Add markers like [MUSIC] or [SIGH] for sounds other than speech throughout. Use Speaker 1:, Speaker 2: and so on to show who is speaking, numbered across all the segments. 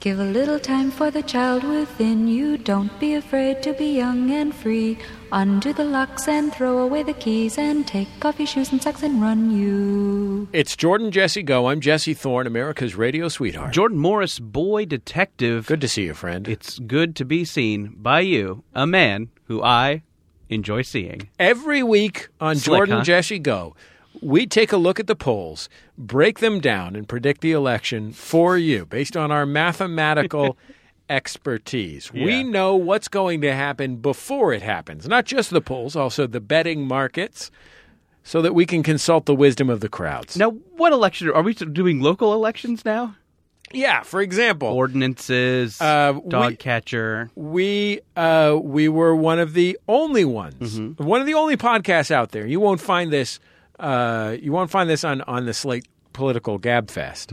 Speaker 1: Give a little time for the child within you. Don't be afraid to be young and free. Undo the locks and throw away the keys and take off your shoes and socks and run you.
Speaker 2: It's Jordan Jesse Go. I'm Jesse Thorne, America's radio sweetheart.
Speaker 3: Jordan Morris, boy detective.
Speaker 2: Good to see you, friend.
Speaker 3: It's good to be seen by you, a man who I enjoy seeing.
Speaker 2: Every week on
Speaker 3: Slick,
Speaker 2: Jordan
Speaker 3: huh?
Speaker 2: Jesse Go, we take a look at the polls, break them down, and predict the election for you based on our
Speaker 3: [LAUGHS]
Speaker 2: mathematical expertise. We
Speaker 3: Yeah.
Speaker 2: know what's going to happen before it happens, not just the polls, also the betting markets, so that we can consult the wisdom of the crowds.
Speaker 3: Now, what election are we doing? Local elections now?
Speaker 2: Yeah, for example.
Speaker 3: Ordinances,
Speaker 2: Uh, we-
Speaker 3: dog catcher.
Speaker 2: we uh, we were one of the only ones, one of the only podcasts out there. You won't find this. Uh, you won't find this on on the Slate Political Gab Fest.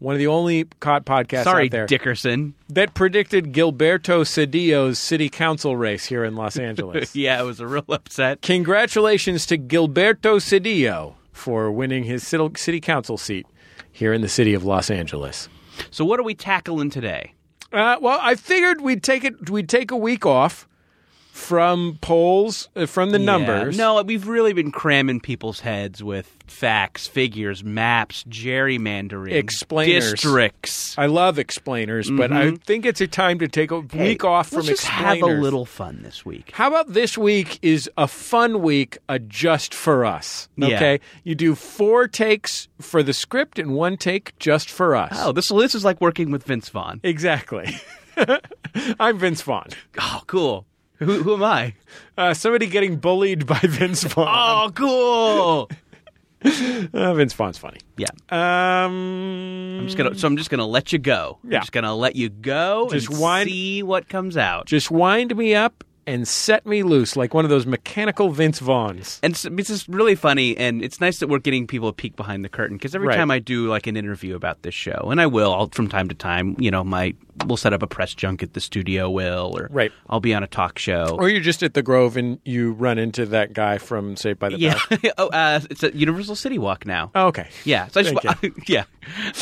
Speaker 2: One of the only caught podcasts
Speaker 3: Sorry,
Speaker 2: out there
Speaker 3: Dickerson.
Speaker 2: that predicted Gilberto Cedillo's city council race here in Los Angeles.
Speaker 3: Yeah, it was a real [LAUGHS] upset.
Speaker 2: Congratulations to Gilberto Cedillo for winning his city city council seat here in the city of Los Angeles.
Speaker 3: So, what are we tackling today?
Speaker 2: Uh, well, I figured we'd take it. We'd take a week off from polls, uh, from the numbers.
Speaker 3: Yeah. No, we've really been cramming people's heads with facts, figures, maps, gerrymandering,
Speaker 2: Explainers.
Speaker 3: districts.
Speaker 2: I love explainers, but I think it's a time to take a week off from
Speaker 3: Mm-hmm. Let's just
Speaker 2: explainers.
Speaker 3: have a little fun this week.
Speaker 2: How about this week is a fun week, uh, just for us?
Speaker 3: Yeah.
Speaker 2: Okay, you do four takes for the script and one take just for us.
Speaker 3: Oh, this this is like working with Vince Vaughn.
Speaker 2: exactly. [LAUGHS] I'm Vince Vaughn.
Speaker 3: Oh, cool. Who, who
Speaker 2: [LAUGHS]
Speaker 3: am I?
Speaker 2: Uh, somebody getting bullied by Vince Vaughn.
Speaker 3: Oh, cool. Oh.
Speaker 2: Uh, Vince Vaughn's funny.
Speaker 3: [LAUGHS] yeah.
Speaker 2: Um,
Speaker 3: I'm just gonna, so I'm just gonna let you go.
Speaker 2: Yeah.
Speaker 3: I'm just gonna let you go
Speaker 2: Just
Speaker 3: and
Speaker 2: wind-
Speaker 3: see what comes out.
Speaker 2: Just wind me up and set me loose like one of those mechanical Vince Vaughns.
Speaker 3: and so, it's just really funny, and it's nice that we're getting people a peek behind the curtain because every
Speaker 2: Right.
Speaker 3: time I do like an interview about this show, and I will I'll, from time to time, you know, my we'll set up a press junk at the studio, will or
Speaker 2: Right.
Speaker 3: I'll be on a talk show.
Speaker 2: Or you're just at the Grove and you run into that guy from Saved by the
Speaker 3: yeah,
Speaker 2: [LAUGHS] Bell.
Speaker 3: [LAUGHS] oh, uh, it's a Universal City Walk now.
Speaker 2: Oh, okay.
Speaker 3: Yeah, so I just
Speaker 2: Thank
Speaker 3: [LAUGHS] yeah,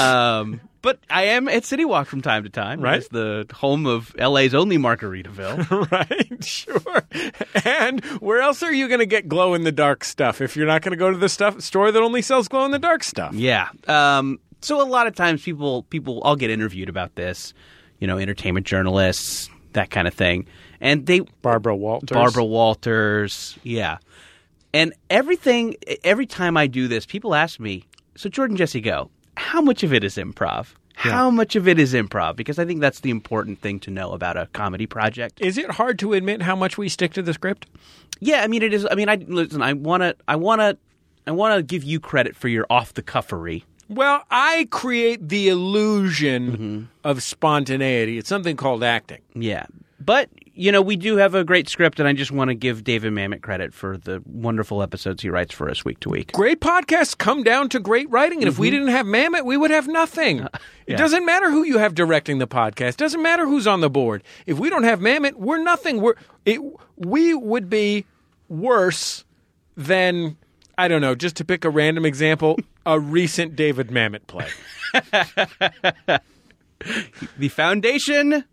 Speaker 3: um, but I am at City Walk from time to time.
Speaker 2: Right.
Speaker 3: it's the home of LA's
Speaker 2: [LAUGHS]
Speaker 3: only Margaritaville.
Speaker 2: [LAUGHS] Right, sure. And where else are you going to get glow in the dark stuff if you're not going to go to the stuff store that only sells glow in the dark stuff?
Speaker 3: Yeah. Um, so a lot of times people people I'll get interviewed about this, you know, entertainment journalists, that kind of thing. And they
Speaker 2: Barbara Walters.
Speaker 3: Barbara Walters, yeah. And everything every time I do this, people ask me, so Jordan Jesse go, how much of it is improv? How much of it is improv? Because I think that's the important thing to know about a comedy project.
Speaker 2: Is it hard to admit how much we stick to the script?
Speaker 3: Yeah, I mean it is I mean I listen, I want to I want to I want to give you credit for your off the cuffery.
Speaker 2: Well, I create the illusion of spontaneity. It's something called acting.
Speaker 3: Yeah. But, you know, we do have a great script, and I just want to give David Mamet credit for the wonderful episodes he writes for us week to week.
Speaker 2: great podcasts come down to great writing. And if we didn't have Mamet, we would have nothing. It
Speaker 3: yeah.
Speaker 2: doesn't matter who you have directing the podcast. Doesn't matter who's on the board. If we don't have Mamet, we're nothing. We're it, we would be worse than I don't know. Just to pick a random example, a recent David Mamet play.
Speaker 3: The foundation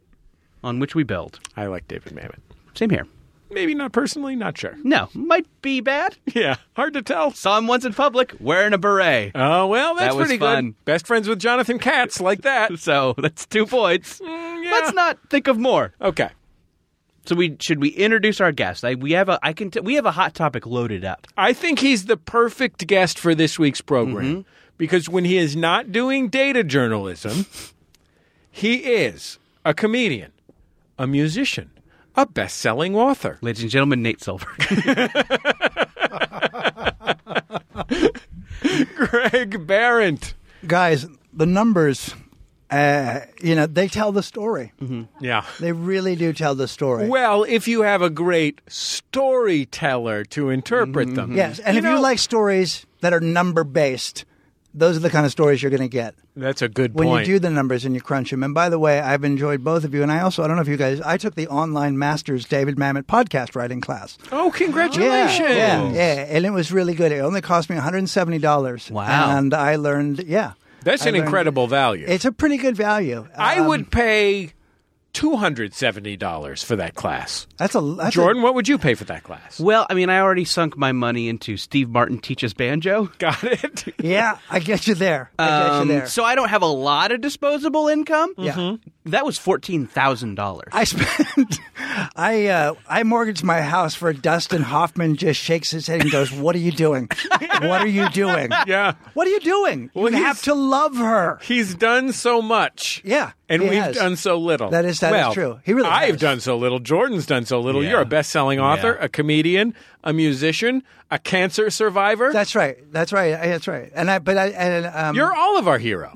Speaker 3: on which we build.
Speaker 2: I like David Mamet.
Speaker 3: Same here.
Speaker 2: Maybe not personally. Not sure.
Speaker 3: No, might be bad.
Speaker 2: Yeah, hard to tell.
Speaker 3: Saw him once in public wearing a beret.
Speaker 2: Oh well, that's
Speaker 3: That was
Speaker 2: pretty
Speaker 3: fun.
Speaker 2: good. Best friends with Jonathan Katz, like that.
Speaker 3: [LAUGHS] So that's two points.
Speaker 2: yeah.
Speaker 3: Let's not think of more.
Speaker 2: Okay.
Speaker 3: So we should we introduce our guest? I, we have a I can t- we have a hot topic loaded up.
Speaker 2: I think he's the perfect guest for this week's program because when he is not doing data journalism, he is a comedian, a musician, a best selling [LAUGHS] author.
Speaker 3: Ladies and gentlemen, Nate Silver.
Speaker 2: Greg Barrett.
Speaker 4: guys, the numbers, uh, you know, they tell the story.
Speaker 2: Yeah.
Speaker 4: They really do tell the story.
Speaker 2: Mm-hmm. Well, if you have a great storyteller to interpret them.
Speaker 4: yes, and if you
Speaker 2: know-
Speaker 4: like stories that are number based, those are the kind of stories you're going to get
Speaker 2: That's a good
Speaker 4: when
Speaker 2: point.
Speaker 4: you do the numbers and you crunch them. And by the way, I've enjoyed both of you, and I also I don't know if you guys, I took the online masters David Mamet podcast writing class.
Speaker 2: oh, congratulations.
Speaker 4: Yeah, yeah, yeah, and it was really good. It only cost me $170.
Speaker 3: Wow.
Speaker 4: And I learned, yeah.
Speaker 2: That's
Speaker 4: I
Speaker 2: an
Speaker 4: learned-
Speaker 2: incredible value.
Speaker 4: It's a pretty good value.
Speaker 2: I
Speaker 4: Um,
Speaker 2: would pay two hundred seventy dollars for that class.
Speaker 4: That's a that's
Speaker 2: Jordan, what would you pay for that class?
Speaker 3: Well, I mean, I already sunk my money into Steve Martin teaches banjo.
Speaker 2: Got it. [LAUGHS]
Speaker 4: A, yeah, I get you there. I get
Speaker 3: Um,
Speaker 4: you there.
Speaker 3: So I don't have a lot of disposable income.
Speaker 4: Yeah. Mhm.
Speaker 3: That was fourteen thousand dollars.
Speaker 4: I spent, [LAUGHS] I uh, I mortgaged my house for Dustin Hoffman. Just shakes his head and goes, "What are you doing? What are you doing?
Speaker 2: Yeah.
Speaker 4: What are you doing?
Speaker 2: Well,
Speaker 4: you
Speaker 2: he's-
Speaker 4: have to love her."
Speaker 2: He's done so much.
Speaker 4: Yeah,
Speaker 2: And
Speaker 4: he
Speaker 2: we've
Speaker 4: has.
Speaker 2: done so little.
Speaker 4: That is- that is
Speaker 2: well,
Speaker 4: true. He really
Speaker 2: I've
Speaker 4: has.
Speaker 2: done so little. Jordan's done so little.
Speaker 3: Yeah.
Speaker 2: You're a best-selling author,
Speaker 3: Yeah.
Speaker 2: a comedian, a musician, a cancer survivor.
Speaker 4: That's right. That's right. I- That's right. And I, but I, and um, [LAUGHS]
Speaker 2: You're all of our hero.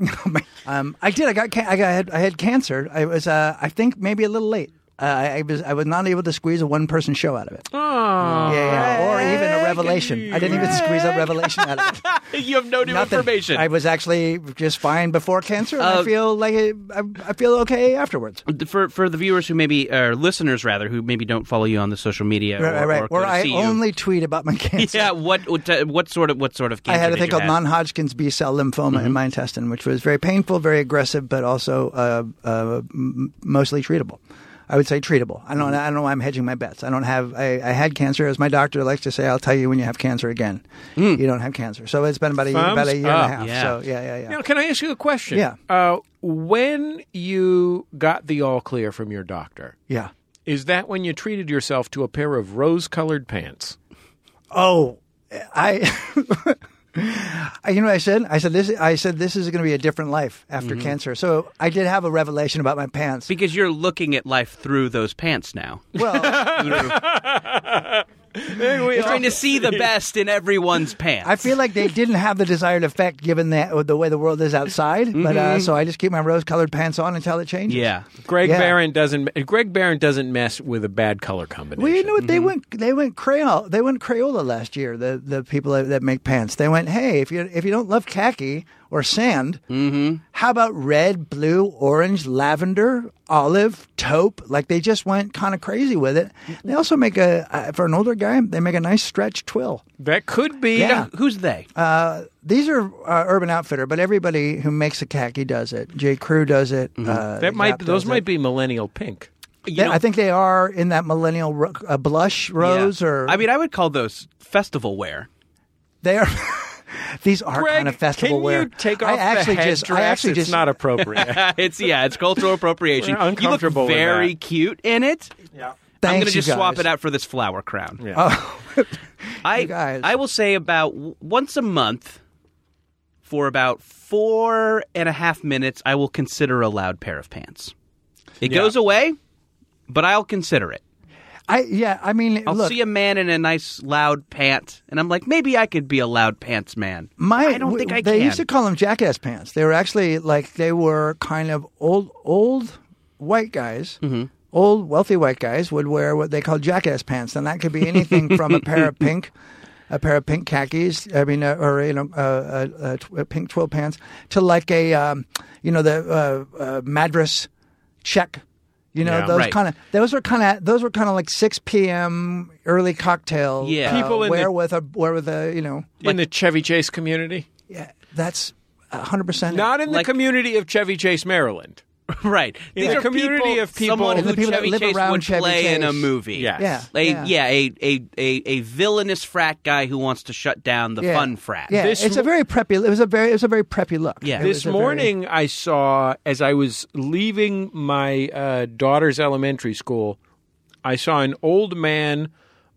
Speaker 4: um, I did. I got, ca- I got, I had, I had cancer. I was, uh, I think, maybe a little late. Uh, I, I was, I was not able to squeeze a one-person show out of it.
Speaker 2: Aw.
Speaker 4: Yeah, yeah, or even a revelation. I didn't even squeeze a revelation out of it.
Speaker 3: you have no new
Speaker 4: Nothing.
Speaker 3: information.
Speaker 4: I was actually just fine before cancer. And I
Speaker 3: Uh,
Speaker 4: feel like it, I, I feel okay afterwards.
Speaker 3: for for the viewers who maybe or listeners rather who maybe don't follow you on the social media, or,
Speaker 4: Right, right, right.
Speaker 3: or go
Speaker 4: Where
Speaker 3: to
Speaker 4: I
Speaker 3: see you.
Speaker 4: only tweet about my
Speaker 3: [LAUGHS]
Speaker 4: cancer.
Speaker 3: yeah. What, what uh, what sort of what sort of
Speaker 4: I
Speaker 3: cancer
Speaker 4: had a
Speaker 3: did
Speaker 4: thing
Speaker 3: you
Speaker 4: called
Speaker 3: have?
Speaker 4: non-Hodgkin's B-cell lymphoma
Speaker 3: Mm-hmm.
Speaker 4: in my intestine, which was very painful, very aggressive, but also uh, uh, m- mostly treatable. I would say treatable. I
Speaker 3: Mm-hmm.
Speaker 4: don't. I don't know why I'm hedging my bets. I don't have. I, I had cancer, as my doctor likes to say. I'll tell you when you have cancer again. You don't have cancer. So it's been about a year,
Speaker 2: Thumbs
Speaker 4: about a year
Speaker 2: up.
Speaker 4: and a half.
Speaker 3: Mm. Yeah.
Speaker 4: So yeah, yeah, yeah.
Speaker 2: Now, can I ask you a question?
Speaker 4: Yeah.
Speaker 2: Uh, when you got the all clear from your doctor,
Speaker 4: yeah.
Speaker 2: is that when you treated yourself to a pair of rose-colored pants?
Speaker 4: Oh, I. [LAUGHS] I- You know what I said? I said this. I said this is going to be a different life after cancer. So I did have a revelation about
Speaker 3: [LAUGHS]
Speaker 4: my pants.
Speaker 3: Because you're looking at life through those pants now.
Speaker 4: well,
Speaker 3: You're trying to see the best in
Speaker 4: [LAUGHS]
Speaker 3: everyone's pants.
Speaker 4: I feel like they didn't have the desired effect given the the way the world is outside. But uh, so I just keep my rose-colored pants on until it changes.
Speaker 3: yeah.
Speaker 2: Greg
Speaker 4: Yeah.
Speaker 2: Barron doesn't. Greg Barron doesn't mess with a bad color combination.
Speaker 4: Well, you know what they went they went Crayola they went Crayola last year. The the people that, that make pants they went, hey, if you if you don't love khaki or sand, how about red, blue, orange, lavender, olive, taupe? Like they just went kind of crazy with it. They also make a uh, for an older guy they make a nice stretch twill.
Speaker 2: that could be.
Speaker 4: Yeah.
Speaker 3: Who's they?
Speaker 4: These are uh, Urban Outfitter, but everybody who makes a khaki does it. J. Crew does it. Uh,
Speaker 2: That might.
Speaker 4: Gap
Speaker 2: Those
Speaker 4: does it.
Speaker 2: might be millennial pink.
Speaker 3: You
Speaker 4: They-
Speaker 3: know-
Speaker 4: I think they are in that millennial ro- uh, blush rose,
Speaker 3: Yeah.
Speaker 4: or
Speaker 3: I mean, I would call those festival wear.
Speaker 4: they are. [LAUGHS] these are
Speaker 2: Greg,
Speaker 4: kind of festival
Speaker 2: can
Speaker 4: wear.
Speaker 2: you take off
Speaker 4: I actually
Speaker 2: the
Speaker 4: just,
Speaker 2: headdress?
Speaker 4: I actually
Speaker 2: it's
Speaker 4: just
Speaker 2: not appropriate.
Speaker 3: [LAUGHS] it's yeah, it's cultural appropriation.
Speaker 2: We're uncomfortable
Speaker 3: You
Speaker 2: with
Speaker 3: look very
Speaker 2: that.
Speaker 3: cute in it.
Speaker 4: Thanks,
Speaker 3: I'm
Speaker 4: you
Speaker 3: gonna just swap
Speaker 4: guys.
Speaker 3: it out for this flower crown.
Speaker 2: Yeah.
Speaker 4: Oh,
Speaker 3: [LAUGHS] I
Speaker 4: guys.
Speaker 3: I will say about w- once a month, for about four and a half minutes, I will consider a loud pair of pants. It
Speaker 2: Yeah.
Speaker 3: goes away, but I'll consider it.
Speaker 4: I yeah. I mean,
Speaker 3: I'll
Speaker 4: look,
Speaker 3: see a man in a nice loud pant, and I'm like, maybe I could be a loud pants man.
Speaker 4: my
Speaker 3: I don't
Speaker 4: w-
Speaker 3: think I
Speaker 4: They
Speaker 3: can. [LAUGHS]
Speaker 4: used to call them jackass pants. They were actually like they were kind of old old white guys.
Speaker 3: Mm-hmm.
Speaker 4: Old wealthy white guys would wear what they call jackass pants, and that could be anything from a pair
Speaker 3: [LAUGHS]
Speaker 4: of pink, a pair of pink khakis. I mean, uh, or you know, uh, uh, uh, tw- uh, pink twill pants to like a, um, you know, the uh, uh, madras check. You know,
Speaker 2: Yeah.
Speaker 4: those
Speaker 3: Right.
Speaker 4: kind of those were kind of those were kind of like six p.m. early cocktail.
Speaker 3: Yeah.
Speaker 4: uh,
Speaker 2: People in
Speaker 4: wear
Speaker 2: the-
Speaker 4: with a wear with a you know
Speaker 2: [LAUGHS] in the Chevy Chase community?
Speaker 4: yeah, Uh, that's hundred percent.
Speaker 2: Not in the
Speaker 3: Like-
Speaker 2: community of Chevy Chase, Maryland.
Speaker 3: right.
Speaker 2: In
Speaker 3: These
Speaker 2: the
Speaker 3: are
Speaker 2: community
Speaker 3: people,
Speaker 2: of people-
Speaker 3: someone
Speaker 2: In
Speaker 3: who
Speaker 4: the people that
Speaker 3: Chevy
Speaker 4: live
Speaker 3: Chase
Speaker 4: around
Speaker 3: would
Speaker 4: Chevy
Speaker 3: play in a
Speaker 4: Chase.
Speaker 3: movie.
Speaker 2: Yes.
Speaker 4: Yeah,
Speaker 3: A,
Speaker 4: yeah.
Speaker 3: yeah, a, a, a, a villainous frat guy who wants to shut down the
Speaker 4: yeah.
Speaker 3: fun frat.
Speaker 4: Yeah,
Speaker 2: This
Speaker 4: it's a
Speaker 2: mo-
Speaker 4: very preppy. It was a very, it was a very preppy look.
Speaker 3: Yeah.
Speaker 4: It
Speaker 2: This
Speaker 4: was a very-
Speaker 2: morning, I saw as I was leaving my uh, daughter's elementary school, I saw an old man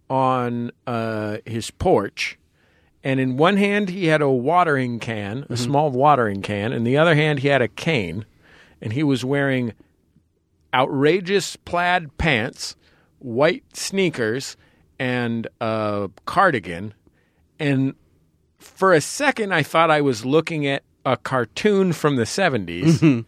Speaker 2: on uh, his porch, and in one hand he had a watering can, a
Speaker 4: Mm-hmm.
Speaker 2: small watering can, and the other hand he had a cane, and he was wearing outrageous plaid pants, white sneakers, and a cardigan, and for a second, I thought I was looking at a cartoon from the 70s,
Speaker 4: Mm-hmm.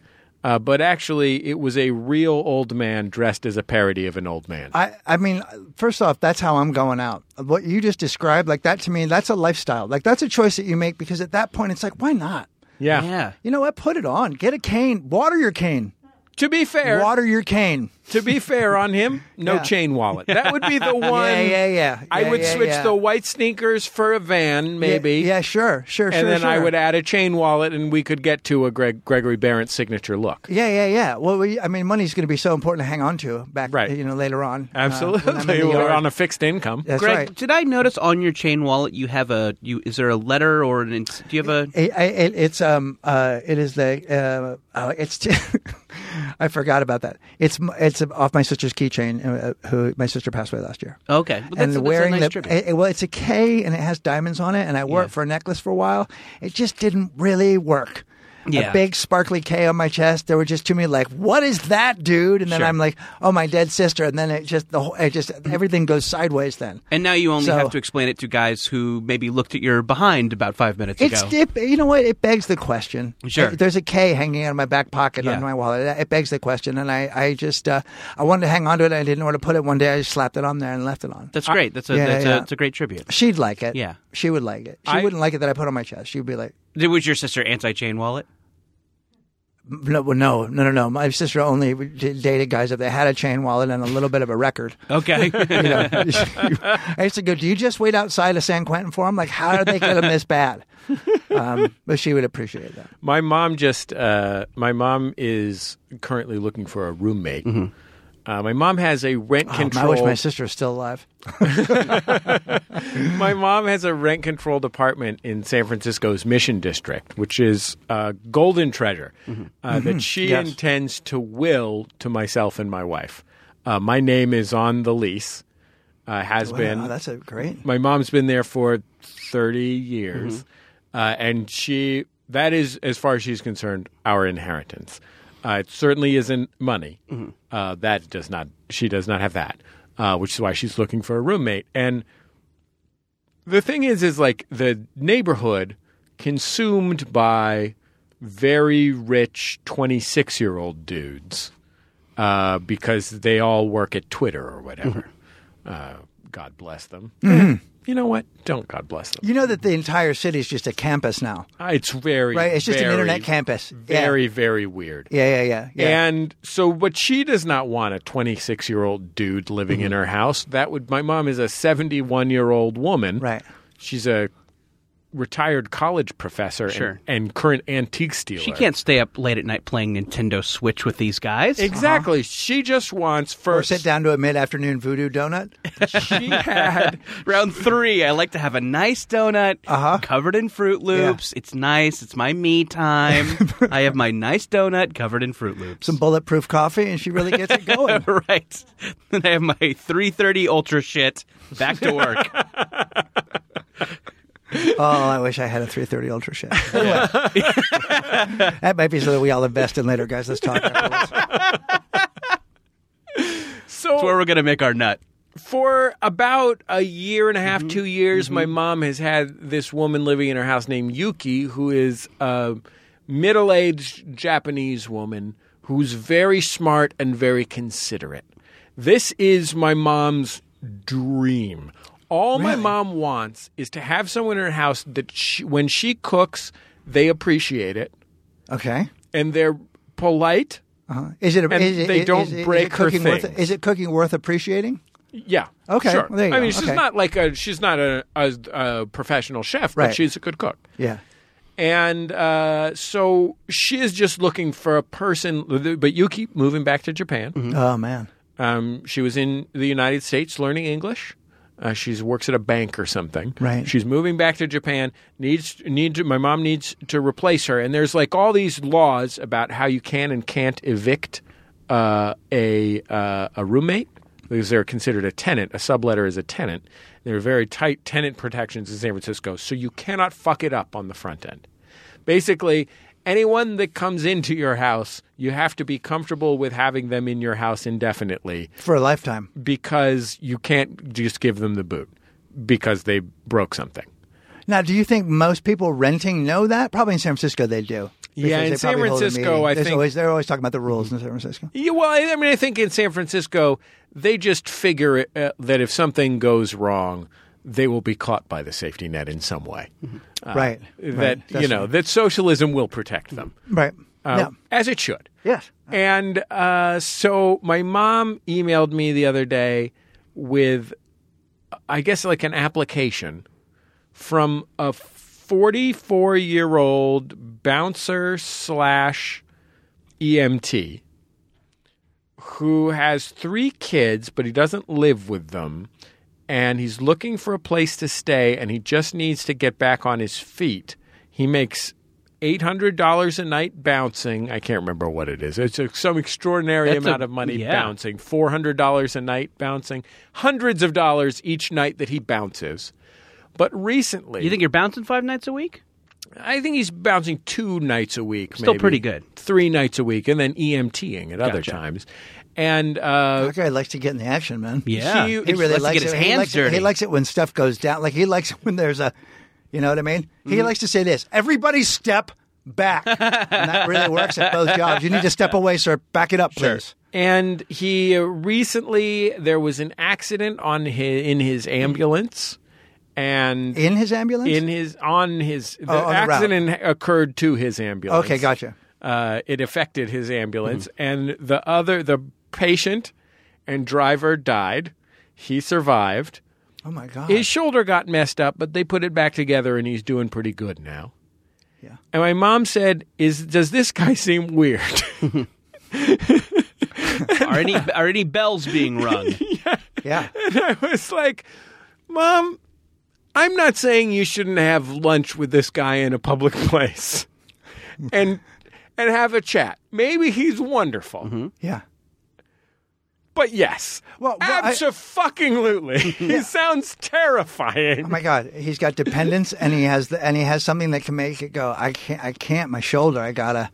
Speaker 2: uh, but actually, it was a real old man dressed as a parody of an old man.
Speaker 4: I, I mean, first off, that's how I'm going out. What you just described, like that to me, that's a lifestyle. Like that's a choice that you make because at that point, it's like, why not?
Speaker 2: yeah.
Speaker 3: Yeah.
Speaker 4: You know what? Put it on. Get a cane. Water your cane.
Speaker 2: To be fair,
Speaker 4: Water your cane.
Speaker 2: to be fair on him, no
Speaker 4: Yeah.
Speaker 2: chain
Speaker 4: [LAUGHS]
Speaker 2: wallet. That would be the one.
Speaker 4: yeah, yeah, yeah.
Speaker 2: I
Speaker 4: Yeah,
Speaker 2: would
Speaker 4: yeah,
Speaker 2: switch
Speaker 4: yeah.
Speaker 2: the white sneakers for a van,
Speaker 4: Yeah,
Speaker 2: maybe.
Speaker 4: Yeah, sure, sure,
Speaker 2: And
Speaker 4: sure.
Speaker 2: then I
Speaker 4: sure.
Speaker 2: would add a chain wallet, and we could get to a Greg- Gregory Barrett signature look.
Speaker 4: Yeah, yeah, yeah. Well, we, I mean, money's going to be so important to hang on to back,
Speaker 2: Right.
Speaker 4: you know, later on. uh, when I'm in
Speaker 2: Absolutely, [LAUGHS]
Speaker 4: the
Speaker 2: we're
Speaker 4: yard.
Speaker 2: on a fixed income.
Speaker 4: That's
Speaker 3: Greg,
Speaker 4: right.
Speaker 3: did I notice on your chain wallet you have a you? Is there a letter or an? ins- Do you have a?
Speaker 4: I- I- it- it's um uh it is the uh, uh it's [LAUGHS] I forgot about that. It's m- it's off my sister's keychain. Uh, who my sister passed away last year.
Speaker 3: Okay, well, that's, that's a nice
Speaker 4: the
Speaker 3: tribute.
Speaker 4: it- it- well, it's a K and it has diamonds on it. And I wore
Speaker 3: Yeah.
Speaker 4: it for a necklace for a while. It just didn't really work.
Speaker 3: Yeah.
Speaker 4: A big sparkly K on my chest. There were just too many like, what is that, dude? And then
Speaker 2: Sure.
Speaker 4: I'm like, oh, my dead sister. And then it just the whole, it just everything goes sideways. Then
Speaker 3: and now you only
Speaker 4: So-
Speaker 3: have to explain it to guys who maybe looked at your behind about five minutes
Speaker 4: it's
Speaker 3: ago.
Speaker 4: it, you know what it begs the question.
Speaker 3: Sure.
Speaker 4: It- there's a K hanging out of my back pocket
Speaker 3: Yeah.
Speaker 4: on my wallet. It- It begs the question, and I I just uh, I wanted to hang on to it. I didn't know where to put it. One day I just slapped it on there and left it on.
Speaker 3: that's great. That's a
Speaker 4: Yeah,
Speaker 3: that's,
Speaker 4: yeah.
Speaker 3: A, that's a great tribute.
Speaker 4: She'd like it.
Speaker 3: Yeah.
Speaker 4: She would like it. She
Speaker 2: I-
Speaker 4: wouldn't like it that I put it on my chest. She'd be like,
Speaker 3: Did- Was your sister anti chain wallet?
Speaker 4: No, well, no, no, no, no. My sister only d- dated guys if they had a chain wallet and a little bit of a record.
Speaker 3: [LAUGHS] Okay,
Speaker 4: You know, I used to go, "Do you just wait outside of San Quentin for them? Like, how did they get them this
Speaker 3: [LAUGHS]
Speaker 4: bad?" Um, but she would appreciate that.
Speaker 2: My mom just, uh, my mom is currently looking for a roommate. Uh, my mom has a rent
Speaker 4: Mm-hmm. Oh, I
Speaker 2: control. [LAUGHS]
Speaker 4: wish my sister was still alive.
Speaker 2: my mom has a rent controlled apartment in San Francisco's Mission District, which is a golden treasure uh, that she
Speaker 4: Mm-hmm. Yes.
Speaker 2: intends to will to myself and my wife. Uh, my name is on the lease, uh, has been.
Speaker 4: Wow, that's a great.
Speaker 2: my mom's been there for 30 years uh, and she that is as far as she's concerned our inheritance uh, it certainly isn't money uh, that does not she does not have that uh, which is why she's looking for a roommate and the thing is is like the neighborhood consumed by very rich 26 year old dudes uh, because they all work at twitter or whatever
Speaker 4: Mm-hmm.
Speaker 2: uh, god bless them you know what don't god bless them
Speaker 4: You know that the entire city is just a campus now,
Speaker 2: Uh, it's very
Speaker 4: right? It's just
Speaker 2: very,
Speaker 4: an internet campus.
Speaker 2: very very weird
Speaker 4: Yeah, yeah, yeah, yeah. yeah.
Speaker 2: and so, but she does not want a 26 year old dude living
Speaker 4: Mm-hmm.
Speaker 2: in her house. That would, my mom is a 71 year old woman.
Speaker 4: Right.
Speaker 2: She's a retired college professor and-
Speaker 3: Sure.
Speaker 2: and, current antique stealer.
Speaker 3: she can't stay up late at night playing Nintendo Switch with these guys.
Speaker 2: Exactly. She just wants
Speaker 4: Uh-huh. or
Speaker 2: first.
Speaker 4: sit down to a mid-afternoon voodoo donut.
Speaker 2: [LAUGHS] She
Speaker 4: [LAUGHS]
Speaker 2: had
Speaker 3: Round three, I like to have a nice donut
Speaker 4: Uh-huh.
Speaker 3: covered in Fruit Loops. It's nice. It's my me
Speaker 4: [LAUGHS]
Speaker 3: time. I have my nice donut covered in Fruit Loops.
Speaker 4: Some bulletproof coffee, and she really gets
Speaker 2: [LAUGHS]
Speaker 4: it going.
Speaker 3: [LAUGHS] right. Then I have my 330 Ultra shit. Back to
Speaker 4: [LAUGHS]
Speaker 3: work.
Speaker 4: Oh, I wish I had a 330 Ultra shit. Anyway, [LAUGHS]
Speaker 2: [LAUGHS]
Speaker 4: that might be so that we all invest in later, guys. Let's talk. afterwards.
Speaker 3: That's where
Speaker 2: so
Speaker 3: we're going to make our nut.
Speaker 2: for about a year and a half, two years. My mom has had this woman living in her house named Yuki, who is a middle aged Japanese woman who's very smart and very considerate. This is my mom's dream. All my mom wants is to have someone in her house that she, when she cooks, they appreciate it
Speaker 4: Okay.
Speaker 2: and they're polite.
Speaker 4: Uh-huh. Is it?
Speaker 2: And
Speaker 4: is it-
Speaker 2: they
Speaker 4: is-
Speaker 2: don't
Speaker 4: is it- is
Speaker 2: break
Speaker 4: it
Speaker 2: her
Speaker 4: cooking worth,
Speaker 2: things.
Speaker 4: Is it cooking worth appreciating?
Speaker 2: Yeah.
Speaker 4: Okay,
Speaker 2: Sure.
Speaker 4: well, there you
Speaker 2: I
Speaker 4: go.
Speaker 2: mean, she's
Speaker 4: Okay.
Speaker 2: not like a she's not a, a, a professional chef, but
Speaker 4: Right.
Speaker 2: she's a good cook.
Speaker 4: Yeah.
Speaker 2: And uh, so she is just looking for a person. But you keep moving back to Japan.
Speaker 4: Oh man.
Speaker 2: Um, she was in the United States learning English. Uh, she works at a bank or something.
Speaker 4: Right.
Speaker 2: She's moving back to Japan. Needs need to, my mom needs to replace her. And there's like all these laws about how you can and can't evict uh, a uh, a roommate because they're considered a tenant. A subletter is a tenant. There are very tight tenant protections in San Francisco, so you cannot fuck it up on the front end. Basically, anyone that comes into your house, you have to be comfortable with having them in your house indefinitely
Speaker 4: For a lifetime.
Speaker 2: because you can't just give them the boot because they broke something.
Speaker 4: Now, do you think most people renting know that? Probably in San Francisco they do. because
Speaker 2: Yeah, in
Speaker 4: they
Speaker 2: San
Speaker 4: probably hold a
Speaker 2: Francisco,
Speaker 4: meeting.
Speaker 2: I
Speaker 4: There's
Speaker 2: think-
Speaker 4: always, they're always talking about the rules in San Francisco.
Speaker 2: Yeah, well, I I mean, I think in San Francisco, they just figure it, uh, that if something goes wrong, they will be caught by the safety net in some way. Uh,
Speaker 4: right.
Speaker 2: That
Speaker 4: right. That's
Speaker 2: you know that socialism will protect them.
Speaker 4: right.
Speaker 2: um,
Speaker 4: Yeah.
Speaker 2: as it should.
Speaker 4: Yes.
Speaker 2: And uh, so my mom emailed me the other day with, I guess, like an application from a 44 year old bouncer slash EMT E who has three kids, but he doesn't live with them. And he's looking for a place to stay, and he just needs to get back on his feet. He makes $800 a night bouncing. I can't remember what it is. It's a- some extraordinary
Speaker 3: That's a-
Speaker 2: amount of money
Speaker 3: yeah.
Speaker 2: bouncing $400 a night bouncing, hundreds of dollars each night that he bounces. But recently,
Speaker 3: You think you're bouncing five nights a week?
Speaker 2: I think he's bouncing two nights a week.
Speaker 3: Still
Speaker 2: maybe.
Speaker 3: pretty good.
Speaker 2: Three nights a week, and then EMTing at other
Speaker 3: Gotcha.
Speaker 2: times. And uh,
Speaker 4: That guy likes to get in the action, man.
Speaker 3: Yeah.
Speaker 2: He- he
Speaker 4: He really
Speaker 3: likes, to
Speaker 4: likes
Speaker 3: get his
Speaker 4: it. he
Speaker 3: hands
Speaker 4: likes
Speaker 3: dirty.
Speaker 4: It. He likes it when stuff goes down. Like he likes when there's a, you know what I mean?
Speaker 2: Mm-hmm.
Speaker 4: He likes to say this: "Everybody step back." and that really works at both jobs. You need to step away, sir. Back it up, please.
Speaker 2: and he uh, recently there was an accident on his, in his ambulance, and
Speaker 4: In his ambulance.
Speaker 2: in his on his the
Speaker 4: Oh, on the route.
Speaker 2: accident occurred to his ambulance.
Speaker 4: okay, gotcha.
Speaker 2: uh, it affected his ambulance,
Speaker 3: Mm-hmm.
Speaker 2: and the other the patient and driver died. He survived.
Speaker 4: Oh my god.
Speaker 2: His shoulder got messed up, but they put it back together, and he's doing pretty good now.
Speaker 4: Yeah.
Speaker 2: And my mom said, "Is does this guy seem weird?" [LAUGHS]
Speaker 3: are any are any bells being
Speaker 4: [LAUGHS]
Speaker 3: rung?
Speaker 4: yeah.
Speaker 2: and I was like, "Mom, I'm not saying you shouldn't have lunch with this guy in a public [LAUGHS] place, and and have a chat. Maybe he's wonderful,
Speaker 4: Yeah.
Speaker 2: but yes,
Speaker 4: Well, well, I-
Speaker 2: absolutely, [LAUGHS] he sounds terrifying."
Speaker 4: Oh my God, he's got dependence, and he has the, and he has something that can make it go. I can't, I can't. My shoulder, I gotta.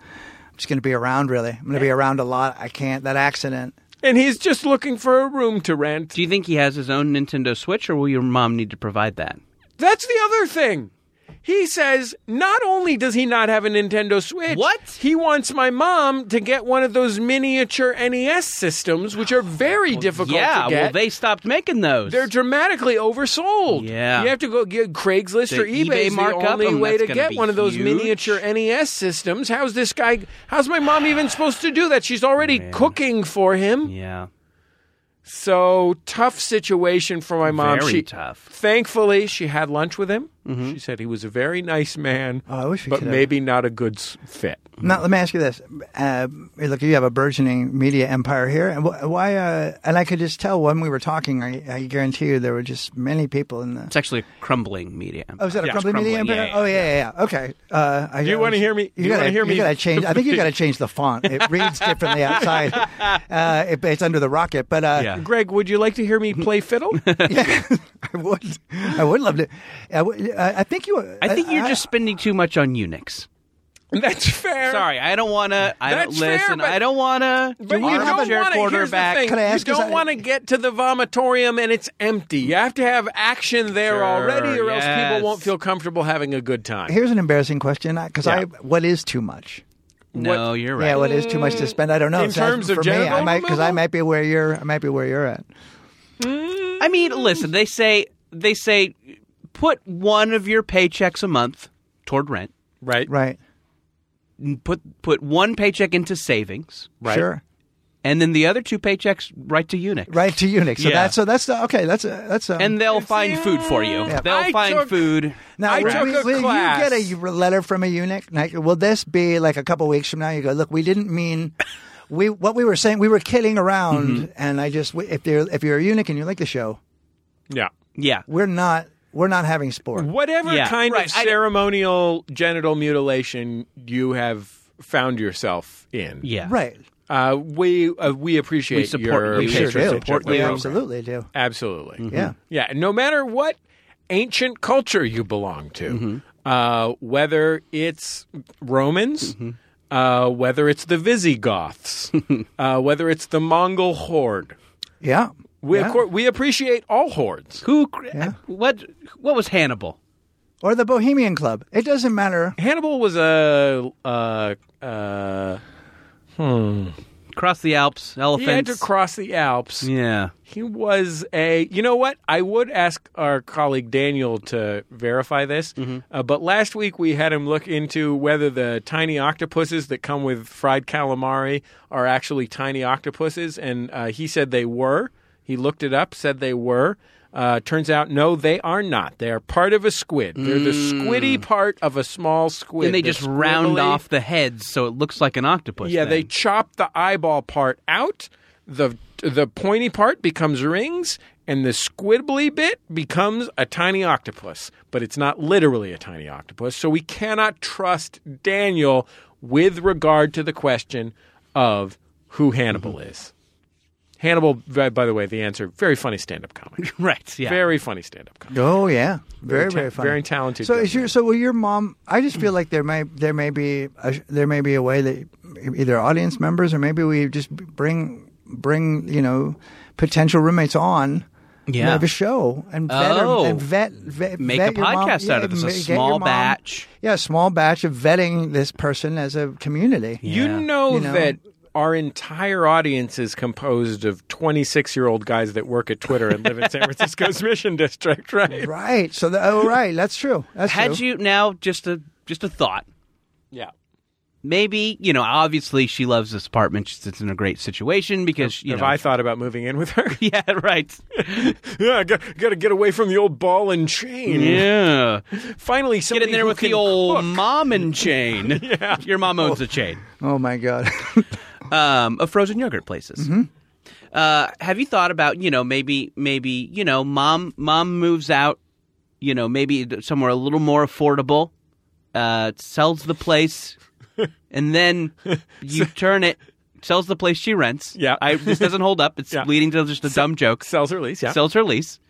Speaker 4: I'm just gonna be around. Really, I'm gonna be around a lot. I can't. That accident.
Speaker 2: and he's just looking for a room to rent.
Speaker 3: Do you think he has his own Nintendo Switch, or will your mom need to provide that?
Speaker 2: That's the other thing. He says not only does he not have a Nintendo Switch,
Speaker 3: What?
Speaker 2: He wants my mom to get one of those miniature NES systems, which are very difficult
Speaker 3: yeah,
Speaker 2: to get.
Speaker 3: well, they stopped making those.
Speaker 2: They're dramatically oversold.
Speaker 3: Yeah.
Speaker 2: you have to go get Craigslist
Speaker 3: The
Speaker 2: or eBay.
Speaker 3: eBay
Speaker 2: is the
Speaker 3: markup,
Speaker 2: only
Speaker 3: um,
Speaker 2: way
Speaker 3: that's
Speaker 2: to
Speaker 3: gonna
Speaker 2: get
Speaker 3: be
Speaker 2: one of those
Speaker 3: huge.
Speaker 2: miniature NES systems. How's this guy? How's my mom even supposed to do that? She's already cooking for him.
Speaker 3: yeah,
Speaker 2: So tough situation for my mom.
Speaker 3: very
Speaker 2: she,
Speaker 3: tough. Mm-hmm.
Speaker 2: Thankfully, she had lunch with him. She said he was a very nice man,
Speaker 4: Oh, I wish we
Speaker 2: but
Speaker 4: could have-
Speaker 2: maybe not a good s- fit.
Speaker 4: Now, let me ask you this: uh, Look, you have a burgeoning media empire here, and wh- why? Uh, and I could just tell when we were talking. I, I guarantee you, there were just many people in the.
Speaker 3: It's actually a crumbling media.
Speaker 4: Oh, is that
Speaker 2: Yeah,
Speaker 4: a crumbling media
Speaker 3: crumbling,
Speaker 4: empire?
Speaker 3: yeah, yeah,
Speaker 4: oh, yeah, yeah, yeah. Okay. Uh, I,
Speaker 2: you wanna hear me- do you
Speaker 4: gotta-
Speaker 2: wanna hear me-
Speaker 4: You gotta change. I think you got
Speaker 2: [LAUGHS]
Speaker 4: to change the font. It reads differently outside. Uh, it, it's under the rocket, but uh,
Speaker 3: Yeah.
Speaker 2: Greg, would you like to
Speaker 3: [LAUGHS]
Speaker 2: hear me play fiddle?
Speaker 4: [LAUGHS] I would, I would love to. I, would, I I think you.
Speaker 3: I think you're just spending too much on Unix.
Speaker 2: That's fair.
Speaker 3: Sorry, I don't want to. I don't
Speaker 2: That's fair,
Speaker 3: listen.
Speaker 2: but-
Speaker 3: I don't want to.
Speaker 2: But you don't want to. Here's the
Speaker 3: quarterback.
Speaker 2: thing:
Speaker 4: Can I
Speaker 2: you
Speaker 4: ask, 'cause
Speaker 2: don't
Speaker 4: I-
Speaker 2: want to get to the vomitorium and it's empty. You have to have action there
Speaker 3: Sure,
Speaker 2: already, or else
Speaker 3: yes.
Speaker 2: people won't feel comfortable having a good time.
Speaker 4: Here's an embarrassing question because I.
Speaker 2: Yeah.
Speaker 4: What is too much?
Speaker 3: No, you're right.
Speaker 4: Yeah, what is too much to spend? I don't know.
Speaker 2: In
Speaker 4: So that's-
Speaker 2: terms of
Speaker 4: for me, I
Speaker 2: genital
Speaker 4: might because I
Speaker 2: removal?
Speaker 4: might be where you're. I might be where you're at.
Speaker 3: I mean, listen. They say they say put one of your paychecks a month toward rent.
Speaker 2: right?
Speaker 4: Right.
Speaker 3: and Put put one paycheck into savings,
Speaker 2: Right.
Speaker 4: Sure.
Speaker 3: and then the other two paychecks right to Unix.
Speaker 4: Right to Unix. So
Speaker 3: Yeah.
Speaker 4: that's so that's the, okay. That's a, that's um, a,
Speaker 3: And they'll find food for you. They'll
Speaker 2: I
Speaker 3: find
Speaker 2: took-
Speaker 3: food.
Speaker 4: now
Speaker 2: I
Speaker 4: will,
Speaker 2: took
Speaker 4: we-
Speaker 2: a
Speaker 4: will you
Speaker 2: class.
Speaker 4: get a letter from a Unix? Like, will this be like a couple weeks from now? You go look. We didn't mean. We what we were saying. We were kidding around,
Speaker 3: Mm-hmm.
Speaker 4: and I just if you're if you're a eunuch and you like the show,
Speaker 2: Yeah.
Speaker 3: Yeah.
Speaker 4: we're not we're not having sport.
Speaker 2: Whatever
Speaker 3: Yeah,
Speaker 2: kind of
Speaker 3: right. I-
Speaker 2: ceremonial genital mutilation you have found yourself in,
Speaker 3: Yeah.
Speaker 4: Right.
Speaker 2: uh, we uh, we appreciate
Speaker 3: We support
Speaker 2: your
Speaker 3: you. We Mm-hmm.
Speaker 4: Sure
Speaker 3: Sure,
Speaker 4: do.
Speaker 3: support
Speaker 4: we
Speaker 3: the program.
Speaker 4: absolutely do.
Speaker 2: Absolutely.
Speaker 4: Yeah.
Speaker 2: Yeah, and no matter what ancient culture you belong to,
Speaker 3: Mm-hmm.
Speaker 2: uh, whether it's Romans,
Speaker 3: Mm-hmm.
Speaker 2: uh, whether it's the
Speaker 3: [LAUGHS]
Speaker 2: Visigoths, uh, whether it's the Mongol horde,
Speaker 4: Yeah.
Speaker 2: we,
Speaker 4: yeah.
Speaker 2: of course, we appreciate all hordes.
Speaker 3: Who? cr What? What was Hannibal?
Speaker 4: or the Bohemian Club. It doesn't matter.
Speaker 2: Hannibal was a. Uh, uh,
Speaker 3: cross the Alps,
Speaker 2: He
Speaker 3: elephants.
Speaker 2: had to cross the Alps.
Speaker 3: yeah.
Speaker 2: He was a. You know what? I would ask our colleague Daniel to verify this,
Speaker 3: Mm-hmm.
Speaker 2: uh, but last week we had him look into whether the tiny octopuses that come with fried calamari are actually tiny octopuses, and uh, he said they were. He looked it up, said they were. Uh, turns out, no, they are not. They are part of a squid. They're the squiddy part of a small squid.
Speaker 3: Mm. And they
Speaker 2: They're
Speaker 3: just round
Speaker 2: squibbly.
Speaker 3: off the heads so it looks like an octopus.
Speaker 2: Yeah,
Speaker 3: then. [LAUGHS]
Speaker 2: they chop the eyeball part out. The the pointy part becomes rings, and the squibbly bit becomes a tiny octopus. But it's not literally a tiny octopus, so we cannot trust Daniel with regard to the question of who Hannibal is. Hannibal, by, by the way, the answer very funny stand-up comic.
Speaker 3: Right. [LAUGHS] Yeah.
Speaker 2: Very funny stand-up comic.
Speaker 4: Oh yeah, very
Speaker 2: ta-
Speaker 4: very funny,
Speaker 2: very talented
Speaker 4: So
Speaker 2: young
Speaker 4: is your so will your mom? I just feel like there may there may be a, there may be a way that either audience members or maybe we just bring bring you know potential roommates on.
Speaker 3: Yeah.
Speaker 4: Have a show and vet, our-
Speaker 3: Oh.
Speaker 4: and vet, vet
Speaker 3: Make
Speaker 4: vet
Speaker 3: a
Speaker 4: your mom.
Speaker 3: podcast out of this, a
Speaker 4: ma- get your
Speaker 3: small
Speaker 4: mom-
Speaker 3: batch.
Speaker 4: Yeah, a small batch of vetting this person as a community.
Speaker 2: You
Speaker 3: Yeah.
Speaker 2: know,
Speaker 4: You know?
Speaker 2: that our entire audience is composed of 26 year old guys that work at Twitter and live in San [LAUGHS] Francisco's Mission District, right?
Speaker 4: Right. So the, oh right, that's true. That's
Speaker 3: Had
Speaker 4: true.
Speaker 3: you now just a just a thought.
Speaker 2: Yeah.
Speaker 3: Maybe you know. Obviously, she loves this apartment. She's it's in a great situation because you
Speaker 2: Have
Speaker 3: know.
Speaker 2: I [LAUGHS] thought about moving in with her?
Speaker 3: [LAUGHS] yeah. Right.
Speaker 2: [LAUGHS] yeah, I got, got to get away from the old ball and chain.
Speaker 3: yeah.
Speaker 2: Finally,
Speaker 3: Get
Speaker 2: somebody
Speaker 3: in there
Speaker 2: who
Speaker 3: with the
Speaker 2: can
Speaker 3: old
Speaker 2: cook.
Speaker 3: mom
Speaker 2: [LAUGHS]
Speaker 3: and chain. yeah. Your mom owns a chain
Speaker 4: Oh my god. [LAUGHS]
Speaker 3: um, of frozen yogurt places.
Speaker 4: Mm-hmm.
Speaker 3: Uh, have you thought about you know maybe maybe you know mom mom moves out you know maybe somewhere a little more affordable uh, sells the
Speaker 4: [LAUGHS]
Speaker 3: place and then you turn it sells the place she rents
Speaker 2: Yeah.
Speaker 3: I, this doesn't hold up
Speaker 4: [LAUGHS]
Speaker 3: it's
Speaker 2: Yeah.
Speaker 3: leading to just a dumb joke
Speaker 2: sells her lease. Yeah.
Speaker 3: sells her lease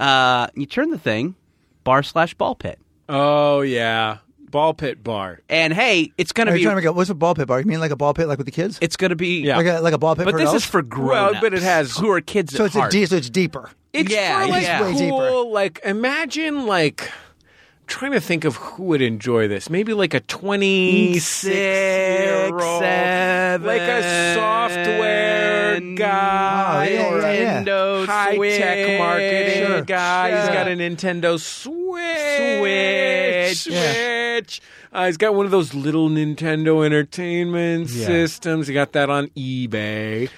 Speaker 3: uh, you turn the thing bar slash ball pit
Speaker 2: oh yeah, ball pit bar.
Speaker 3: and hey it's gonna
Speaker 4: Are
Speaker 3: be
Speaker 4: you trying to make a, what's a ball pit bar? You mean like a ball pit, like with the kids?
Speaker 3: it's gonna be
Speaker 2: Yeah.
Speaker 4: Like a like a ball pit.
Speaker 3: but
Speaker 4: for
Speaker 3: this is
Speaker 4: adults?
Speaker 3: for grown
Speaker 2: but it has-
Speaker 3: who are kids
Speaker 4: so
Speaker 3: at
Speaker 4: it's
Speaker 3: heart.
Speaker 4: a de- so it's deeper.
Speaker 2: It's
Speaker 3: Yeah,
Speaker 2: for, like,
Speaker 3: yeah.
Speaker 4: Way deeper.
Speaker 2: cool. Like imagine like trying to think of who would enjoy this. Maybe like a twenty six like a software
Speaker 3: seven,
Speaker 2: guy,
Speaker 4: Oh, yeah,
Speaker 2: or a
Speaker 4: yeah,
Speaker 3: Nintendo
Speaker 2: high tech
Speaker 3: Switch.
Speaker 2: marketing
Speaker 4: Sure.
Speaker 2: guy. He's
Speaker 4: Sure.
Speaker 2: got a Nintendo Switch.
Speaker 3: Switch.
Speaker 4: Yeah.
Speaker 2: Switch. Uh, he's got one of those little Nintendo Entertainment systems. He got that on eBay.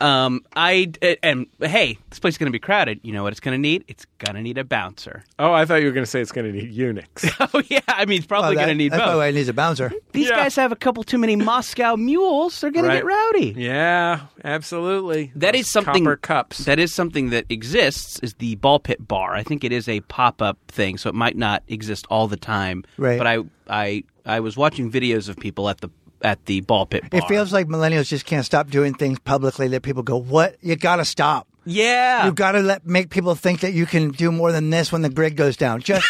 Speaker 3: Um, I uh, and hey, this place is gonna be crowded. You know what it's gonna need? It's gonna need a bouncer. [LAUGHS]
Speaker 2: Oh, I thought you were going to say it's going to need Unix.
Speaker 3: Oh yeah, I mean it's probably
Speaker 4: Oh, that-
Speaker 3: gonna need
Speaker 4: that's probably why
Speaker 3: both.
Speaker 4: it needs a bouncer.
Speaker 3: These
Speaker 2: Yeah.
Speaker 3: guys have a couple too many Moscow mules. They're gonna get
Speaker 2: Right.
Speaker 3: rowdy.
Speaker 2: yeah, absolutely.
Speaker 3: That is something.
Speaker 2: Copper cups.
Speaker 3: That is something that exists. Is the ball pit bar? I think it is a pop up thing, so it might not exist all the time.
Speaker 4: Right.
Speaker 3: But I, I, I was watching videos of people at the at the ball pit bar.
Speaker 4: It feels like millennials just can't stop doing things publicly that people go, "What? You got to stop.
Speaker 3: Yeah.
Speaker 4: You got to let make people think that you can do more than this when the grid goes
Speaker 3: [LAUGHS]
Speaker 4: down." Just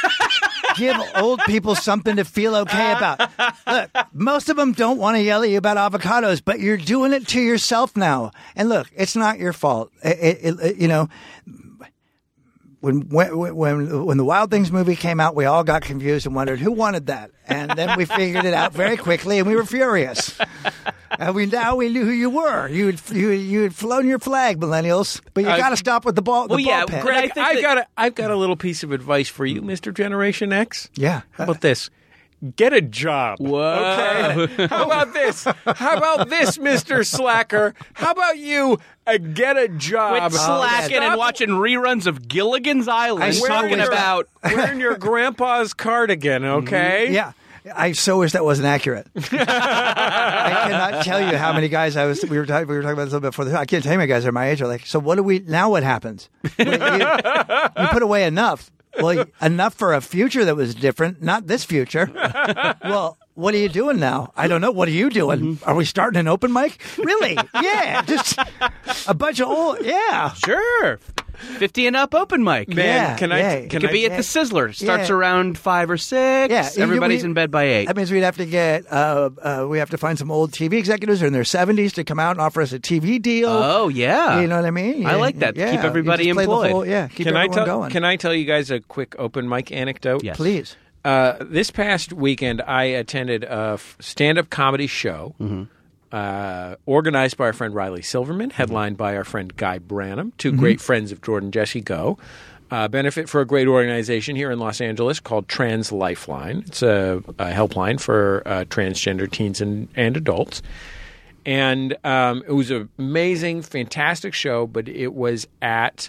Speaker 4: give old people something to feel okay
Speaker 3: Uh-huh.
Speaker 4: about. Look, most of them don't want to yell at you about avocados, but you're doing it to yourself now. And look, it's not your fault. It- it- it- you know, when when when when the Wild Things movie came out, we all got confused and wondered who wanted that, and then we figured it out very quickly, and we were furious. And we now we knew who you were. You had, you you had flown your flag, millennials. But you
Speaker 2: Uh,
Speaker 4: got to stop with the ball.
Speaker 3: well,
Speaker 4: the
Speaker 3: yeah,
Speaker 4: ball pit.
Speaker 3: Greg- I
Speaker 2: Like,
Speaker 3: think
Speaker 2: I've
Speaker 3: that-
Speaker 2: got a, I've got a little piece of advice for you, Mr. Generation X.
Speaker 4: Yeah.
Speaker 2: How about this? Get a job.
Speaker 3: Whoa.
Speaker 2: Okay.
Speaker 3: [LAUGHS]
Speaker 2: How about this? How about this, Mr. Slacker? How about you uh, get a job? Uh,
Speaker 3: Quit slacking
Speaker 2: Stop
Speaker 3: and watching reruns of Gilligan's Island.
Speaker 4: I
Speaker 3: He's
Speaker 4: saw
Speaker 3: talking
Speaker 4: your-
Speaker 3: about
Speaker 2: [LAUGHS]
Speaker 3: Mm-hmm.
Speaker 2: wearing your grandpa's cardigan, okay?
Speaker 4: Yeah. I so wish that
Speaker 2: [LAUGHS]
Speaker 4: wasn't accurate. I cannot tell you how many guys I was. We were talking. We were talking about this a little bit before. The, I can't tell you how many guys are my age are like. So what do we now? What happens? Wait, you, you put away enough. Well, enough for a future that was different, not this future. Well, what are you doing now? I don't know. What are you doing?
Speaker 2: Mm-hmm.
Speaker 4: Are we starting an open mic? Really? Yeah, just a bunch of old. Yeah,
Speaker 3: sure, fifty and up open mic.
Speaker 2: Man,
Speaker 4: Yeah,
Speaker 2: can I
Speaker 4: yeah.
Speaker 2: can
Speaker 3: Could
Speaker 2: I
Speaker 3: be at the Sizzler. Starts around five or six.
Speaker 4: yeah.
Speaker 3: everybody's
Speaker 4: We-
Speaker 3: in bed by eight.
Speaker 4: That means we'd have to get. Uh, uh, we have to find some old TV executives who are in their seventies to come out and offer us a TV deal.
Speaker 3: oh yeah,
Speaker 4: You know what I mean?
Speaker 3: I like that.
Speaker 4: Yeah,
Speaker 3: Keep everybody
Speaker 4: you just play the
Speaker 3: employed.
Speaker 4: whole- yeah, keep
Speaker 2: can I
Speaker 4: everyone
Speaker 2: tell
Speaker 4: going.
Speaker 2: can I tell you guys a quick open mic anecdote?
Speaker 3: Yes.
Speaker 4: Please.
Speaker 2: Uh, this past weekend, I attended a f- stand-up comedy show uh, organized by our friend Riley Silverman, headlined by our friend Guy Branham, 2 great friends of Jordan Jesse Go. Uh, benefit for a great organization here in Los Angeles called Trans Lifeline. It's a, a helpline for uh, transgender teens and, and adults. And um, it was an amazing, fantastic show, but it was at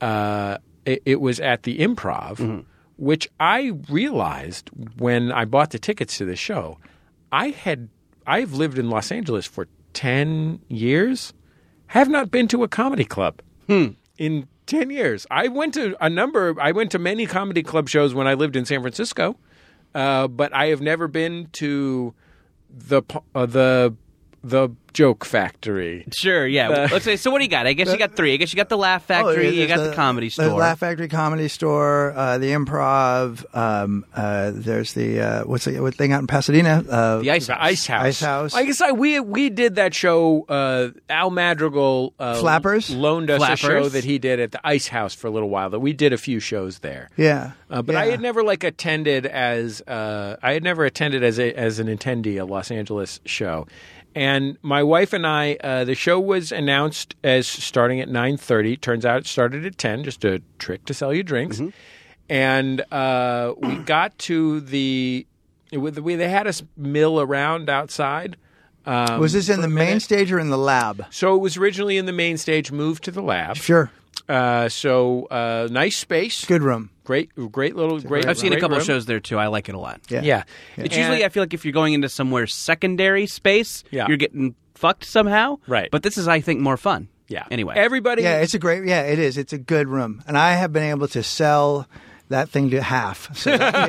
Speaker 2: uh, it, it was at the improv, which I realized when I bought the tickets to the show. I had I've lived in Los Angeles for ten years, have not been to a comedy club in ten years. I went to a number. I went to many comedy club shows when I lived in San Francisco, uh, but I have never been to the p- uh, the the joke factory.
Speaker 3: Sure, yeah. Let's say. So what do you got? I guess you got three. I guess you got the Laugh Factory.
Speaker 4: Uh, Oh, yeah,
Speaker 3: you got
Speaker 4: there's
Speaker 3: the, Comedy Store.
Speaker 4: The Laugh Factory Comedy Store, uh, the Improv. Um, uh, there's the uh, what's the what thing out in Pasadena? Uh,
Speaker 3: the Ice
Speaker 2: The
Speaker 3: House.
Speaker 2: Ice House.
Speaker 4: Ice House.
Speaker 2: I guess I we we did that show. Uh, Al Madrigal uh,
Speaker 4: Flappers?
Speaker 2: loaned us
Speaker 3: Flappers.
Speaker 2: a show that he did at the Ice House for a little while. That we did a few shows there.
Speaker 4: yeah,
Speaker 2: Uh, but I had never like attended as uh, I had never attended as a, as an attendee a Los Angeles show, and my wife and I uh, the show was announced as starting at nine thirty. Turns out it started at ten, just a trick to sell you drinks. And uh, we got to the it was- we, they had us mill around outside. Um,
Speaker 4: was this in the main stage or in the lab?
Speaker 2: so it was originally in the main stage, moved to the lab.
Speaker 4: Sure,
Speaker 2: Uh, so uh, nice space,
Speaker 4: good room.
Speaker 2: great, great little great.
Speaker 3: I've seen a
Speaker 2: great
Speaker 3: couple
Speaker 2: room.
Speaker 3: of shows there too. I like it a lot.
Speaker 4: Yeah.
Speaker 2: Yeah.
Speaker 3: It's usually I feel like if you're going into somewhere secondary space,
Speaker 2: Yeah.
Speaker 3: you're getting fucked somehow.
Speaker 2: Right.
Speaker 3: But this is, I think, more fun.
Speaker 2: yeah.
Speaker 3: Anyway.
Speaker 2: everybody.
Speaker 4: Yeah, it's a great. Yeah, it is. It's a good room, and I have been able to sell that thing to half, so that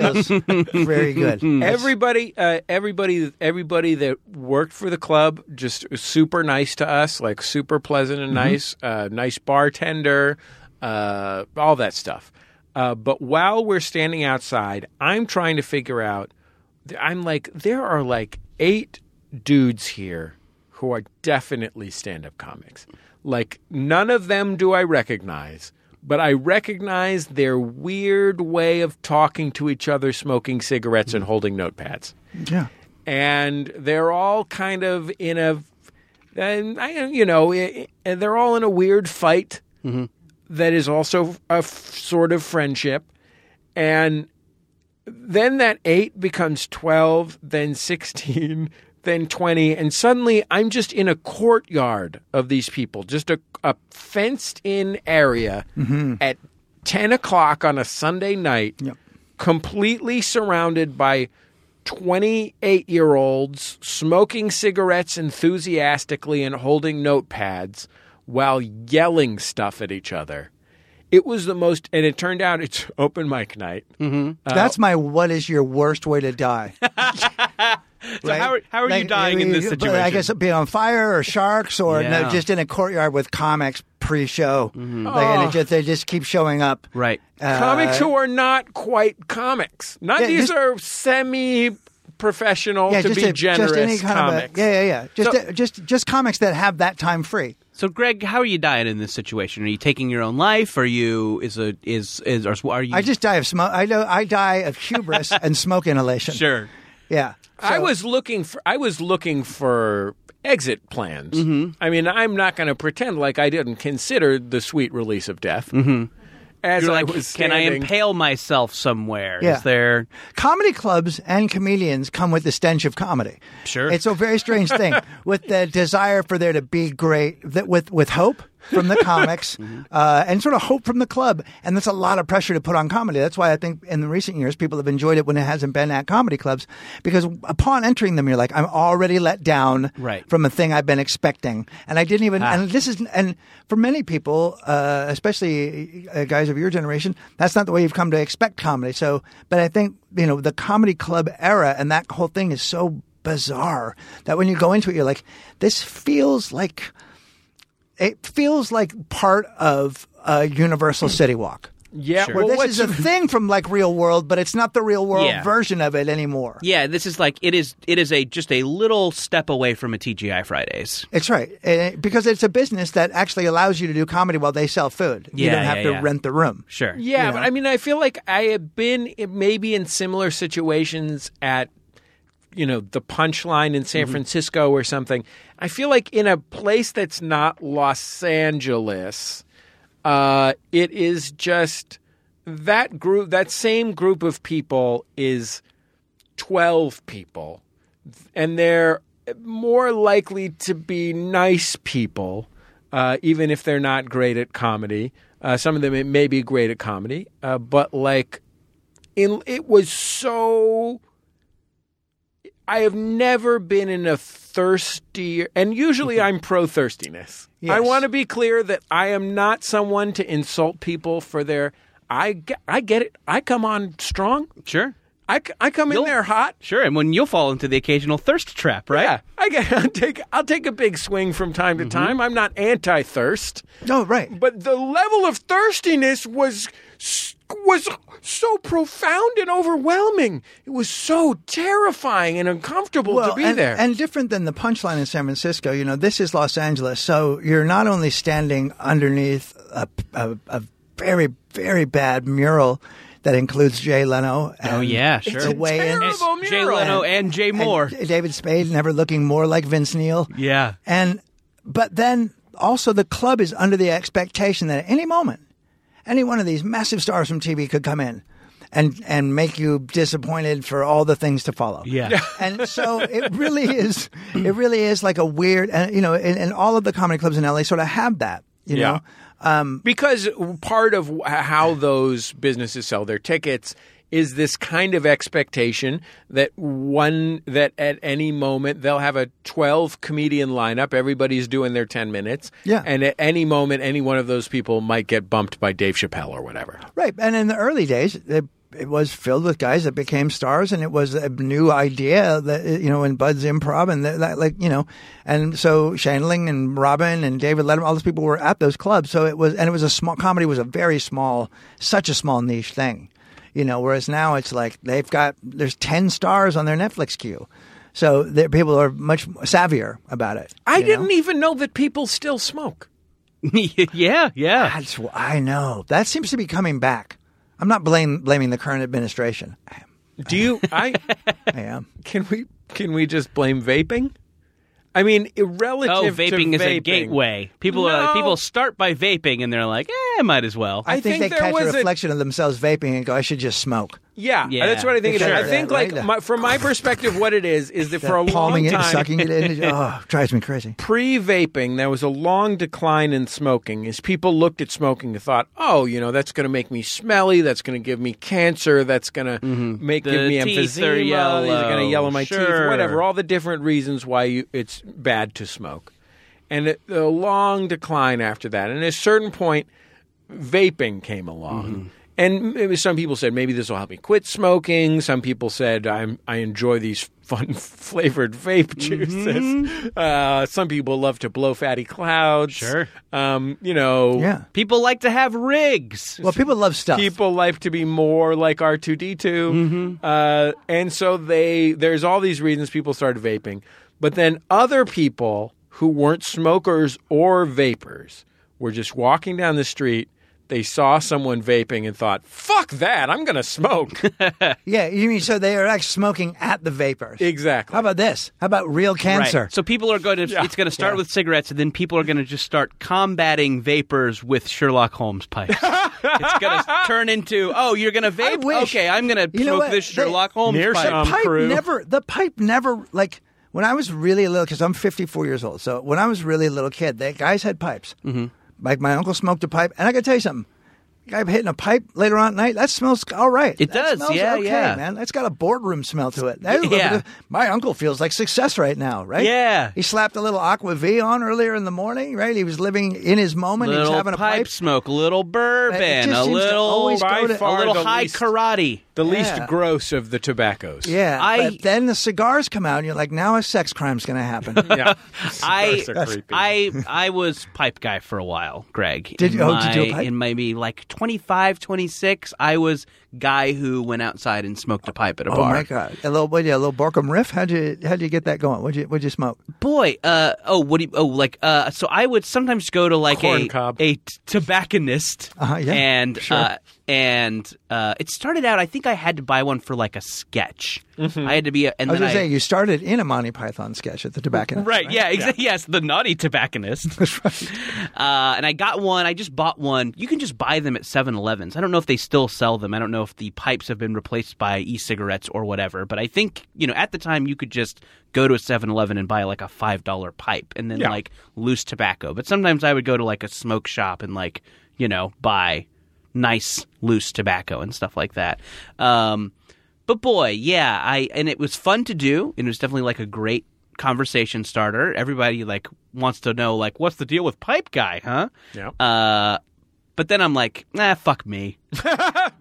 Speaker 3: [LAUGHS]
Speaker 4: feels very good.
Speaker 2: Everybody, uh, everybody, everybody that worked for the club just was super nice to us, like super pleasant and nice, uh, nice bartender, uh, all that stuff. Uh, but while we're standing outside, I'm trying to figure out. I'm like, there are like eight dudes here who are definitely stand up comics. Like, none of them do I recognize, but I recognize their weird way of talking to each other, smoking cigarettes, and holding notepads.
Speaker 4: yeah.
Speaker 2: And they're all kind of in a, and I, you know, i- and they're all in a weird fight that is also a f- sort of friendship. And then that eight becomes 12, then 16, [LAUGHS] then 20. And suddenly I'm just in a courtyard of these people, just a, a fenced in area at 10 o'clock on a Sunday night, completely surrounded by 28 year olds smoking cigarettes enthusiastically and holding notepads while yelling stuff at each other. It was the most, and it turned out it's [LAUGHS] open mic night.
Speaker 4: Uh, That's my what is your worst way
Speaker 3: [LAUGHS]
Speaker 4: to die? Right?
Speaker 3: how are- how are you dying in this
Speaker 4: but I
Speaker 3: situation?
Speaker 4: guess being on fire or sharks or no,
Speaker 3: Yeah. Mm-hmm.
Speaker 4: just in a courtyard with comics pre-show. Like, and it just, they just keep showing up.
Speaker 3: Oh. Right.
Speaker 4: Uh,
Speaker 2: comics who are not quite comics. Not
Speaker 4: Yeah,
Speaker 2: these
Speaker 4: just-
Speaker 2: are semi-professional
Speaker 4: yeah,
Speaker 2: to
Speaker 4: just
Speaker 2: be
Speaker 4: a-
Speaker 2: generous
Speaker 4: just any kind
Speaker 2: comics.
Speaker 4: Of a, yeah, yeah, yeah. Just, uh,
Speaker 2: So-
Speaker 4: just, just comics that have that time free.
Speaker 3: So, Greg, how are you dying in this situation? Are you taking your own life? Are you is a is is or are you?
Speaker 4: I just die of smoke. I know. I die of hubris and smoke
Speaker 3: [LAUGHS]
Speaker 4: inhalation.
Speaker 3: sure.
Speaker 4: Yeah.
Speaker 2: I was looking for I was looking for exit plans.
Speaker 4: Mm-hmm.
Speaker 2: I mean, I'm not going to pretend like I didn't consider the sweet release of death.
Speaker 4: Mm-hmm.
Speaker 2: As
Speaker 3: You're
Speaker 2: I
Speaker 3: like,
Speaker 2: was
Speaker 3: can I
Speaker 2: standing-
Speaker 3: impale myself somewhere?
Speaker 4: Yeah.
Speaker 3: Is there?
Speaker 4: comedy clubs and comedians come with the stench of comedy.
Speaker 3: Sure.
Speaker 4: It's a very strange thing with the desire for there to be great, that with, with hope from the comics uh, and sort of hope from the club. And that's a lot of pressure to put on comedy. That's why I think in the recent years, people have enjoyed it when it hasn't been at comedy clubs because upon entering them, you're like, I'm already let down
Speaker 3: Right. Ah.
Speaker 4: from a thing I've been expecting. And I didn't even, and this is, and for many people, uh, especially uh, guys of your generation, that's not the way you've come to expect comedy. So, but I think, you know, the comedy club era and that whole thing is so bizarre that when you go into it, you're like, this feels like, it feels like part of a universal city walk.
Speaker 2: Yeah,
Speaker 4: Where
Speaker 2: well,
Speaker 4: this
Speaker 2: what's
Speaker 4: is a thing from like real world, but it's not the real world
Speaker 3: Yeah.
Speaker 4: version of it anymore.
Speaker 3: Yeah. This is like it is. It is a just a little step away from a TGI Fridays.
Speaker 4: It's right And it- because it's a business that actually allows you to do comedy while they sell food. you
Speaker 3: Yeah,
Speaker 4: don't have
Speaker 3: yeah,
Speaker 4: to
Speaker 3: yeah.
Speaker 4: rent the room.
Speaker 3: Sure.
Speaker 2: Yeah, but I mean, I feel like I have been in- maybe in similar situations at you know the punchline in San Francisco or something. I feel like in a place that's not Los Angeles, uh, it is just that group. That same group of people is twelve people, and they're more likely to be nice people, uh, even if they're not great at comedy. Uh, some of them it may be great at comedy, uh, but like, in, it was so I have never been in a thirstier, and usually I'm pro thirstiness. I
Speaker 4: Yes.
Speaker 2: want to be clear that I am not someone to insult people for their. I get, I get it. I come on strong.
Speaker 3: Sure.
Speaker 2: I, c- I come in
Speaker 3: You'll-
Speaker 2: there hot.
Speaker 3: Sure, and when you'll fall into the occasional thirst trap, right?
Speaker 2: Yeah, I get, [LAUGHS] I'll take I'll take a big swing from time to time. I'm not anti thirst,
Speaker 4: No, right.
Speaker 2: but the level of thirstiness was s- was so profound and overwhelming. It was so terrifying and uncomfortable to be
Speaker 4: and,
Speaker 2: there.
Speaker 4: and different than the punchline in San Francisco. You know, this is Los Angeles, so you're not only standing underneath a, a, a very, very bad mural that includes Jay Leno. And
Speaker 3: Oh, yeah, sure.
Speaker 4: The
Speaker 3: It's
Speaker 4: way in,
Speaker 2: terrible. Bravo,
Speaker 3: Jay
Speaker 2: Miro.
Speaker 3: Leno and Jay Moore.
Speaker 4: and David Spade never looking more like Vince Neil.
Speaker 3: yeah.
Speaker 4: And but then also the club is under the expectation that at any moment, any one of these massive stars from TV could come in and and make you disappointed for all the things to follow.
Speaker 2: [LAUGHS]
Speaker 3: Yeah.
Speaker 4: And so it really is it really is like a weird and you know, and, and all of the comedy clubs in LA sort of have that. You
Speaker 2: Yeah.
Speaker 4: know?
Speaker 2: Um, because part of wh- how those businesses sell their tickets is this kind of expectation that one that at any moment they'll have a 12 comedian lineup everybody's doing their 10 minutes
Speaker 4: Yeah.
Speaker 2: and at any moment any one of those people might get bumped by Dave Chappelle or whatever
Speaker 4: Right. And in the early days, it, it was filled with guys that became stars, and it was a new idea that you know in Bud's improv and that, that like you know, and so Shandling and Robin and David Letterman, all those people were at those clubs. So it was, and it was a small comedy was a very small, such a small niche thing, you know. Whereas now it's like they've got there's ten stars on their Netflix queue, so there- people are much savvier about it.
Speaker 2: I
Speaker 4: you know?
Speaker 2: didn't even know that people still smoke
Speaker 3: [LAUGHS] yeah, yeah.
Speaker 4: That's wh- I know that seems to be coming back. I'm not blame blaming the current administration. I am.
Speaker 2: do you [LAUGHS] I
Speaker 4: I am.
Speaker 2: can we can we just blame vaping I mean relative
Speaker 3: Oh,
Speaker 2: to
Speaker 3: vaping is a
Speaker 2: vaping-
Speaker 3: gateway. People
Speaker 2: No.
Speaker 3: uh, people start by vaping and they're like, eh, I might as well.
Speaker 4: I,
Speaker 2: I
Speaker 4: think,
Speaker 2: think
Speaker 4: they
Speaker 2: there
Speaker 4: catch a
Speaker 2: was a-
Speaker 4: reflection of themselves vaping and go, I should just smoke.
Speaker 2: Yeah, uh,
Speaker 3: Yeah.
Speaker 2: that's what I think. It is.
Speaker 4: Sure.
Speaker 2: I think,
Speaker 4: Right,
Speaker 2: like,
Speaker 4: right.
Speaker 2: my, from my perspective, what it is is that for a long
Speaker 4: Palming it,
Speaker 2: time,
Speaker 4: sucking
Speaker 2: [LAUGHS]
Speaker 4: it in. Oh, drives me crazy.
Speaker 2: pre-vaping, there was a long decline in smoking. As people looked at smoking and thought, "Oh, you know, that's going to make me smelly. That's going to give me cancer. That's going to make
Speaker 3: Mm-hmm. The
Speaker 2: give me
Speaker 3: teeth are
Speaker 2: emphysema. These are going
Speaker 3: yellow.
Speaker 2: to yellow my teeth.
Speaker 3: Sure.
Speaker 2: Whatever. All the different reasons why you, it's bad to smoke." And it, a long decline after that. And at a certain point, vaping came along. And maybe some people said maybe this will help me quit smoking. Some people said I'm I enjoy these [LAUGHS] fun flavored vape juices. Uh, some people love to blow fatty clouds.
Speaker 3: Sure.
Speaker 2: um, you know,
Speaker 4: Yeah.
Speaker 3: people like to have rigs.
Speaker 4: Well, people love
Speaker 2: [LAUGHS]
Speaker 4: stuff.
Speaker 2: people like to be more like R two D two,
Speaker 4: Mm-hmm.
Speaker 2: and so they there's all these reasons people started vaping, but then other people who weren't smokers or vapors were just walking down the street. They saw someone vaping and thought, "Fuck that! I'm gonna
Speaker 4: [LAUGHS]
Speaker 2: smoke."
Speaker 4: yeah, you mean so they are actually smoking at the vapors.
Speaker 2: exactly.
Speaker 4: How about this? How about real
Speaker 3: Right.
Speaker 4: cancer?
Speaker 3: So people are going to. It's going to start with cigarettes, and then people are going to just start combating vapors with Sherlock Holmes pipes. it's
Speaker 4: [LAUGHS]
Speaker 3: going to turn into, oh, you're going to
Speaker 4: I
Speaker 3: vape?
Speaker 4: wish-
Speaker 3: Okay, I'm going to
Speaker 4: You know
Speaker 3: smoke
Speaker 4: what?
Speaker 3: this
Speaker 4: They-
Speaker 3: Sherlock Holmes
Speaker 2: Near
Speaker 3: pipe.
Speaker 2: some- Tom
Speaker 4: pipe
Speaker 2: Cruise.
Speaker 4: never the pipe never like when I was really little because I'm 54 years old. So when I was really a little kid, the guys had pipes. Mm-hmm. Like my uncle smoked a pipe, and I gotta tell you something. Guy hitting a pipe later on at night, that smells all right.
Speaker 3: It
Speaker 4: That
Speaker 3: does,
Speaker 4: smells
Speaker 3: yeah,
Speaker 4: okay,
Speaker 3: yeah.
Speaker 4: man. That's got a boardroom smell to it. That is a little
Speaker 3: Yeah.
Speaker 4: bit of- my uncle feels like success right now, right?
Speaker 3: Yeah.
Speaker 4: He slapped a little Aqua V on earlier in the morning, right? He was living in his moment. he was
Speaker 3: Little
Speaker 4: having a
Speaker 3: pipe smoke, little
Speaker 4: It
Speaker 3: bourbon,
Speaker 4: just
Speaker 3: a
Speaker 4: seems to
Speaker 3: little,
Speaker 4: always go
Speaker 2: By
Speaker 4: to-
Speaker 2: far
Speaker 3: a little
Speaker 2: the
Speaker 3: high
Speaker 2: least-
Speaker 3: karate.
Speaker 2: the least
Speaker 4: Yeah.
Speaker 2: gross of the tobaccos.
Speaker 4: Yeah,
Speaker 3: I-
Speaker 4: but then the cigars come out, and you're like, now a sex crime's going
Speaker 3: [LAUGHS]
Speaker 4: to happen. [LAUGHS]
Speaker 2: yeah.
Speaker 3: I,
Speaker 2: Cigars are creepy.
Speaker 3: I I was pipe guy for a while, Greg.
Speaker 4: Did
Speaker 3: In
Speaker 4: you- oh, did you do a
Speaker 3: my-
Speaker 4: pipe?
Speaker 3: In maybe like 25, 26, I was guy who went outside and smoked a pipe at a
Speaker 4: Oh
Speaker 3: bar.
Speaker 4: my god! A little, what, yeah, a little Borkum riff. How'd you, how'd you get that going? What'd you, what'd you smoke?
Speaker 3: boy uh oh what do you oh like uh so i would sometimes go to like
Speaker 2: Corn
Speaker 3: a
Speaker 2: cob.
Speaker 3: a t- tobacconist
Speaker 4: Uh-huh, yeah,
Speaker 3: and
Speaker 4: sure.
Speaker 3: uh and uh it started out i think think I had to buy one for like a sketch. I had to be, a, and
Speaker 4: Mm-hmm. I
Speaker 3: then
Speaker 4: was just saying, you started in a Monty Python sketch at the tobacconist.
Speaker 3: Right, yeah, exactly. Yes, the naughty tobacconist. [LAUGHS] That's right. Uh, and I got one. I just bought one. You can just buy them at 7 Elevens. I don't know if they still sell them. I don't know if the pipes have been replaced by e cigarettes or whatever. But I think, you know, at the time you could just go to a 7 Eleven and buy like a $5 pipe and then
Speaker 2: Yeah.
Speaker 3: like loose tobacco. But sometimes I would go to like a smoke shop and like, you know, buy nice loose tobacco and stuff like that. Um, but boy, yeah, I and it was fun to do, and it was definitely like a great conversation starter. Everybody like wants to know like what's the deal with pipe guy, huh?
Speaker 2: Yeah.
Speaker 3: Uh, but then I'm like, nah,
Speaker 2: [LAUGHS]
Speaker 3: fuck me.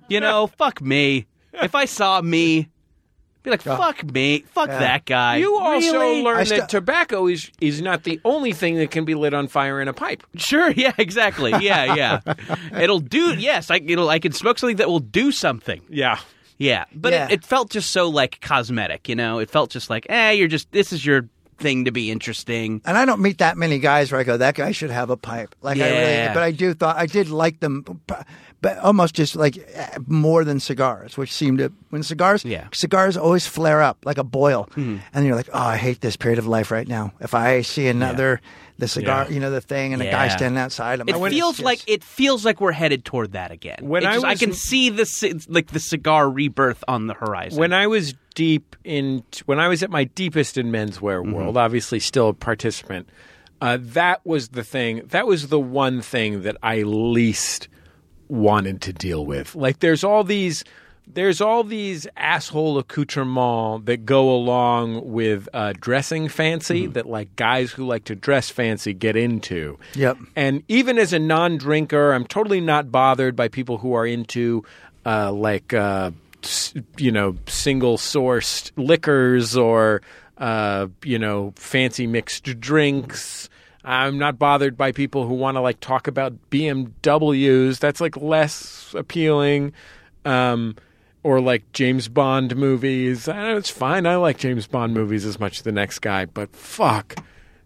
Speaker 3: you know, fuck me. If I saw me, I'd be like, fuck me, fuck that guy.
Speaker 2: You also
Speaker 3: Really?
Speaker 2: learn
Speaker 4: I st-
Speaker 2: that tobacco is is not the only thing that can be lit on fire in a pipe.
Speaker 3: Sure. Yeah. Exactly. Yeah.
Speaker 2: [LAUGHS]
Speaker 3: Yeah. it'll do. Yes. I. It'll. I can smoke something that will do something.
Speaker 2: Yeah.
Speaker 3: Yeah, but
Speaker 4: Yeah.
Speaker 3: It, it felt just so like cosmetic, you know. It felt just like, eh, you're just this is your thing to be interesting.
Speaker 4: And I don't meet that many guys where I go, that guy should have a pipe. Like I
Speaker 3: Yeah.
Speaker 4: really, but I do thought I did like them, but almost just like eh, more than cigars, which seemed to when cigars,
Speaker 3: Yeah. Hmm.
Speaker 4: cigars always flare up like a boil, and you're like, oh, I hate this period of life right now. If I see another the cigar,
Speaker 2: Yeah.
Speaker 4: you know, the thing, and a guy
Speaker 3: Yeah.
Speaker 4: standing outside, I'm
Speaker 3: It
Speaker 4: like, "Yes,
Speaker 3: feels
Speaker 4: yes."
Speaker 3: like it feels like we're headed toward that again.
Speaker 2: When
Speaker 3: It
Speaker 2: I
Speaker 3: just-
Speaker 2: was-
Speaker 3: can see the ci- like the cigar rebirth on the horizon.
Speaker 2: When I was deep in, when I was at my deepest in menswear world, obviously still a participant, uh, that was the thing. That was the one thing that I least wanted to deal with. Like, there's all these. There's all these asshole accoutrements that go along with uh, dressing fancy that like guys who like to dress fancy get into.
Speaker 4: Yep.
Speaker 2: And even as a non drinker, I'm totally not bothered by people who are into uh, like, uh, s- you know, single sourced liquors or, uh, you know, fancy mixed drinks. I'm not bothered by people who want to like talk about BMWs. That's like less appealing. Um, or like James Bond movies. I know it's fine. I like James Bond movies as much as the next guy, but fuck.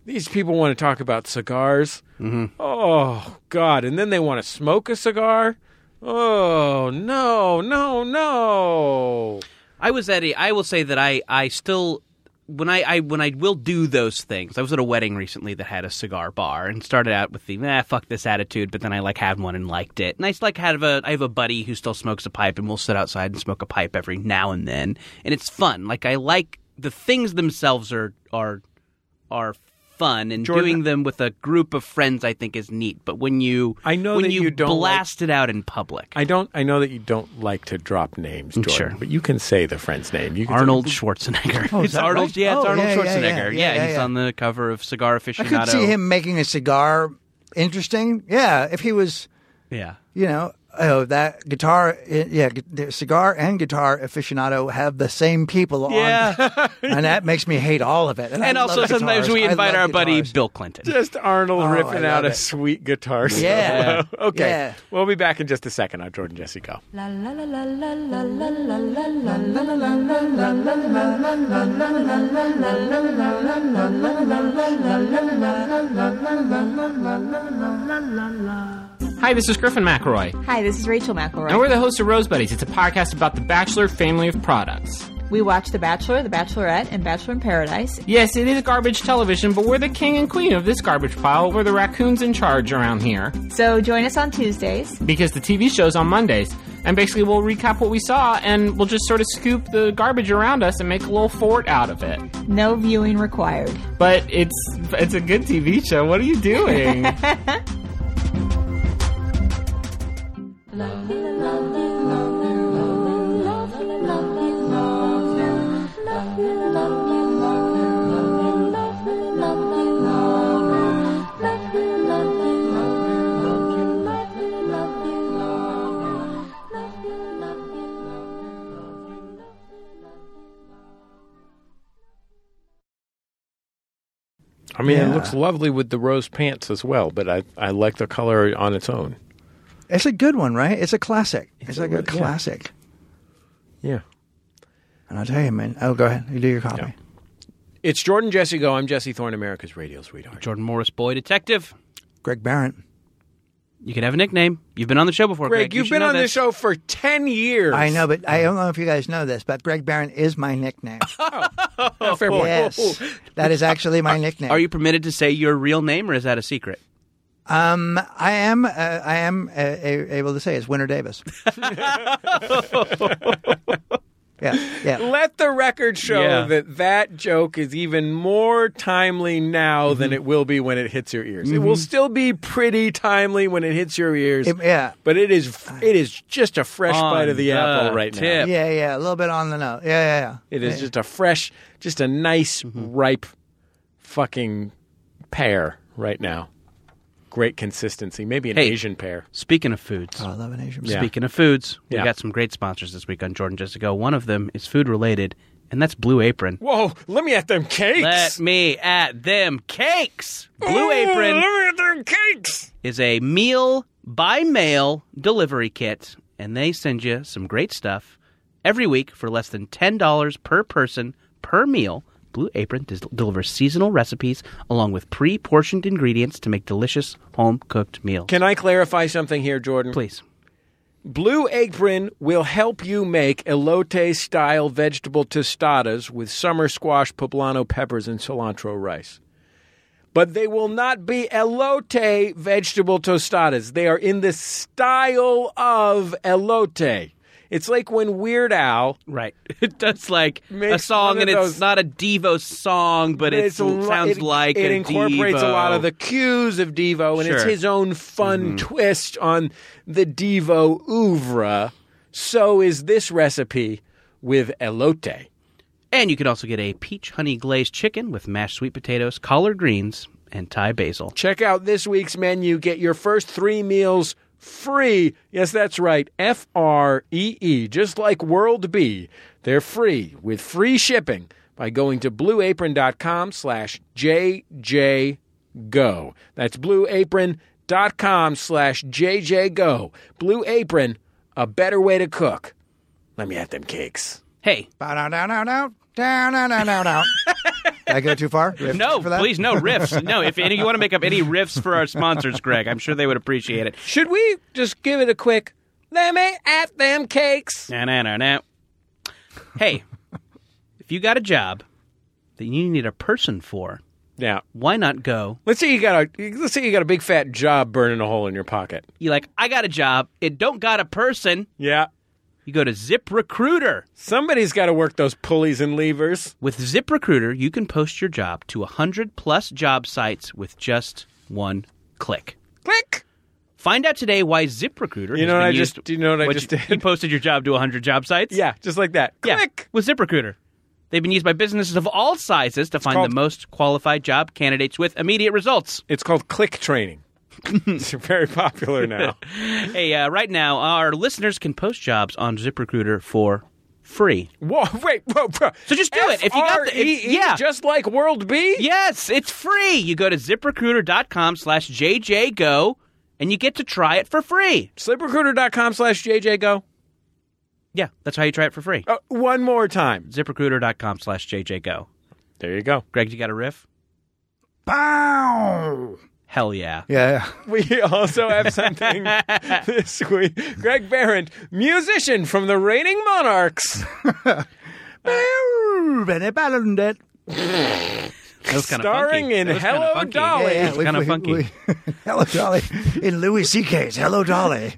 Speaker 2: These people want to talk about cigars. Oh God! And then they want to smoke a cigar. Oh no, no, no!
Speaker 3: I was at a I will say that I I still when I, I when I will do those things. I was at a wedding recently that had a cigar bar and started out with the ah fuck this attitude, but then I like had one and liked it. And I s- like have a I have a buddy who still smokes a pipe and we'll sit outside and smoke a pipe every now and then. And it's fun. Like I like the things themselves are are are fun and
Speaker 2: Jordan-
Speaker 3: doing them with a group of friends I think is neat. But when you
Speaker 2: I know
Speaker 3: when
Speaker 2: that you don't like-
Speaker 3: blast it out in public.
Speaker 2: I don't. I know that you don't like to drop names, Jordan,
Speaker 3: Sure.
Speaker 2: but you can say the friend's name. You can say-
Speaker 3: Arnold Schwarzenegger.
Speaker 4: is
Speaker 3: it's
Speaker 4: that
Speaker 3: Arnold.
Speaker 4: right?
Speaker 3: Yeah, it's
Speaker 4: Oh,
Speaker 3: Arnold
Speaker 4: yeah, yeah, yeah,
Speaker 3: Schwarzenegger.
Speaker 4: yeah, yeah,
Speaker 3: he's
Speaker 4: yeah.
Speaker 3: on the cover of Cigar
Speaker 4: I
Speaker 3: Aficionado.
Speaker 4: could see him making a cigar interesting. Yeah, if he was.
Speaker 3: Yeah.
Speaker 4: you know, oh, that guitar, eh, yeah, gu- the cigar and guitar aficionado have the same people
Speaker 3: Yeah.
Speaker 4: [LAUGHS] on, and that makes me hate all of it. I
Speaker 3: And
Speaker 4: love
Speaker 3: also sometimes
Speaker 4: guitars.
Speaker 3: we
Speaker 4: I
Speaker 3: invite
Speaker 4: love
Speaker 3: our buddy
Speaker 4: guitars.
Speaker 3: Bill Clinton.
Speaker 2: Just Arnold
Speaker 4: Oh, I
Speaker 2: ripping
Speaker 4: love
Speaker 2: out a
Speaker 4: it.
Speaker 2: sweet guitar. solo. [LAUGHS]
Speaker 4: Yeah.
Speaker 2: okay.
Speaker 4: Yeah.
Speaker 2: We'll be back in just a second on Jordan Jesse Go.
Speaker 1: La la la la la la la la la la.
Speaker 5: Hi, this is Griffin McElroy,
Speaker 6: Hi, this is Rachel McElroy.
Speaker 5: and we're the hosts of Rose Buddies. It's a podcast about the Bachelor family of products.
Speaker 6: we watch The Bachelor, The Bachelorette, and Bachelor in Paradise.
Speaker 5: Yes, it is garbage television, but we're the king and queen of this garbage pile. We're the raccoons in charge around here
Speaker 6: So join us on Tuesdays.
Speaker 5: because the TV show's on Mondays. And basically, we'll recap what we saw and we'll just sort of scoop the garbage around us and make a little fort out of it.
Speaker 6: No viewing required.
Speaker 5: But it's it's a good TV show. What are you doing?
Speaker 2: I mean, it
Speaker 4: Yeah.
Speaker 2: looks lovely with the rose pants as well, but I I like the color on its own.
Speaker 4: It's a good one, right? It's a classic. It's
Speaker 2: a
Speaker 4: like a
Speaker 2: good- yeah.
Speaker 4: classic.
Speaker 2: Yeah.
Speaker 4: And I'll tell you, man. Oh, go ahead. You do your copy.
Speaker 2: Yeah. It's Jordan Jesse Go. I'm Jesse Thorne, America's radio sweetheart.
Speaker 3: Jordan Morris, boy detective.
Speaker 4: Greg Barrett.
Speaker 3: You could have a nickname. You've been on the show before, Greg.
Speaker 2: Greg,
Speaker 3: You
Speaker 2: you've
Speaker 3: should
Speaker 2: been
Speaker 3: know
Speaker 2: on
Speaker 3: this.
Speaker 2: the show for 10 years.
Speaker 4: I know, but I don't know if you guys know this, but Greg Barron is my nickname.
Speaker 2: Oh, [LAUGHS] fair point.
Speaker 4: yes, that is actually my nickname.
Speaker 3: Are you permitted to say your real name, or is that a secret?
Speaker 4: Um, I am. Uh, I am uh, a- able to say it's Winter Davis. yeah, yeah.
Speaker 2: Let the record show
Speaker 3: Yeah.
Speaker 2: that that joke is even more timely now than it will be when it hits your ears. It will still be pretty timely when it hits your ears.
Speaker 4: It- yeah.
Speaker 2: But it is it is just a fresh
Speaker 3: On
Speaker 2: bite of the,
Speaker 3: the
Speaker 2: apple right
Speaker 3: tip.
Speaker 2: now.
Speaker 4: Yeah, yeah, a little bit on the nose. Yeah, yeah, yeah.
Speaker 2: It is just a fresh, just a nice ripe fucking pear right now. Great consistency. Maybe an
Speaker 3: Hey.
Speaker 2: Asian pear.
Speaker 3: Speaking of foods,
Speaker 4: Oh, I love an Asian.
Speaker 2: Yeah.
Speaker 3: speaking of foods, we
Speaker 2: Yeah.
Speaker 3: got some great sponsors this week on Jordan Just to Go. One of them is food related, and that's Blue Apron.
Speaker 2: Whoa, let me at them cakes.
Speaker 3: Let me at them cakes. Blue
Speaker 2: Let
Speaker 3: Apron.
Speaker 2: me at them cakes.
Speaker 3: is a meal by mail delivery kit, and they send you some great stuff every week for less than $10 per person per meal. Blue Apron dis- delivers seasonal recipes along with pre portioned ingredients to make delicious home cooked meals.
Speaker 2: Can I clarify something here, Jordan?
Speaker 3: Please.
Speaker 2: Blue Apron will help you make elote style vegetable tostadas with summer squash, poblano peppers, and cilantro rice. But they will not be elote vegetable tostadas. They are in the style of elote. It's like when Weird Al
Speaker 3: Right. [LAUGHS] That's like a
Speaker 2: Makes one
Speaker 3: song, and
Speaker 2: of
Speaker 3: it's
Speaker 2: those-
Speaker 3: not a Devo song, but it
Speaker 2: a lo-
Speaker 3: sounds
Speaker 2: it-
Speaker 3: like
Speaker 2: it
Speaker 3: a
Speaker 2: incorporates a lot
Speaker 3: Devo.
Speaker 2: of the cues of Devo, and it's
Speaker 3: Sure. Mm-hmm.
Speaker 2: his own fun twist on the Devo oeuvre. So is this recipe with elote.
Speaker 3: And you can also get a peach honey glazed chicken with mashed sweet potatoes, collard greens, and Thai basil.
Speaker 2: Check out this week's menu. Get your first three meals free. Yes, that's right. F R E E, just like World B. They're free with free shipping by going to blueapron.com slash JJGo. That's blueapron.com slash JJGo. Blue Apron, a better way to cook. Let me have them cakes.
Speaker 3: Hey,
Speaker 4: Down, down, down, down, down, down, down, down. Did I go too far? Do we have
Speaker 3: No,
Speaker 4: time for that?
Speaker 3: please, no
Speaker 4: [LAUGHS]
Speaker 3: riffs. No, if any, you want to make up any riffs for our sponsors, Greg, I'm sure they would appreciate it.
Speaker 2: Should we just give it a quick, let me at them cakes?
Speaker 3: Na, na, na, na. Hey, if you got a job that you need a person for,
Speaker 2: Yeah.
Speaker 3: why not go?
Speaker 2: Let's say you got a let's say you got a big fat job burning a hole in your pocket.
Speaker 3: You like, I got a job. It don't got a person.
Speaker 2: Yeah.
Speaker 3: You go to ZipRecruiter.
Speaker 2: Somebody's got to work those pulleys and levers.
Speaker 3: With ZipRecruiter, you can post your job to 100 plus job sites with just one click.
Speaker 2: Click.
Speaker 3: Find out today why ZipRecruiter.
Speaker 2: You know what
Speaker 3: has been
Speaker 2: I
Speaker 3: used-
Speaker 2: just- do you know what I just
Speaker 3: you,
Speaker 2: did?
Speaker 3: You posted your job to 100 job sites.
Speaker 2: Yeah, just like that.
Speaker 3: Yeah,
Speaker 2: Click.
Speaker 3: with ZipRecruiter. They've been used by businesses of all sizes to find
Speaker 2: called-
Speaker 3: the most qualified job candidates with immediate results. [LAUGHS]
Speaker 2: It's called click training. it's very popular
Speaker 3: [LAUGHS]
Speaker 2: now.
Speaker 3: hey, uh, right now, our listeners can post jobs on ZipRecruiter for free.
Speaker 2: Whoa, wait, whoa, bro.
Speaker 3: So just do it. If you got the- if-
Speaker 2: FREE,
Speaker 3: yeah.
Speaker 2: E, just like World B.
Speaker 3: Yes, it's free. You go to ziprecruiter.com slash jjgo and you get to try it for free.
Speaker 2: Sliprecruiter.com slash JJGo.
Speaker 3: Yeah, that's how you try it for free.
Speaker 2: Uh, one more time.
Speaker 3: ZipRecruiter.com slash jjgo.
Speaker 2: There you go.
Speaker 3: Greg, you got a riff?
Speaker 4: Pow!
Speaker 3: Hell yeah.
Speaker 4: Yeah,
Speaker 2: We also have
Speaker 3: [LAUGHS]
Speaker 2: something this week. Greg Barrett, musician from the reigning monarchs.
Speaker 4: yeah.
Speaker 3: That was kind of
Speaker 2: Starring
Speaker 3: funky.
Speaker 2: in
Speaker 3: That was kinda
Speaker 2: Hello,
Speaker 3: funky.
Speaker 2: Dolly.
Speaker 4: Yeah, yeah,
Speaker 3: It's
Speaker 4: we-
Speaker 3: kinda
Speaker 4: we-
Speaker 3: funky.
Speaker 4: we- [LAUGHS] Hello, Dolly. In Louis C.K.'s Hello, Dolly.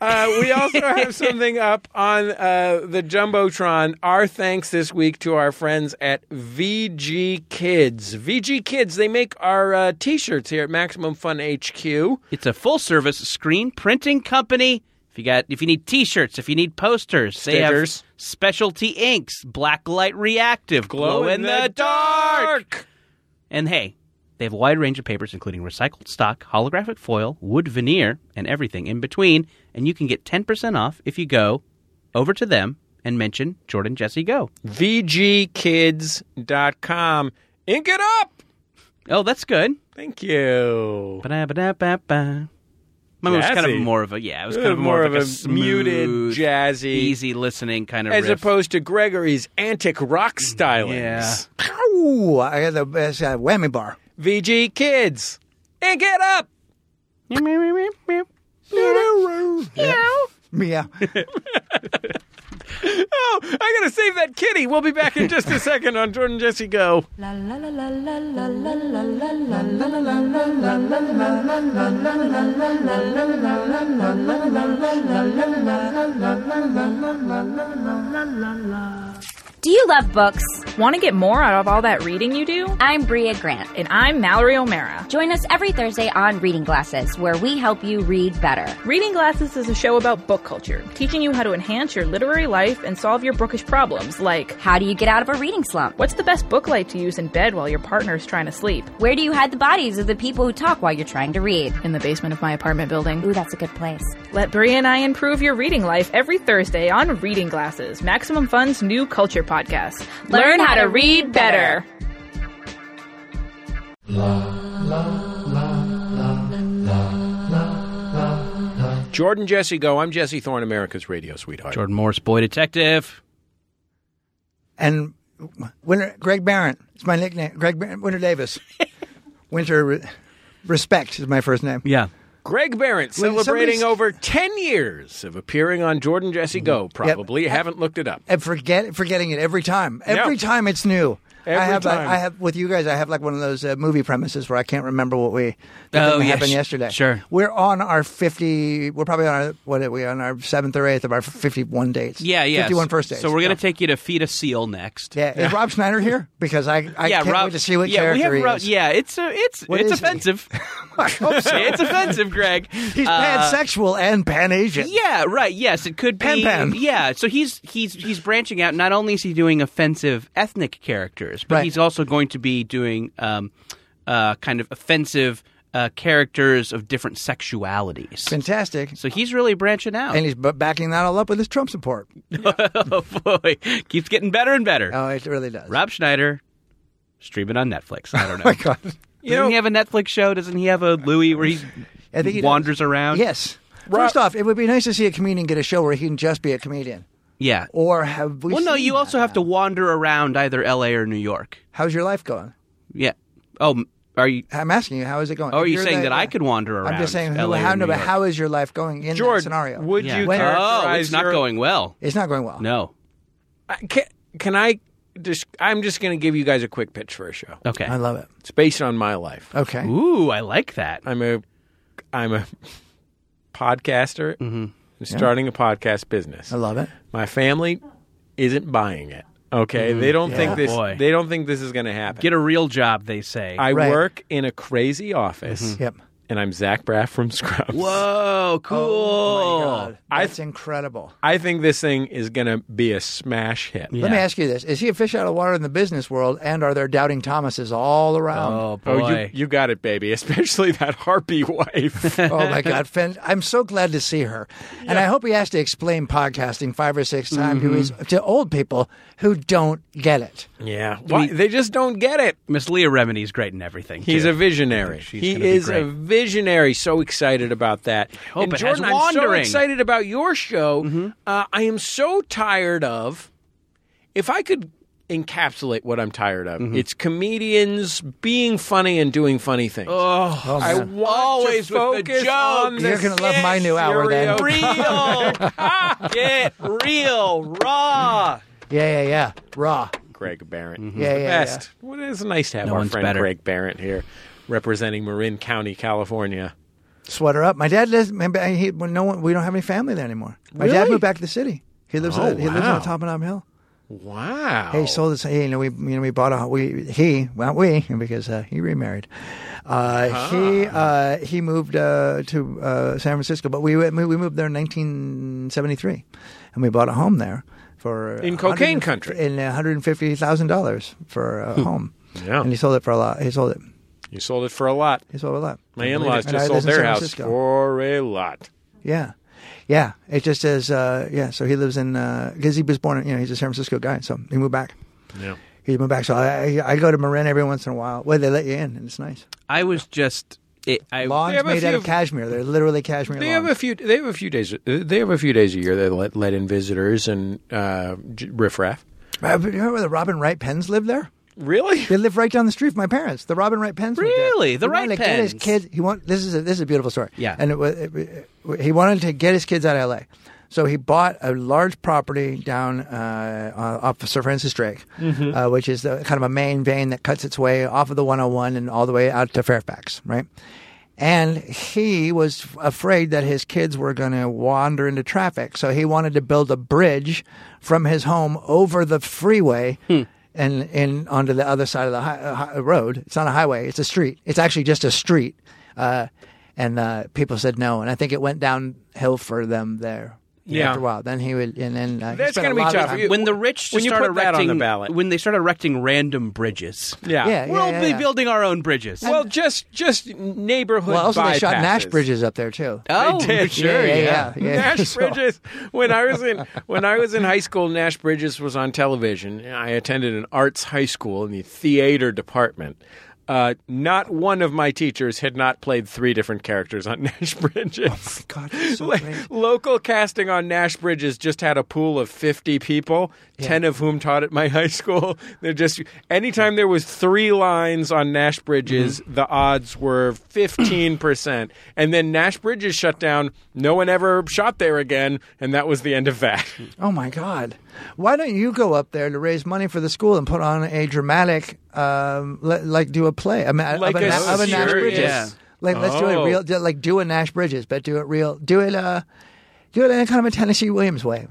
Speaker 2: Uh, we also
Speaker 3: [LAUGHS]
Speaker 2: have something up on uh, the Jumbotron. Our thanks this week to our friends at VG Kids. VG Kids, they make our uh, t shirts here at Maximum Fun HQ.
Speaker 3: It's a full service screen printing company. If you got if you need t-shirts, if you need posters, they have
Speaker 2: Stickers.
Speaker 3: specialty inks, blacklight reactive, glow, in, the, dark. And hey, they have a wide range of papers including recycled stock, holographic foil, wood veneer, and everything in between, and you can get 10% off if you go over to them and mention Jordan Jesse Go.
Speaker 2: VGKids.com. Ink it up!
Speaker 3: Oh, that's good.
Speaker 2: Thank you.
Speaker 3: Ba-da-ba-da-ba-ba. Mine was kind of
Speaker 2: Jazzy.
Speaker 3: more of a yeah, it was
Speaker 2: Uh,
Speaker 3: kind of more,
Speaker 2: more
Speaker 3: of, like
Speaker 2: of
Speaker 3: a,
Speaker 2: a muted,
Speaker 3: smooth,
Speaker 2: jazzy-
Speaker 3: easy listening kind of
Speaker 2: As
Speaker 3: riff.
Speaker 2: opposed to Gregory's antic rock stylings.
Speaker 3: Yeah.
Speaker 4: Pow! I got the best uh, whammy bar.
Speaker 2: VG Kids. Ink it up!
Speaker 3: All [LAUGHS]
Speaker 4: Meow.
Speaker 2: Oh, I gotta save that kitty. We'll be back in just a second on Jordan Jesse Go.
Speaker 1: La la la la la la la la la la la la la la la la.
Speaker 7: Do you love books?
Speaker 8: Want to get more out of all that reading you do?
Speaker 7: I'm Bria Grant.
Speaker 8: And I'm Mallory O'Mara.
Speaker 7: Join us every Thursday on Reading Glasses, where we help you read better.
Speaker 8: Reading Glasses is a show about book culture, teaching you how to enhance your literary life and solve your bookish problems, like
Speaker 7: How do you get out of a reading slump?
Speaker 8: what's the best book light to use in bed while your partner's trying to sleep?
Speaker 7: Where do you hide the bodies of the people who talk while you're trying to read?
Speaker 8: In the basement of my apartment building.
Speaker 7: Ooh, that's a good place.
Speaker 8: Let Bria and I improve your reading life every Thursday on Reading Glasses, Maximum Fun's new culture podcast. Learn, how, to read better.
Speaker 2: Jordan Jesse Go. I'm Jesse Thorne, America's radio sweetheart.
Speaker 3: Jordan Morse, boy detective.
Speaker 4: And Winter Greg Barron. It's my nickname. Greg Barron,
Speaker 3: [LAUGHS]
Speaker 4: Winter Davis. Winter Re- Respect is my first name.
Speaker 3: Yeah.
Speaker 2: Greg Barrett
Speaker 4: When
Speaker 2: celebrating
Speaker 4: somebody's-
Speaker 2: over 10 years of appearing on Jordan Jesse Go, probably. Haven't looked it up.
Speaker 4: And forget forgetting it every time. Every
Speaker 2: Yeah.
Speaker 4: time it's new.
Speaker 2: Every
Speaker 4: I have like-
Speaker 2: time.
Speaker 4: I have with you guys. I have like one of those uh, movie premises where I can't remember what we the
Speaker 3: Oh,
Speaker 4: thing that
Speaker 3: yeah,
Speaker 4: happened
Speaker 3: sh-
Speaker 4: yesterday.
Speaker 3: sure.
Speaker 4: we're on our fifty. We're probably on our what are we on our seventh or eighth of our fifty-one dates.
Speaker 3: Yeah, yeah.
Speaker 4: fifty-one first dates.
Speaker 3: So we're going to take you to feed a seal next.
Speaker 4: Yeah, is Rob Schneider here? Because I, I
Speaker 3: yeah,
Speaker 4: can't
Speaker 3: Rob,
Speaker 4: wait to see what
Speaker 3: yeah,
Speaker 4: character
Speaker 3: we have
Speaker 4: he
Speaker 3: Rob,
Speaker 4: is. [LAUGHS]
Speaker 3: Yeah, it's a, it's
Speaker 4: What
Speaker 3: it's
Speaker 4: is he? [LAUGHS]
Speaker 3: offensive. it's offensive, Greg.
Speaker 4: He's pansexual and pan-Asian.
Speaker 3: Uh, Yeah, right. Yes, it could
Speaker 4: Pan
Speaker 3: be.
Speaker 4: Pan.
Speaker 3: Yeah, so he's he's he's branching out. Not only is he doing offensive ethnic characters, but
Speaker 4: Right.
Speaker 3: he's also going to be doing um, uh, kind of offensive uh, characters of different sexualities.
Speaker 4: Fantastic.
Speaker 3: so he's really branching out.
Speaker 4: And he's b- backing that all up with his Trump support.
Speaker 3: [LAUGHS] oh boy, keeps getting better and better.
Speaker 4: Oh, it really does. [LAUGHS]
Speaker 3: Rob Schneider streaming on Netflix. I don't know.
Speaker 4: God.
Speaker 3: Doesn't he have a Netflix show? Doesn't he have a Louis where he's,
Speaker 4: [LAUGHS] I think he
Speaker 3: wanders around?
Speaker 4: Yes. First off, it would be nice to see a comedian get a show where he can just be a comedian.
Speaker 3: Yeah.
Speaker 4: Or have we?
Speaker 3: well, no,
Speaker 4: seen
Speaker 3: you
Speaker 4: that
Speaker 3: also have to
Speaker 4: now?
Speaker 3: wander around either L.A. or New York.
Speaker 4: How's your life going?
Speaker 3: Yeah. Oh, m- are you?
Speaker 4: I'm asking you, how is it going?
Speaker 3: Oh, are
Speaker 4: If
Speaker 3: you
Speaker 4: you're
Speaker 3: saying
Speaker 4: the-
Speaker 3: that I could wander around?
Speaker 4: I'm just saying, who,
Speaker 3: LA or
Speaker 4: how,
Speaker 3: New
Speaker 4: no, but
Speaker 3: York?
Speaker 4: how is your life going in
Speaker 2: Jordan,
Speaker 4: that scenario?
Speaker 2: would
Speaker 3: Yeah.
Speaker 2: you
Speaker 4: When-
Speaker 3: Oh,
Speaker 2: characterize
Speaker 3: it's not
Speaker 2: your-
Speaker 3: going well.
Speaker 4: It's not going well.
Speaker 3: No.
Speaker 2: I- Can, can I just... I'm just going to give you guys a quick pitch for a show.
Speaker 3: Okay.
Speaker 4: I love it.
Speaker 2: It's based on my life.
Speaker 4: Okay.
Speaker 3: Ooh, I like that.
Speaker 2: I'm a I'm a podcaster. Mm-hmm. I'm starting a podcast business.
Speaker 4: I love it.
Speaker 2: My family isn't buying it. Okay, they don't think this.
Speaker 3: Mm-hmm. boy.
Speaker 2: They don't think this is going to happen.
Speaker 3: Get a real job, they say.
Speaker 2: I
Speaker 4: Right.
Speaker 2: work in a crazy office,
Speaker 3: Mm-hmm.
Speaker 4: Yep.
Speaker 2: and I'm Zach Braff from Scrubs.
Speaker 3: Whoa, cool.
Speaker 4: Oh, my God.
Speaker 2: I-
Speaker 4: That's incredible.
Speaker 2: I think this thing is going to be a smash hit.
Speaker 4: Let me ask you this: Is he a fish out of water in the business world, and are there doubting Thomases all around?
Speaker 3: Oh boy.
Speaker 2: Oh, you, you got it, baby. [LAUGHS] Especially that harpy
Speaker 3: [LAUGHS]
Speaker 2: wife.
Speaker 4: Oh,
Speaker 2: [LAUGHS]
Speaker 4: my God, Finn! I'm so glad to see her, and I hope he has to explain podcasting five or six times to his
Speaker 2: Mm-hmm.
Speaker 4: to old people who don't get it.
Speaker 2: yeah, Why? they just don't get it.
Speaker 3: Miss Leah Remini's great in everything.
Speaker 2: He's
Speaker 3: too.
Speaker 2: a visionary.
Speaker 3: she's
Speaker 2: He
Speaker 3: gonna be
Speaker 2: is
Speaker 3: great.
Speaker 2: a visionary. So excited about that.
Speaker 3: hope
Speaker 2: and
Speaker 3: it has
Speaker 2: Jordan, I'm so
Speaker 3: wandering. Mm-hmm.
Speaker 2: excited about your show. Uh, I am so tired of. If I could encapsulate what I'm tired of,
Speaker 3: Mm-hmm.
Speaker 2: it's comedians being funny and doing funny things.
Speaker 4: Oh,
Speaker 2: I
Speaker 4: man.
Speaker 2: want
Speaker 3: Always
Speaker 2: to
Speaker 3: with the
Speaker 2: focus
Speaker 3: jokes.
Speaker 2: on the
Speaker 4: You're gonna love my new hour then.
Speaker 2: stereo-
Speaker 3: [LAUGHS] real. Get real, raw.
Speaker 4: yeah, yeah, yeah. Raw.
Speaker 2: Greg Barrett.
Speaker 3: Mm-hmm.
Speaker 4: Yeah,
Speaker 2: the
Speaker 4: yeah,
Speaker 2: best. Well, it's nice to have
Speaker 3: No
Speaker 2: our
Speaker 3: one's
Speaker 2: friend
Speaker 3: better.
Speaker 2: Greg Barrett here, representing Marin County, California.
Speaker 4: Sweater up. My dad lives. Remember, he, when no one, we don't have any family there anymore. My dad
Speaker 2: Really?
Speaker 4: moved back to the city. He lives.
Speaker 2: Oh,
Speaker 4: on, He lives on
Speaker 2: wow.
Speaker 4: the top of Knob Hill.
Speaker 2: Wow.
Speaker 4: Hey, sold his. Hey, you know, we you know we bought a we he well we because uh, he remarried. Uh,
Speaker 2: Ah.
Speaker 4: He uh, he moved uh, to uh, San Francisco, but we went- we moved there in 1973, and we bought a home there for
Speaker 2: In cocaine
Speaker 4: 100
Speaker 2: country. Hmm.
Speaker 4: in 150 thousand dollars for a home,
Speaker 2: Yeah.
Speaker 4: and he sold it for a lot. He sold it.
Speaker 2: You sold it for a lot.
Speaker 4: He sold it a lot.
Speaker 2: My in laws
Speaker 4: And
Speaker 2: just
Speaker 4: I
Speaker 2: sold
Speaker 4: live in
Speaker 2: their
Speaker 4: San
Speaker 2: house
Speaker 4: Francisco.
Speaker 2: for a lot.
Speaker 4: Yeah. Yeah, it just is. Uh, yeah, so he lives in because he was born. You know, he's a San Francisco guy, so he moved back.
Speaker 2: Yeah.
Speaker 4: He's moved back. So I, I I go to Marin every once in a while. Well, they let you in, and it's nice.
Speaker 3: I was just. It, I,
Speaker 4: Lawns
Speaker 2: have a
Speaker 4: made out
Speaker 2: few-
Speaker 4: of cashmere. They're literally cashmere
Speaker 2: They
Speaker 4: lawns.
Speaker 2: have a few. They have a few days. They have a few days a year they let, let in visitors and uh, j- riffraff.
Speaker 4: Uh, but you remember the Robin Wright Pens lived there?
Speaker 2: Really?
Speaker 4: They live right down the street from my parents. The Robin Wright Pens. lived there.
Speaker 3: Really? The
Speaker 4: He wanted
Speaker 3: Wright
Speaker 4: to get his
Speaker 3: Pens.
Speaker 4: kids. He want this is a, this is a beautiful story.
Speaker 3: Yeah.
Speaker 4: and it, wa- it, it, he wanted to get his kids out of L.A. So he bought a large property down uh, uh, off of Sir Francis Drake,
Speaker 3: Mm-hmm.
Speaker 4: uh, which is the, kind of a main vein that cuts its way off of the 101 and all the way out to Fairfax, right? And he was afraid that his kids were going to wander into traffic. So he wanted to build a bridge from his home over the freeway
Speaker 2: Hmm.
Speaker 4: and, and onto the other side of the hi- uh, hi- road. It's not a highway, it's a street. It's actually just a street. Uh, and uh, people said no. And I think it went downhill for them there.
Speaker 2: Yeah.
Speaker 4: After a while. Then he would, and then uh, he
Speaker 2: That's
Speaker 4: spent a
Speaker 2: gotta be
Speaker 4: lot of
Speaker 2: tough.
Speaker 4: time-
Speaker 2: You-
Speaker 3: when the rich
Speaker 2: When you
Speaker 3: start
Speaker 2: put that on
Speaker 3: erecting
Speaker 2: the ballot.
Speaker 3: when they start erecting random bridges,
Speaker 2: Yeah.
Speaker 4: Yeah.
Speaker 3: we'll be
Speaker 4: yeah.
Speaker 3: building our own bridges.
Speaker 2: Well, just just neighborhood.
Speaker 4: Well, also, they shot
Speaker 2: bypasses.
Speaker 4: Nash Bridges up there, too.
Speaker 3: oh,
Speaker 2: They did.
Speaker 3: sure,
Speaker 4: yeah,
Speaker 3: yeah.
Speaker 4: yeah. yeah, yeah.
Speaker 2: [LAUGHS] Nash
Speaker 4: So-
Speaker 2: Bridges. When I was in when I was in high school, Nash Bridges was on television. I attended an arts high school in the theater department. Uh, not one of my teachers had not played three different characters on [LAUGHS] Nash Bridges.
Speaker 4: Oh, God, it's [LAUGHS] so
Speaker 2: Like,
Speaker 4: great.
Speaker 2: local casting on Nash Bridges just had a pool of 50 people, 10 of whom taught at my [LAUGHS] high school. They're just anytime there was three lines on Nash Bridges,
Speaker 3: Mm-hmm.
Speaker 2: the odds were
Speaker 3: [COUGHS]
Speaker 2: 15%. and then Nash Bridges shut down. No one ever shot there again, and that was the end of that.
Speaker 4: Oh my God! Why don't you go up there to raise money for the school and put on a dramatic, um, le- like do a play? I mean,
Speaker 2: Like
Speaker 4: of a,
Speaker 2: a
Speaker 4: Na- of a Nash
Speaker 2: serious-
Speaker 4: Bridges.
Speaker 3: Yeah.
Speaker 4: Like let's do
Speaker 2: Oh.
Speaker 4: a real, do- like do a Nash Bridges, but do it real, do it, uh, do it in a kind of a Tennessee Williams way.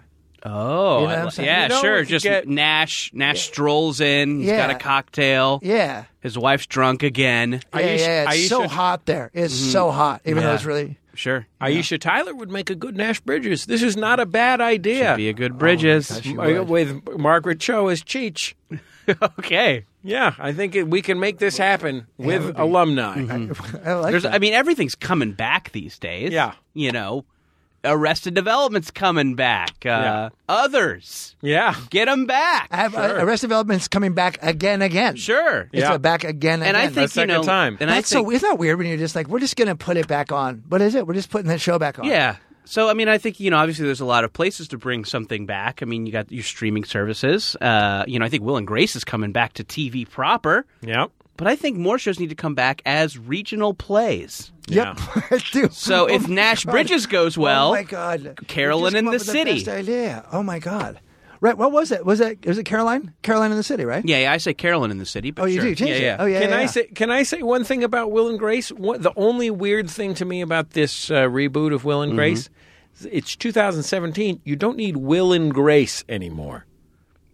Speaker 3: Oh,
Speaker 4: You know what
Speaker 3: I
Speaker 4: I'm
Speaker 3: li-
Speaker 4: saying?
Speaker 3: yeah,
Speaker 2: You know,
Speaker 3: sure.
Speaker 2: we could
Speaker 3: Just
Speaker 2: get-
Speaker 3: Nash. Nash strolls in. He's got
Speaker 4: Yeah.
Speaker 3: a cocktail.
Speaker 4: Yeah,
Speaker 3: His wife's drunk again.
Speaker 4: yeah,
Speaker 2: Aisha-
Speaker 4: yeah. It's so
Speaker 2: Aisha-
Speaker 4: hot there. It's so hot, even though
Speaker 3: Mm-hmm. Yeah.
Speaker 4: it's really. [LAUGHS]
Speaker 3: Sure,
Speaker 2: Aisha Tyler would make a good Nash Bridges. This is not a bad idea.
Speaker 3: be a
Speaker 4: Oh
Speaker 3: good Bridges. [LAUGHS]
Speaker 2: Uh, With Margaret Cho as Cheech.
Speaker 3: okay.
Speaker 2: Yeah, I think it, we can make this happen with alumni.
Speaker 3: Mm-hmm.
Speaker 4: I like
Speaker 3: There's,
Speaker 4: that.
Speaker 3: I mean, everything's coming back these days.
Speaker 2: Yeah.
Speaker 3: you know, Arrested Development's coming back. Uh,
Speaker 2: Yeah.
Speaker 3: Others,
Speaker 2: Yeah.
Speaker 3: get them back.
Speaker 4: I have, uh, Arrested Development's coming back again, again.
Speaker 3: sure.
Speaker 4: it's
Speaker 2: Yeah.
Speaker 4: a back again,
Speaker 3: And I
Speaker 4: again.
Speaker 3: think you
Speaker 2: second
Speaker 3: know,
Speaker 2: time.
Speaker 3: And
Speaker 4: That's
Speaker 3: I think,
Speaker 4: so. Isn't that weird when you're just like, we're just gonna put it back on? What is it? We're just putting that show back on.
Speaker 3: Yeah. So I mean, I think you know, obviously, there's a lot of places to bring something back. I mean, you got your streaming services. Uh, you know, I think Will and Grace is coming back to TV proper,
Speaker 2: Yep.
Speaker 3: but I think more shows need to come back as regional plays.
Speaker 4: Yep, [LAUGHS] I do.
Speaker 3: So
Speaker 4: [LAUGHS] Oh
Speaker 3: if
Speaker 4: my
Speaker 3: Nash
Speaker 4: God.
Speaker 3: Bridges goes well,
Speaker 4: oh my God,
Speaker 3: Carolyn
Speaker 4: You just
Speaker 3: in the
Speaker 4: come up with
Speaker 3: City.
Speaker 4: best idea. Oh my God, right? What was it? Was it was it Caroline? Caroline in the city, right?
Speaker 3: yeah, yeah, I say Carolyn in the city. But
Speaker 4: Oh, you
Speaker 3: sure.
Speaker 4: do change
Speaker 3: yeah,
Speaker 4: it.
Speaker 3: yeah.
Speaker 4: Oh yeah.
Speaker 2: Can
Speaker 4: yeah,
Speaker 2: I
Speaker 4: yeah.
Speaker 2: say can I say one thing about Will and Grace? What, the only weird thing to me about this uh, reboot of Will and
Speaker 4: Mm-hmm.
Speaker 2: Grace, is it's 2017. You don't need Will and Grace anymore.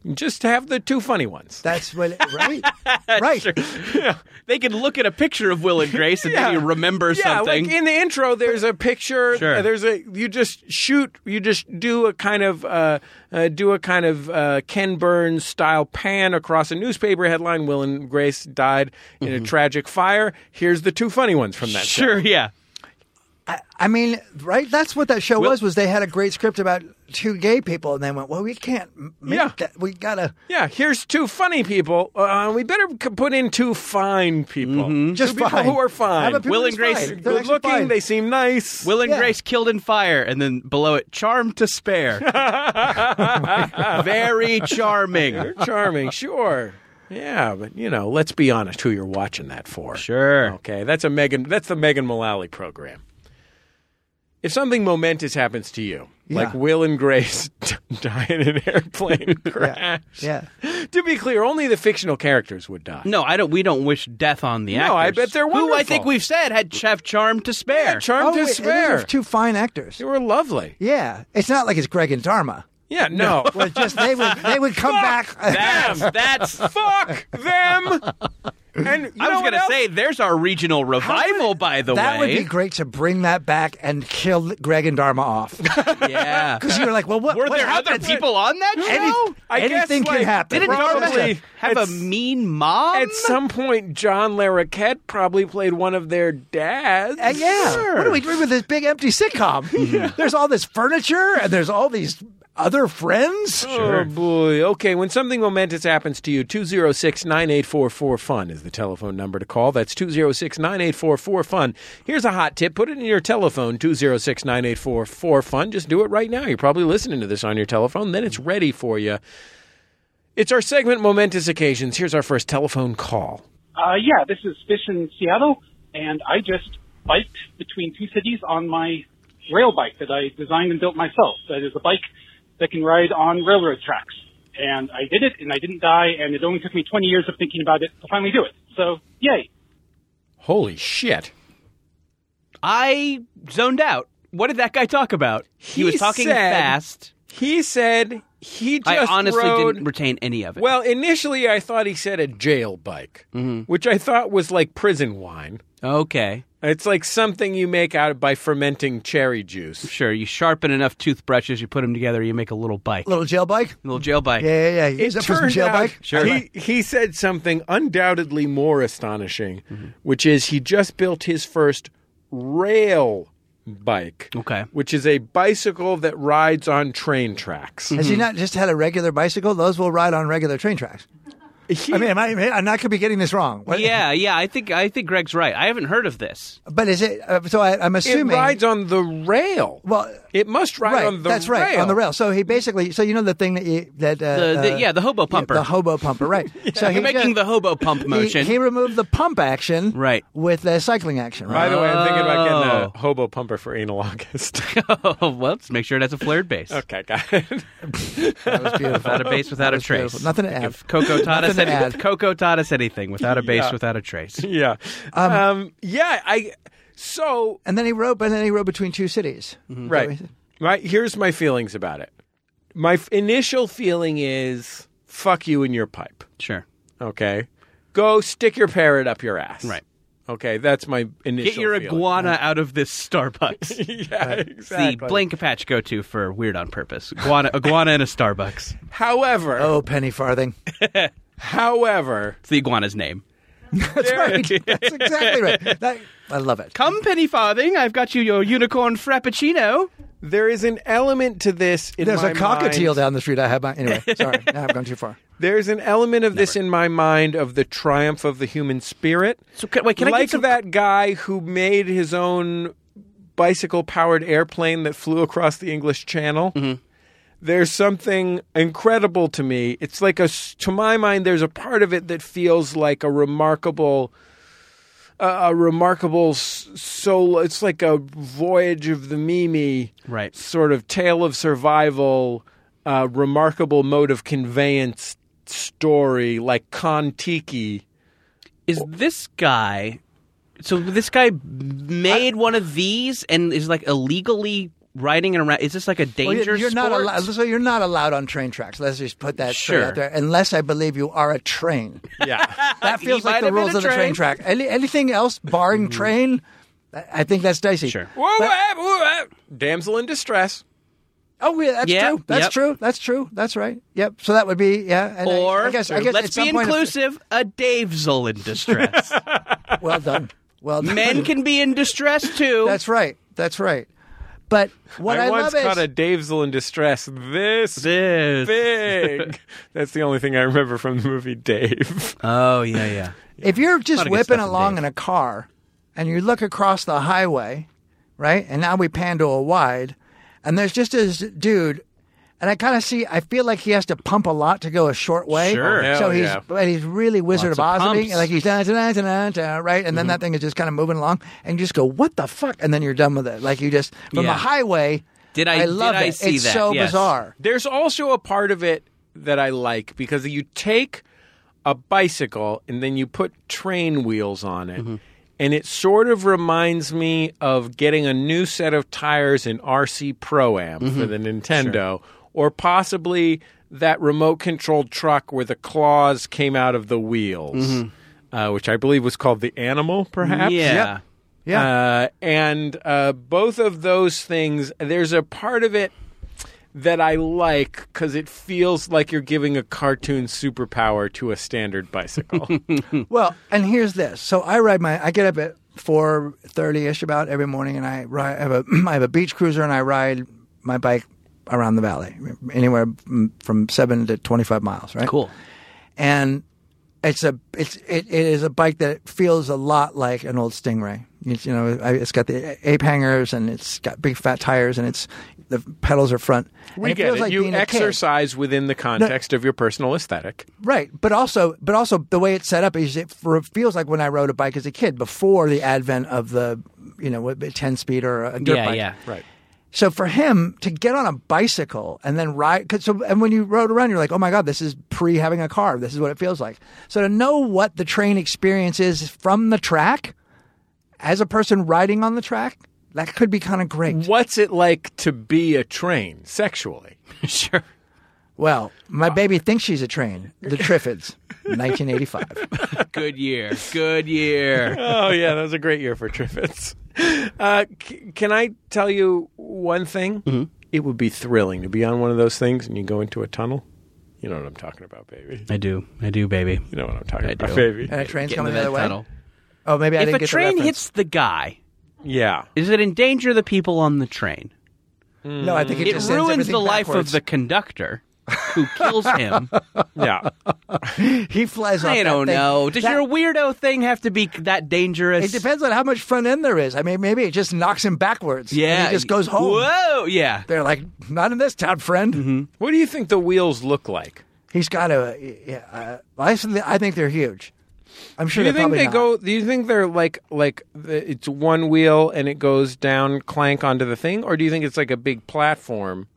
Speaker 2: You Just have the two funny ones.
Speaker 4: That's what.
Speaker 3: [LAUGHS]
Speaker 4: Right. right.
Speaker 3: They could look at a picture of Will and
Speaker 4: [LAUGHS]
Speaker 3: Grace and maybe remember
Speaker 2: yeah,
Speaker 3: something.
Speaker 2: like in the intro, there's a picture. uh,
Speaker 3: Sure.
Speaker 2: There's a you just shoot. You just do a kind of uh, uh, do a kind of uh, Ken Burns style pan across a newspaper headline. Will and Grace died in
Speaker 4: Mm-hmm.
Speaker 2: a tragic fire. Here's the two funny ones from that. show.
Speaker 3: [LAUGHS] sure, yeah.
Speaker 4: I mean, right? That's what that show
Speaker 3: Will-
Speaker 4: was. Was they had a great script about two gay people, and they went, "Well, we can't m- make
Speaker 2: Yeah.
Speaker 4: that. We gotta
Speaker 2: Yeah, here's two funny people. Uh, we better c- put in two fine people.
Speaker 4: Mm-hmm. Just
Speaker 2: two people
Speaker 4: fine.
Speaker 2: who are
Speaker 4: How
Speaker 2: fine.
Speaker 4: about people
Speaker 3: Will
Speaker 4: who's
Speaker 3: and Grace,
Speaker 4: fine? They're
Speaker 2: Good
Speaker 4: actually
Speaker 2: looking.
Speaker 4: fine.
Speaker 2: They seem nice.
Speaker 3: Will and
Speaker 4: Yeah.
Speaker 3: Grace killed in fire, and then below it, charmed to
Speaker 4: [LAUGHS]
Speaker 3: spare. Very charming.
Speaker 2: charming, sure. Yeah, but you know, let's be honest. Who you're watching that for?
Speaker 3: Sure.
Speaker 2: Okay, that's a Megan. That's the Megan Mullally program. If something momentous happens to you, like
Speaker 4: Yeah.
Speaker 2: Will and Grace [LAUGHS] die in an airplane crash,
Speaker 4: [LAUGHS] yeah. Mm.
Speaker 2: To be clear, only the fictional characters would die.
Speaker 3: No, I don't. We don't wish death on the actors.
Speaker 2: No, I bet they're
Speaker 3: Who I
Speaker 2: wonderful.
Speaker 3: think we've said had have charm to spare.
Speaker 2: Charmed
Speaker 4: oh,
Speaker 2: to
Speaker 4: wait, these
Speaker 2: spare.
Speaker 4: are two fine actors.
Speaker 2: they were lovely.
Speaker 4: Yeah, it's not like it's Greg and Dharma.
Speaker 2: Yeah, no.
Speaker 4: Well, just they would they
Speaker 3: [LAUGHS]
Speaker 4: would come back. uh,
Speaker 2: [LAUGHS]
Speaker 3: That's that's.
Speaker 2: Fuck them. And you
Speaker 3: I
Speaker 2: know
Speaker 3: was
Speaker 2: what
Speaker 3: gonna
Speaker 2: else?
Speaker 3: say there's our regional revival. by the
Speaker 4: that
Speaker 3: way,
Speaker 4: would be great to bring that back and kill Greg and Dharma off. [LAUGHS]
Speaker 2: [LAUGHS]
Speaker 3: yeah.
Speaker 4: Because you were like, well, what?
Speaker 3: Were
Speaker 4: what
Speaker 3: there other
Speaker 4: happened?
Speaker 3: people on that
Speaker 4: Any-
Speaker 3: show?
Speaker 2: I guess,
Speaker 4: anything
Speaker 2: like,
Speaker 4: can happen.
Speaker 3: Didn't Dharma
Speaker 2: Probably.
Speaker 3: have a
Speaker 2: It's-
Speaker 3: mean mom?
Speaker 2: At some point, John Larroquette probably played one of their dads.
Speaker 4: Uh, yeah.
Speaker 2: Sure.
Speaker 4: What are we doing with this big
Speaker 2: [LAUGHS]
Speaker 4: empty sitcom? There's all this furniture and there's all these other friends.
Speaker 2: Oh, boy. Okay, when something momentous happens to you, 206 9844 FUN is the telephone number to call. That's 206 9844 FUN. Here's a hot tip put it in your telephone, 206 9844 FUN. Just do it right now. You're probably listening to this on your telephone, then it's ready for you. It's our segment Momentous Occasions. Here's our first telephone call.
Speaker 9: Uh, yeah, this is Fish in Seattle, and I just biked between two cities on my rail bike that I designed and built myself. That is a bike that can ride on railroad tracks. And I did it, and I didn't die, and it only took me 20 years of thinking about it to finally do it. So, yay.
Speaker 2: Holy shit.
Speaker 3: I zoned out. What did that guy talk about? He, was talking
Speaker 2: said-
Speaker 3: fast.
Speaker 2: He said he just
Speaker 3: I honestly
Speaker 2: rode-
Speaker 3: didn't retain any of it.
Speaker 2: Well, initially I thought he said a jail bike,
Speaker 3: Mm-hmm.
Speaker 2: which I thought was like prison wine.
Speaker 3: okay,
Speaker 2: It's like something you make out of by fermenting cherry juice.
Speaker 3: sure. You sharpen enough toothbrushes, you put them together, you make a little bike,
Speaker 4: Little jail bike?
Speaker 3: little jail bike.
Speaker 4: Yeah, yeah, yeah. You use
Speaker 2: it
Speaker 4: that for some
Speaker 2: turned
Speaker 4: jail
Speaker 2: out
Speaker 4: bike?
Speaker 3: Sure.
Speaker 2: he, he said something undoubtedly more astonishing,
Speaker 3: Mm-hmm.
Speaker 2: which is he just built his first rail bike.
Speaker 3: Okay.
Speaker 2: Which is a bicycle that rides on train tracks.
Speaker 4: Has he not just had a regular bicycle? Those will ride on regular train tracks. I mean, am I, am not going to be getting this wrong. What-
Speaker 3: yeah, yeah. I think I think Greg's right. I haven't heard of this.
Speaker 4: But is it, uh, so I, I'm
Speaker 2: it
Speaker 4: assuming.
Speaker 2: rides on the rail.
Speaker 4: well,
Speaker 2: it must ride
Speaker 4: right,
Speaker 2: on the
Speaker 4: that's
Speaker 2: rail.
Speaker 4: right, on the rail. So he basically, so you know the thing that, you, that uh,
Speaker 3: The- the-
Speaker 4: uh,
Speaker 3: yeah, the hobo pumper.
Speaker 4: the hobo
Speaker 2: [LAUGHS]
Speaker 4: pumper, right. so
Speaker 3: You're making the hobo pump motion.
Speaker 4: He, he removed the pump action
Speaker 3: Right.
Speaker 4: with the cycling action,
Speaker 2: By
Speaker 4: right?
Speaker 2: the way, I'm thinking about getting
Speaker 3: Oh.
Speaker 2: a hobo pumper for anal August. [LAUGHS]
Speaker 3: [LAUGHS] oh, well, let's make sure it has a flared base.
Speaker 2: okay, got it. [LAUGHS]
Speaker 4: That was beautiful.
Speaker 3: Without a base, without a
Speaker 4: That's
Speaker 3: trace.
Speaker 4: beautiful. Nothing to add.
Speaker 3: If Coco taught us any-
Speaker 4: Nothing to add.
Speaker 3: Coco taught us anything. Without a base,
Speaker 2: Yeah.
Speaker 3: without a
Speaker 4: [LAUGHS]
Speaker 3: trace.
Speaker 2: Yeah. Um, yeah, I so
Speaker 4: and then he wrote, but then he wrote between two cities.
Speaker 3: Mm-hmm.
Speaker 2: right. Right, here's my feelings about it. My f- initial feeling is fuck you in your pipe,
Speaker 3: Sure.
Speaker 2: okay? Go stick your parrot up your ass.
Speaker 3: Right.
Speaker 2: Okay, that's my initial
Speaker 3: Get your
Speaker 2: feeling.
Speaker 3: iguana out of this Starbucks.
Speaker 2: yeah,
Speaker 3: [LAUGHS]
Speaker 2: [LAUGHS]
Speaker 3: the
Speaker 2: exactly.
Speaker 3: blank patch go to for weird on purpose. Iguana, iguana in a Starbucks.
Speaker 2: However,
Speaker 4: Oh, penny farthing. [LAUGHS]
Speaker 2: however,
Speaker 3: It's the iguana's name.
Speaker 4: That's right. That's exactly right. That, I love it.
Speaker 3: Come, penny farthing. I've got you your unicorn frappuccino.
Speaker 2: there is an element to this in
Speaker 4: There's
Speaker 2: my
Speaker 4: a cockatiel
Speaker 2: mind.
Speaker 4: down the street. I have my
Speaker 3: [LAUGHS]
Speaker 4: anyway. Sorry, now I've gone too far.
Speaker 2: There's an element of this in my mind of the triumph of the human spirit.
Speaker 3: So can, wait, can I
Speaker 2: like
Speaker 3: get some-
Speaker 2: that guy who made his own bicycle powered airplane that flew across the English Channel. There's something incredible to me. It's like a, s- to my mind, there's a part of it that feels like a remarkable, a, a remarkable s- solo. It's like a voyage of the Mimi,
Speaker 3: Right.
Speaker 2: Sort of tale of survival, uh, remarkable mode of conveyance story, like Kon-Tiki.
Speaker 3: Is this guy? So this guy made one of these and is like illegally riding around. Is this like a
Speaker 4: Well,
Speaker 3: danger?
Speaker 4: you're, you're not
Speaker 3: sport?
Speaker 4: allowed. So you're not allowed on train tracks. Let's just put that straight
Speaker 3: Sure.
Speaker 4: out there. Unless I believe you are
Speaker 3: [LAUGHS]
Speaker 4: a train.
Speaker 2: [LAUGHS] Yeah.
Speaker 4: That
Speaker 3: He
Speaker 4: feels
Speaker 3: might
Speaker 4: like the
Speaker 3: have been
Speaker 4: rules
Speaker 3: a
Speaker 4: of the train
Speaker 3: train.
Speaker 4: track. Any, anything else barring train, I I think that's dicey.
Speaker 3: Sure.
Speaker 2: Whoa, whoa, whoa, whoa. damsel in distress.
Speaker 4: Oh, yeah, that's
Speaker 3: Yep,
Speaker 4: true. That's
Speaker 3: yep.
Speaker 4: true. That's true. That's right. Yep. So that would be yeah. And I-
Speaker 3: Or
Speaker 4: I, guess, I guess at
Speaker 3: let's
Speaker 4: some
Speaker 3: be
Speaker 4: point-
Speaker 3: inclusive. A Davesel in
Speaker 4: [LAUGHS]
Speaker 3: distress.
Speaker 4: well done.
Speaker 3: [LAUGHS]
Speaker 4: Well done.
Speaker 3: Men can be in distress too.
Speaker 4: That's right. That's right. But what I,
Speaker 2: I, once
Speaker 4: love
Speaker 2: caught
Speaker 4: is
Speaker 2: a Davesel in distress this,
Speaker 3: This.
Speaker 2: big. That's the only thing I remember from the movie Dave.
Speaker 3: Oh yeah, yeah.
Speaker 4: if you're just
Speaker 3: Lot of good
Speaker 4: whipping
Speaker 3: stuff in
Speaker 4: along
Speaker 3: Dave.
Speaker 4: in a car and you look across the highway, right? And now we pan to a wide, and there's just this dude. And I kind of see. I feel like he has to pump a lot to go a short way.
Speaker 3: Sure.
Speaker 2: Hell
Speaker 4: So he's
Speaker 2: yeah.
Speaker 4: but he's really Wizard
Speaker 3: Lots of
Speaker 4: of Oz,
Speaker 3: pumps. Mm-hmm.
Speaker 4: like he's da, da, da, da, da, right, and then that thing is just kind of moving along, and you just go, "What the fuck?" And then you're done with it. Like you just from
Speaker 3: Yeah.
Speaker 4: the highway.
Speaker 3: Did I-
Speaker 4: I
Speaker 3: did
Speaker 4: love
Speaker 3: I
Speaker 4: it.
Speaker 3: see
Speaker 4: it's
Speaker 3: that?
Speaker 4: so
Speaker 3: Yes.
Speaker 4: bizarre.
Speaker 2: There's also a part of it that I like because you take a bicycle and then you put train wheels on it. And it sort of reminds me of getting a new set of tires in RC Pro Am for the Nintendo, or possibly that remote controlled truck where the claws came out of the wheels, uh, which I believe was called the Animal, perhaps.
Speaker 3: Yeah.
Speaker 4: Yeah.
Speaker 2: Uh, and uh, both of those things, there's a part of it that I like because it feels like you're giving a cartoon superpower to a standard [LAUGHS] bicycle.
Speaker 4: Well, and here's this. So I ride my. I get up at four thirty ish about every morning, and I ride. I have a [CLEARS THROAT] I have a beach cruiser, and I ride my bike around the valley, anywhere from- from seven to twenty five miles. Right.
Speaker 3: Cool.
Speaker 4: And it's a it's it, it is a bike that feels a lot like an old Stingray. It's, you know, I- it's got the ape hangers and it's got big fat tires and it's the pedals are front. And
Speaker 2: We
Speaker 4: it
Speaker 2: get
Speaker 4: feels
Speaker 2: it.
Speaker 4: like
Speaker 2: you
Speaker 4: being a kid.
Speaker 2: exercise within the context of your personal aesthetic.
Speaker 4: right? But also, but also the way it's set up is it for, feels like when I rode a bike as a kid before the advent of the you know ten speed or a dirt
Speaker 3: yeah,
Speaker 4: bike.
Speaker 3: yeah.
Speaker 2: Right.
Speaker 4: So for him to get on a bicycle and then ride, 'cause so and when you rode around, you're like, oh my god, this is pre having a car. This is what it feels like. So to know what the train experience is from the track, as a person riding on the track, that could be kind of great.
Speaker 2: What's it like to be a train sexually?
Speaker 3: sure.
Speaker 4: Well, my baby thinks she's a train. The Triffids,
Speaker 3: [LAUGHS]
Speaker 4: 1985.
Speaker 3: Good year. Good year.
Speaker 2: oh yeah, that was a great year for Triffids. Uh, c- can I tell you one thing? It would be thrilling to be on one of those things and you go into a tunnel. You know what I'm talking about, baby.
Speaker 3: I do. I do, baby.
Speaker 2: You know what I'm talking
Speaker 3: I
Speaker 2: about, [LAUGHS]
Speaker 3: do.
Speaker 2: baby.
Speaker 4: And a train's
Speaker 3: Get
Speaker 4: coming
Speaker 3: into
Speaker 4: the
Speaker 3: that
Speaker 4: other way.
Speaker 3: tunnel.
Speaker 4: Oh, maybe I
Speaker 3: If
Speaker 4: didn't
Speaker 3: a
Speaker 4: get
Speaker 3: train
Speaker 4: the reference.
Speaker 3: hits the guy,
Speaker 2: Yeah.
Speaker 3: does it endanger the people on the train?
Speaker 4: no, I think it,
Speaker 3: It
Speaker 4: just sends
Speaker 3: ruins
Speaker 4: everything
Speaker 3: the life
Speaker 4: backwards.
Speaker 3: of the conductor who kills
Speaker 4: [LAUGHS]
Speaker 3: him.
Speaker 2: Yeah.
Speaker 4: He flies off.
Speaker 3: I
Speaker 4: that
Speaker 3: don't
Speaker 4: thing.
Speaker 3: know. Does
Speaker 4: That-
Speaker 3: your weirdo thing have to be that dangerous?
Speaker 4: It depends on how much front end there is. I mean, maybe it just knocks him backwards.
Speaker 3: Yeah.
Speaker 4: and he just goes home.
Speaker 3: Whoa. Yeah. Mm-hmm.
Speaker 4: They're like, not in this town, friend.
Speaker 2: what do you think the wheels look like?
Speaker 4: He's got a. Yeah, uh, I s- I think they're huge. I'm sure.
Speaker 2: Do you
Speaker 4: they're
Speaker 2: think
Speaker 4: probably
Speaker 2: they
Speaker 4: not.
Speaker 2: go? Do you think they're like like the, it's one wheel and it goes down clank onto the thing, or do you think it's like a big platform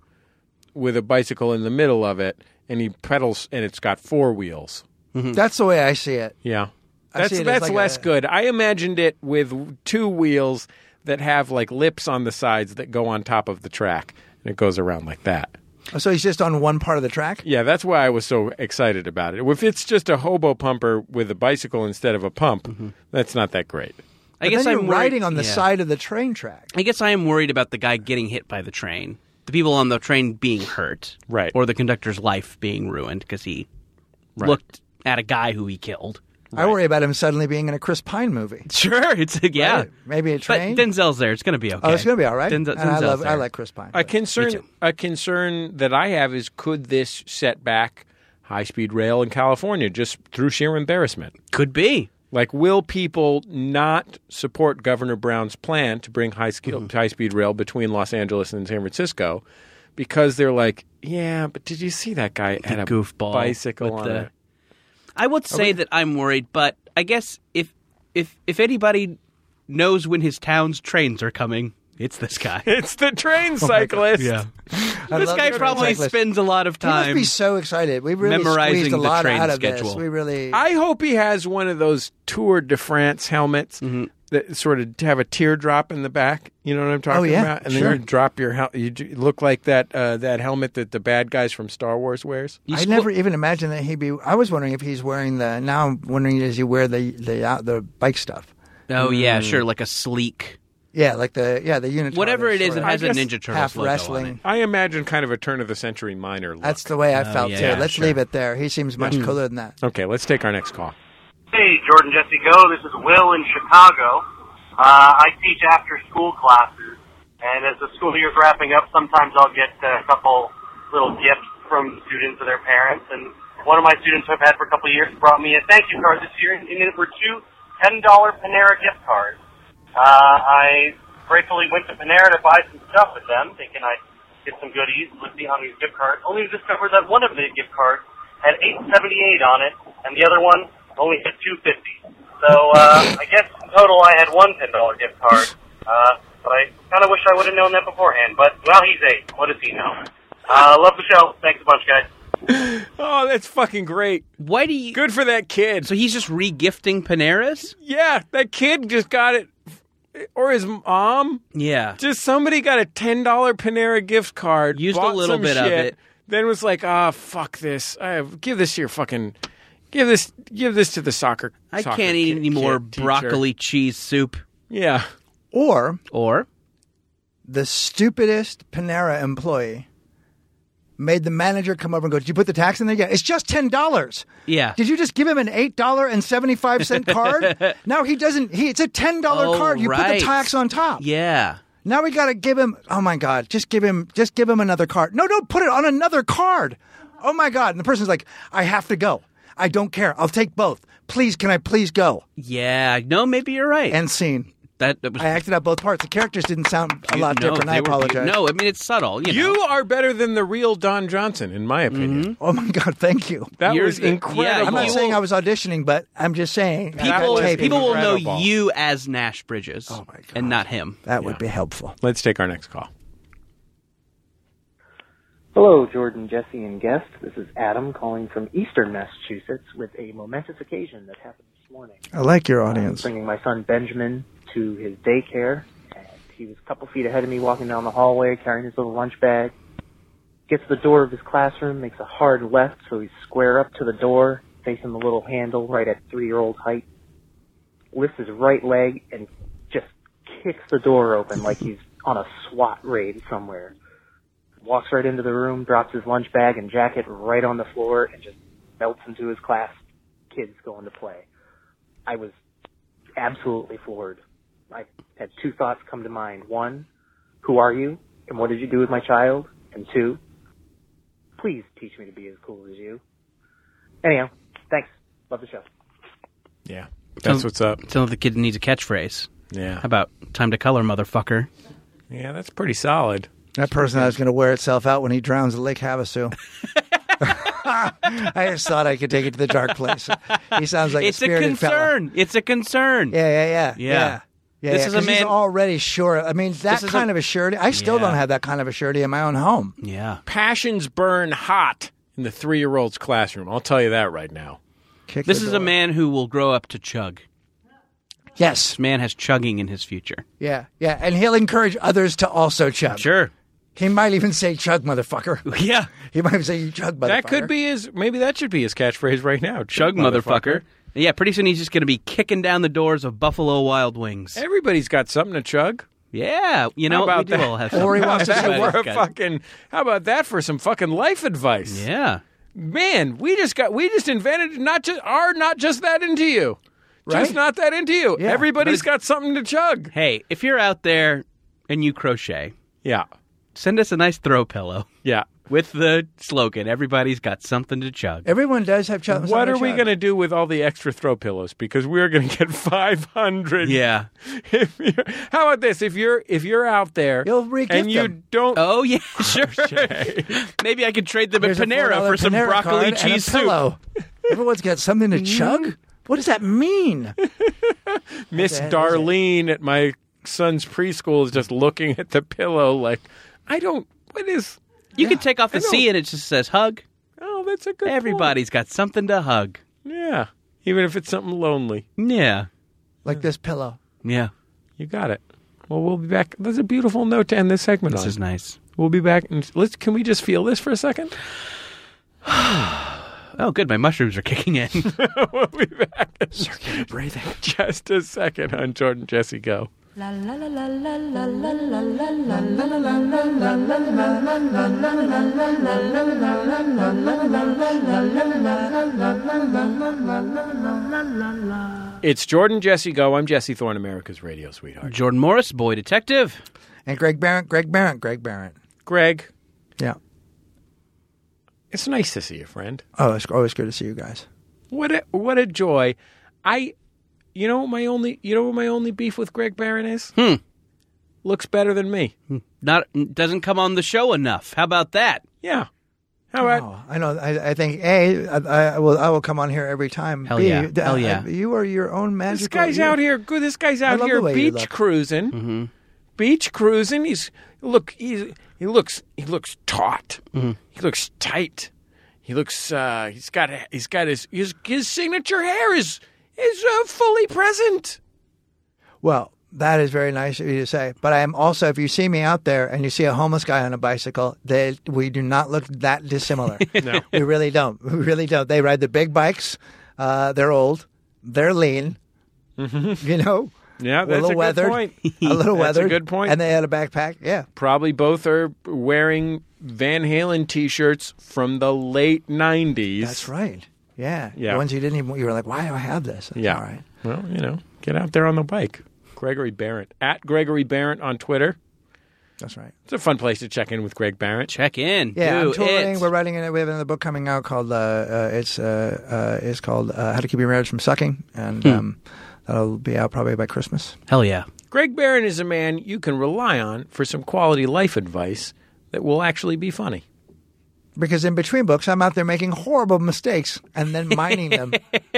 Speaker 2: with a bicycle in the middle of it and he pedals and it's got four wheels?
Speaker 4: Mm-hmm. That's the way I see it.
Speaker 2: Yeah,
Speaker 4: I
Speaker 2: that's
Speaker 4: see it as
Speaker 2: that's
Speaker 4: like
Speaker 2: less
Speaker 4: a-
Speaker 2: good. I imagined it with two wheels that have like lips on the sides that go on top of the track and it goes around like that.
Speaker 4: So he's just on one part of the track.
Speaker 2: Yeah, that's why I was so excited about it. If it's just a hobo pumper with a bicycle instead of a pump, that's not that great.
Speaker 3: I
Speaker 4: But
Speaker 3: guess
Speaker 4: then
Speaker 3: I'm
Speaker 4: you're
Speaker 3: worried-
Speaker 4: riding on the
Speaker 3: yeah.
Speaker 4: side of the train track.
Speaker 3: I guess I am worried about the guy getting hit by the train, the people on the train being hurt,
Speaker 2: Right.
Speaker 3: or the conductor's life being ruined because he looked at a guy who he killed.
Speaker 4: I worry about him suddenly being in a Chris Pine movie.
Speaker 3: [LAUGHS] Sure, it's yeah,
Speaker 4: Right? Maybe a
Speaker 3: but
Speaker 4: train.
Speaker 3: Denzel's there. It's going to be okay.
Speaker 4: oh, it's gonna be all right.
Speaker 3: Denzel,
Speaker 4: and I
Speaker 3: Denzel's
Speaker 4: love.
Speaker 3: there.
Speaker 4: I like Chris Pine.
Speaker 2: A
Speaker 4: but-
Speaker 2: concern,
Speaker 3: too.
Speaker 2: a concern that I have is could this set back high-speed rail in California just through sheer embarrassment?
Speaker 3: Could be.
Speaker 2: Like, will people not support Governor Brown's plan to bring high skill,
Speaker 3: Mm-hmm.
Speaker 2: high-speed rail between Los Angeles and San Francisco because they're like, yeah, but did you see that guy had a
Speaker 3: goofball
Speaker 2: bicycle
Speaker 3: with
Speaker 2: on
Speaker 3: the-
Speaker 2: it?
Speaker 3: I would say that I'm worried, but I guess if if if anybody knows when his town's trains are coming, it's this [LAUGHS] guy.
Speaker 2: It's the
Speaker 3: Oh
Speaker 2: train cyclist.
Speaker 4: I
Speaker 3: this
Speaker 4: love
Speaker 3: guy
Speaker 4: the train
Speaker 3: probably
Speaker 4: cyclist.
Speaker 3: spends a lot of
Speaker 4: He must
Speaker 3: time.
Speaker 4: be so excited. We really
Speaker 3: memorizing
Speaker 4: squeezed a
Speaker 3: the
Speaker 4: lot
Speaker 3: train
Speaker 4: out of this.
Speaker 3: schedule.
Speaker 4: We really.
Speaker 2: I hope he has one of those Tour de France helmets
Speaker 4: Mm-hmm.
Speaker 2: that sort of have a teardrop in the back. You know what I'm talking
Speaker 4: Oh, yeah.
Speaker 2: about? And
Speaker 4: Sure.
Speaker 2: then you drop your hel- you d- look like that uh, that helmet that the bad guys from Star Wars wears.
Speaker 3: You
Speaker 4: I
Speaker 3: squi-
Speaker 4: never even imagined that he'd be. I was wondering if he's wearing the. Now I'm wondering does he wear the the uh, the bike stuff?
Speaker 3: Oh yeah, sure, like a sleek
Speaker 4: Yeah, like the yeah the unit.
Speaker 3: whatever it is. It has a
Speaker 2: guess
Speaker 3: Ninja Turtles
Speaker 4: half
Speaker 3: logo
Speaker 4: wrestling.
Speaker 3: on it.
Speaker 2: I imagine kind of a turn of the century minor. Look.
Speaker 4: That's the way I felt
Speaker 3: yeah,
Speaker 4: too.
Speaker 3: Oh, yeah,
Speaker 4: Let's
Speaker 3: sure. Hmm.
Speaker 4: leave it there. He seems much cooler than that.
Speaker 2: okay. Let's take our next call.
Speaker 10: Hey, Jordan Jesse Go. This is Will in Chicago. Uh, I teach after school classes, and as the school year's wrapping up, sometimes I'll get uh, a couple little gifts from students or their parents. And one of my students who I've had for a couple of years brought me a thank you card this year, and it were two $10 Panera gift cards. Uh, I gratefully went to Panera to buy some stuff with them, thinking I'd get some goodies with the on these gift cards, only to discover that one of the gift cards had 878 on it, and the other one only had 250. So uh, I guess in total I had one ten dollar gift card, uh, but I kind of wish I would have known that beforehand. But well, he's eight. What does he know? Uh, love the show. Thanks a bunch, guys.
Speaker 2: Oh, that's fucking great.
Speaker 3: Why do you?
Speaker 2: Good for that kid.
Speaker 3: So he's just regifting Paneras.
Speaker 2: yeah, that kid just got it, or his mom.
Speaker 3: Yeah.
Speaker 2: Just somebody got a ten dollar Panera gift card,
Speaker 3: Used a
Speaker 2: bought
Speaker 3: little
Speaker 2: some
Speaker 3: bit of
Speaker 2: shit,
Speaker 3: it.
Speaker 2: then was like, "Ah, fuck this! I have, give this to your fucking, give this, give this to the soccer."
Speaker 3: I
Speaker 2: soccer
Speaker 3: can't eat
Speaker 2: kid-
Speaker 3: any more
Speaker 2: kid teacher."
Speaker 3: broccoli cheese soup.
Speaker 2: Yeah,
Speaker 4: Or
Speaker 3: Or
Speaker 4: the stupidest Panera employee made the manager come over and go, "Did you put the tax in there? Yeah, it's just ten dollars."
Speaker 3: yeah.
Speaker 4: Did you just give him an eight dollar and seventy
Speaker 3: [LAUGHS]
Speaker 4: five cent card? now he doesn't. He it's a ten dollar
Speaker 3: Oh,
Speaker 4: card. You put
Speaker 3: right.
Speaker 4: the tax on top.
Speaker 3: Yeah.
Speaker 4: Now we got to give him. Oh my God! Just give him. Just give him another card. No, don't put it on another card. Oh my God! And the person's like, I have to go. I don't care. I'll take both. Please, can I please go?
Speaker 3: Yeah. No, maybe you're right.
Speaker 4: End scene.
Speaker 3: That, that was
Speaker 4: I acted out both parts. The characters didn't sound a
Speaker 3: You-
Speaker 4: lot
Speaker 3: no,
Speaker 4: different. I
Speaker 3: they were be-
Speaker 4: apologize.
Speaker 3: No, I mean it's subtle. You,
Speaker 2: You
Speaker 3: know.
Speaker 2: are better than the real Don Johnson, in my opinion.
Speaker 4: Oh my God! Thank you.
Speaker 2: That
Speaker 3: You're
Speaker 2: was
Speaker 3: the- yeah,
Speaker 2: incredible.
Speaker 4: I'm not
Speaker 3: you
Speaker 4: saying
Speaker 3: will-
Speaker 4: I was auditioning, but I'm just saying that Oh
Speaker 3: people,
Speaker 4: tape-
Speaker 3: people will know
Speaker 2: incredible.
Speaker 3: you as Nash Bridges, and not him.
Speaker 4: that would be helpful.
Speaker 2: Let's take our next call.
Speaker 11: Hello, Jordan, Jesse, and guest. This is Adam calling from Eastern Massachusetts with a momentous occasion that happened this morning.
Speaker 4: I like your
Speaker 11: I
Speaker 4: audience.
Speaker 11: was bringing my son Benjamin to his daycare, and he was a couple feet ahead of me walking down the hallway carrying his little lunch bag. Gets to the door of his classroom, makes a hard left so he's square up to the door, facing the little handle right at three year old height. Lifts his right leg and just kicks the door open like he's on a SWAT raid somewhere. Walks right into the room, drops his lunch bag and jacket right on the floor, and just melts into his class. Kids going to play. I was absolutely floored. I had two thoughts come to mind. One, who are you and what did you do with my child? And two, please teach me to be as cool as you. Anyhow, thanks. Love the show.
Speaker 2: Yeah. That's
Speaker 3: Um,
Speaker 2: what's up.
Speaker 3: Tell the kid needs a catchphrase.
Speaker 2: Yeah.
Speaker 3: How about time to color, motherfucker?
Speaker 2: Yeah, that's pretty solid.
Speaker 4: That person is going to wear itself out when he drowns in
Speaker 3: [LAUGHS]
Speaker 4: Lake Havasu. [LAUGHS] I just thought I could take it to the dark place. He sounds like
Speaker 3: it's
Speaker 4: a
Speaker 3: a
Speaker 4: spirited Fella.
Speaker 3: concern. It's a concern.
Speaker 4: Yeah, yeah, yeah,
Speaker 3: Yeah.
Speaker 4: yeah.
Speaker 3: This
Speaker 4: yeah. yeah,
Speaker 3: is a
Speaker 4: 'cause he's
Speaker 3: man-
Speaker 4: already sure. I mean, that
Speaker 3: This is a-
Speaker 4: kind of a surety. I still
Speaker 3: Yeah.
Speaker 4: don't have that kind of a surety in my own home.
Speaker 3: Yeah.
Speaker 2: Passions burn hot in the three year old's classroom. I'll tell you that right now.
Speaker 4: Kick
Speaker 3: This
Speaker 4: the
Speaker 3: is
Speaker 4: door.
Speaker 3: a man who will grow up to chug.
Speaker 4: Yes.
Speaker 3: This man has chugging in his future.
Speaker 4: Yeah. Yeah. And he'll encourage others to also chug.
Speaker 3: Sure.
Speaker 4: He might even say chug, motherfucker.
Speaker 3: [LAUGHS] Yeah.
Speaker 4: He might even say you chug, motherfucker.
Speaker 2: That could be his, maybe that should be his catchphrase right now.
Speaker 3: Chug, motherfucker. Yeah, pretty soon he's just going to be kicking down the doors of Buffalo Wild Wings.
Speaker 2: Everybody's got something to chug.
Speaker 3: Yeah, you know
Speaker 2: How
Speaker 3: what?
Speaker 2: about
Speaker 3: we do
Speaker 2: that?
Speaker 4: [LAUGHS]
Speaker 3: all have
Speaker 4: Or
Speaker 2: [LAUGHS]
Speaker 4: he
Speaker 3: something. [LAUGHS]
Speaker 4: wants to say
Speaker 2: We're
Speaker 3: Everybody's
Speaker 2: a
Speaker 3: got-
Speaker 2: fucking, how about that for some fucking life advice?
Speaker 3: Yeah.
Speaker 2: Man, we just got, we just invented not just, are not just that into you. Just
Speaker 4: Right?
Speaker 2: not that into you.
Speaker 4: Yeah.
Speaker 2: Everybody's got something to chug.
Speaker 3: Hey, if you're out there and you crochet,
Speaker 2: Yeah.
Speaker 3: send us a nice throw pillow [LAUGHS]
Speaker 2: Yeah.
Speaker 3: with the slogan "Everybody's got something to chug."
Speaker 4: Everyone does have chug.
Speaker 2: What are we going to do with all the extra throw pillows? Because we're going to get [LAUGHS] 500.
Speaker 3: Yeah.
Speaker 2: [LAUGHS] If you're- how about this? If you're if you're out there
Speaker 4: You'll re-gift
Speaker 2: and you
Speaker 4: them.
Speaker 2: don't,
Speaker 3: Oh yeah, [LAUGHS] sure. [LAUGHS] Maybe I could trade them
Speaker 4: There's a
Speaker 3: at Panera
Speaker 4: $4
Speaker 3: for some
Speaker 4: Panera card
Speaker 3: broccoli
Speaker 4: and a
Speaker 3: cheese soup. Mm-hmm.
Speaker 4: pillow. Everyone's got something to chug? What does that mean?
Speaker 2: Miss
Speaker 4: the hell is it?
Speaker 2: Darlene at my son's preschool is just looking at the pillow like, I don't. What is?
Speaker 3: You could take off the
Speaker 2: I know.
Speaker 3: C and it just says hug.
Speaker 2: Oh, that's a good. point.
Speaker 3: Everybody's got something to hug.
Speaker 2: Yeah. Even if it's something lonely,
Speaker 3: Yeah,
Speaker 4: Like
Speaker 3: [LAUGHS]
Speaker 4: this pillow.
Speaker 3: yeah.
Speaker 2: you got it. Well, we'll be back. That's a beautiful note to end this segment
Speaker 3: This
Speaker 2: on.
Speaker 3: is nice.
Speaker 2: We'll be back. And let's. Can we just feel this for a second? [LAUGHS]
Speaker 3: Oh, good. My mushrooms are [LAUGHS]
Speaker 2: [LAUGHS]
Speaker 3: kicking in.
Speaker 2: we'll be back. Circular breathing. Just a second on Jordan Jesse Go. It's Jordan Jesse Go. I'm Jesse Thorne, America's radio sweetheart.
Speaker 3: Jordan Morris, boy detective.
Speaker 4: And Greg Barrett, Greg Barrett, Greg Barrett.
Speaker 2: Greg,
Speaker 4: Yeah.
Speaker 2: it's nice to see you, friend.
Speaker 4: Oh, it's always good to see you guys.
Speaker 2: What a what a joy. I you know what my only you know what my only beef with Greg Barron is? Hmm. Looks better than me.
Speaker 3: Not doesn't come on the show enough. How about that?
Speaker 2: Yeah. How about
Speaker 4: Oh, I know. I, I think a I, I will. I will come on here every time.
Speaker 3: Hell
Speaker 4: B,
Speaker 3: yeah.
Speaker 4: the-
Speaker 3: Hell yeah.
Speaker 4: you are your own magic.
Speaker 2: this guy's out here good this guy's out
Speaker 4: love
Speaker 2: here
Speaker 4: the way you
Speaker 2: beach
Speaker 4: look.
Speaker 2: cruising. Beach cruising. He's look he's, he looks he looks taut. He looks tight. He looks uh he's got a- he's got his his, his signature hair is is uh, fully present.
Speaker 4: Well, that is very nice of you to say. But I am also, if you see me out there and you see a homeless guy on a bicycle, they, we do not look that
Speaker 2: [LAUGHS]
Speaker 4: dissimilar. no, we really don't. We really don't. They ride the big bikes. Uh, they're old. They're lean.
Speaker 2: Mm-hmm.
Speaker 4: You know.
Speaker 2: Yeah,
Speaker 4: a little weathered, [LAUGHS] a little
Speaker 2: [LAUGHS] That's a
Speaker 4: weathered.
Speaker 2: good point.
Speaker 4: And they had a backpack. Yeah.
Speaker 2: probably both are wearing Van Halen t-shirts from the late 90s.
Speaker 4: That's right. Yeah.
Speaker 2: Yeah.
Speaker 4: The ones you didn't even. You were like, why do I have this?
Speaker 2: Yeah.
Speaker 4: All right.
Speaker 2: Well, you know, get out there on the bike. Gregory Barrett at Gregory Barrett on Twitter.
Speaker 4: That's right.
Speaker 2: It's a fun place to check in with Greg Barrett.
Speaker 3: Check in.
Speaker 4: Yeah,
Speaker 3: Do
Speaker 4: I'm touring.
Speaker 3: it.
Speaker 4: We're writing it. We have another book coming out called uh, uh, it's uh, uh, it's
Speaker 3: Hmm.
Speaker 4: called uh, How to Keep Your Marriage from Sucking, and um, that'll be out probably by Christmas.
Speaker 3: Hell yeah.
Speaker 2: Greg Barron is a man you can rely on for some quality life advice that will actually be funny.
Speaker 4: Because in between books, I'm out there making horrible mistakes and then
Speaker 3: [LAUGHS]
Speaker 4: mining them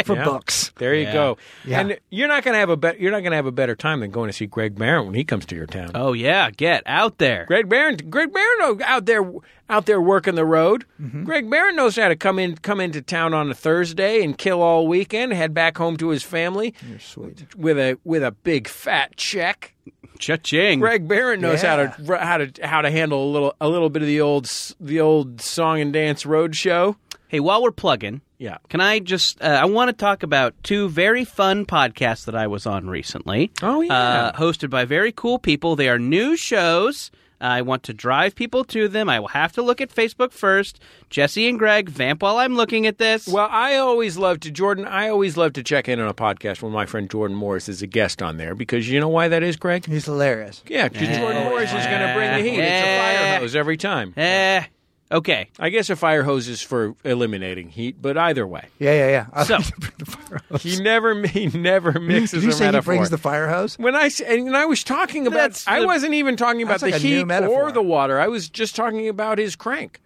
Speaker 4: for
Speaker 2: Yeah.
Speaker 4: books.
Speaker 2: There you go.
Speaker 4: Yeah.
Speaker 2: And you're not going to have a bet you're not going to have a better time than going to see Greg Barron when he comes to your town.
Speaker 3: Oh yeah, get out there.
Speaker 2: Greg Barron, Greg Barron out there out there working the road.
Speaker 4: Mm-hmm.
Speaker 2: Greg Barron knows how to come in come into town on a Thursday and kill all weekend, head back home to his family. You're
Speaker 4: sweet.
Speaker 2: With a with a big fat check.
Speaker 3: Cha-ching.
Speaker 2: Greg Barron knows how to how to how to handle a little a little bit of the old s- the old song and dance road show.
Speaker 3: Hey, while we're plugging,
Speaker 2: yeah,
Speaker 3: can I just? Uh, I want to talk about two very fun podcasts that I was on recently.
Speaker 2: Oh yeah,
Speaker 3: uh, hosted by very cool people. They are new shows. I want to drive people to them. I will have to look at Facebook first. Jesse and Greg, vamp while I'm looking at this.
Speaker 2: Well, I always love to Jordan. I always love to check in on a podcast when my friend Jordan Morris is a guest on there because you know why that is, Greg.
Speaker 4: He's hilarious.
Speaker 2: Yeah, 'cause Jordan Morris is going to bring the heat. It's a fire hose every time.
Speaker 3: Eh. Okay.
Speaker 2: I guess a fire hose is for eliminating heat, but either way,
Speaker 4: Yeah, yeah, yeah. I
Speaker 3: So-
Speaker 4: like to [LAUGHS] bring the fire hose.
Speaker 2: he never [LAUGHS] he never mixes
Speaker 4: Did you
Speaker 2: a
Speaker 4: say he
Speaker 2: metaphor.
Speaker 4: brings the fire hose?
Speaker 2: when I s- and I was talking about,
Speaker 3: That's
Speaker 2: I
Speaker 3: the-
Speaker 2: wasn't even talking about
Speaker 4: That's
Speaker 2: the
Speaker 4: like a new
Speaker 2: heat
Speaker 4: metaphor.
Speaker 2: or the water. I was just talking about his crank.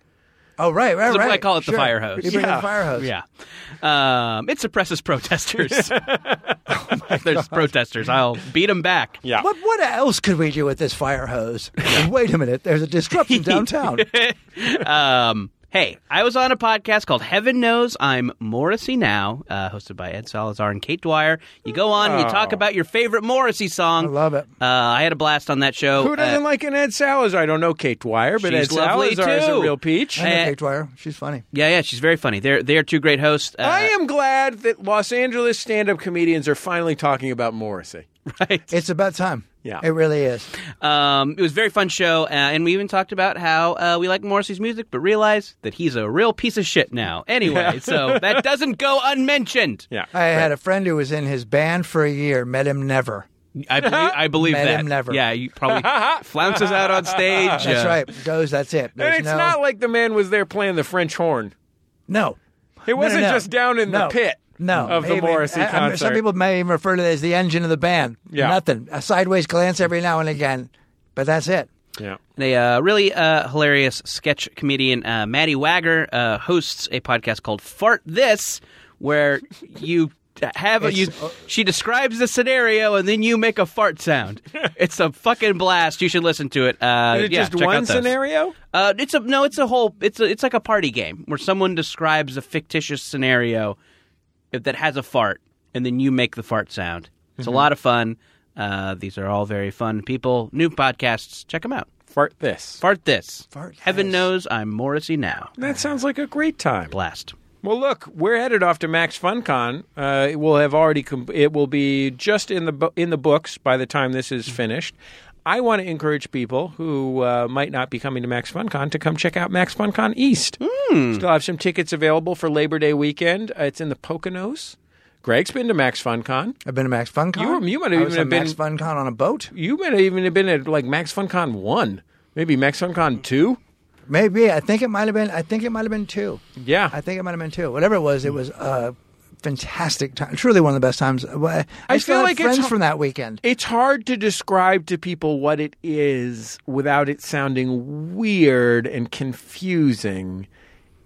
Speaker 4: Oh, right, right,
Speaker 3: So
Speaker 4: right.
Speaker 3: I call it the
Speaker 4: Sure.
Speaker 3: fire hose.
Speaker 4: You bring
Speaker 2: Yeah.
Speaker 4: the
Speaker 2: [LAUGHS]
Speaker 4: fire hose.
Speaker 3: Yeah. Um, it suppresses [LAUGHS] protesters. if there's protesters, I'll beat them back.
Speaker 2: Oh Yeah.
Speaker 4: What, what else could we do with this fire hose? Wait a minute. There's
Speaker 3: [LAUGHS]
Speaker 4: a disruption downtown.
Speaker 3: Um, hey, I was on a podcast called Heaven Knows I'm Morrissey Now, uh, hosted by Ed Salazar and Kate Dwyer. You go on and you
Speaker 2: Oh.
Speaker 3: talk about your favorite Morrissey song.
Speaker 4: I love it.
Speaker 3: Uh, I had a blast on that show.
Speaker 2: Who doesn't
Speaker 3: Uh,
Speaker 2: like an Ed Salazar? I don't know Kate Dwyer, but
Speaker 3: She's
Speaker 2: Ed
Speaker 3: lovely,
Speaker 2: Salazar is a
Speaker 3: too.
Speaker 2: real peach.
Speaker 4: I know
Speaker 3: Eh.
Speaker 4: Kate Dwyer. She's funny.
Speaker 3: yeah, yeah, she's very funny. They're they are two great hosts. Uh,
Speaker 2: I am glad that Los Angeles stand-up comedians are finally talking about Morrissey.
Speaker 3: right.
Speaker 4: It's about time.
Speaker 2: Yeah.
Speaker 4: It really is.
Speaker 3: Um, it was a very fun show, uh, and we even talked about how uh, we like Morrissey's music, but realize that he's a real piece of shit now. Anyway, so that doesn't go unmentioned.
Speaker 2: [LAUGHS] Yeah.
Speaker 4: I had a friend who was in his band for a year, met him never.
Speaker 3: I
Speaker 4: [LAUGHS]
Speaker 3: believe, I believe
Speaker 4: Met
Speaker 3: that.
Speaker 4: him never.
Speaker 3: Yeah, you probably
Speaker 4: [LAUGHS]
Speaker 3: flounces out on stage. uh,
Speaker 4: That's right. Goes, that's
Speaker 2: And
Speaker 4: it. There's
Speaker 2: it's
Speaker 4: no,
Speaker 2: not like the man was there playing the French horn.
Speaker 4: No.
Speaker 2: It wasn't
Speaker 4: no, no.
Speaker 2: just down in the
Speaker 4: No.
Speaker 2: pit
Speaker 4: No.
Speaker 2: of the
Speaker 4: Even-
Speaker 2: Morrissey
Speaker 4: I- I mean,
Speaker 2: concert.
Speaker 4: some people may even refer to it as the engine of the band.
Speaker 2: Yeah.
Speaker 4: Nothing. A sideways glance every now and again, but that's it.
Speaker 2: yeah.
Speaker 3: And a uh, really uh, hilarious sketch comedian, uh, Maddie Wagger, uh, hosts a podcast called Fart This, where you have a, you.
Speaker 4: uh,
Speaker 3: She describes the scenario, and then you make a fart
Speaker 4: [LAUGHS]
Speaker 3: sound. it's a fucking blast. You should listen to it. Uh,
Speaker 2: Is it
Speaker 3: yeah,
Speaker 2: just
Speaker 3: check out
Speaker 2: one
Speaker 3: those.
Speaker 2: scenario?
Speaker 3: Uh, it's a no. It's a whole. It's a, it's like a party game where someone describes a fictitious scenario that has a fart, and then you make the fart sound. It's
Speaker 4: Mm-hmm.
Speaker 3: a lot of fun. Uh, these are all very fun people. New podcasts. Check them out.
Speaker 2: Fart this.
Speaker 3: Fart this.
Speaker 4: Fart
Speaker 3: Heaven
Speaker 4: this.
Speaker 3: knows I'm Morrissey now.
Speaker 2: That sounds like a great time.
Speaker 3: Blast.
Speaker 2: Well, look, we're headed off to Max FunCon. Uh, it will have already. Com- it will be just in the bu- in the books by the time this is finished. I want to encourage people who uh, might not be coming to Max FunCon to come check out Max FunCon East. Still have some tickets available for Labor Day weekend. Uh, it's in the Poconos. Greg's been to Max FunCon.
Speaker 4: I've been to Max FunCon.
Speaker 2: You were- you might have
Speaker 4: I was
Speaker 2: even
Speaker 4: on
Speaker 2: been-
Speaker 4: Max FunCon on a boat.
Speaker 2: You might have even have been at like Max FunCon one, maybe Max FunCon two.
Speaker 4: Maybe I think it might have been. I think it might have been two.
Speaker 2: Yeah,
Speaker 4: I think it might have been two. Whatever it was, it was a fantastic time. Truly one of the best times. I, I still
Speaker 2: feel
Speaker 4: have
Speaker 2: like it's
Speaker 4: friends
Speaker 2: har-
Speaker 4: from that weekend.
Speaker 2: It's hard to describe to people what it is without it sounding weird and confusing.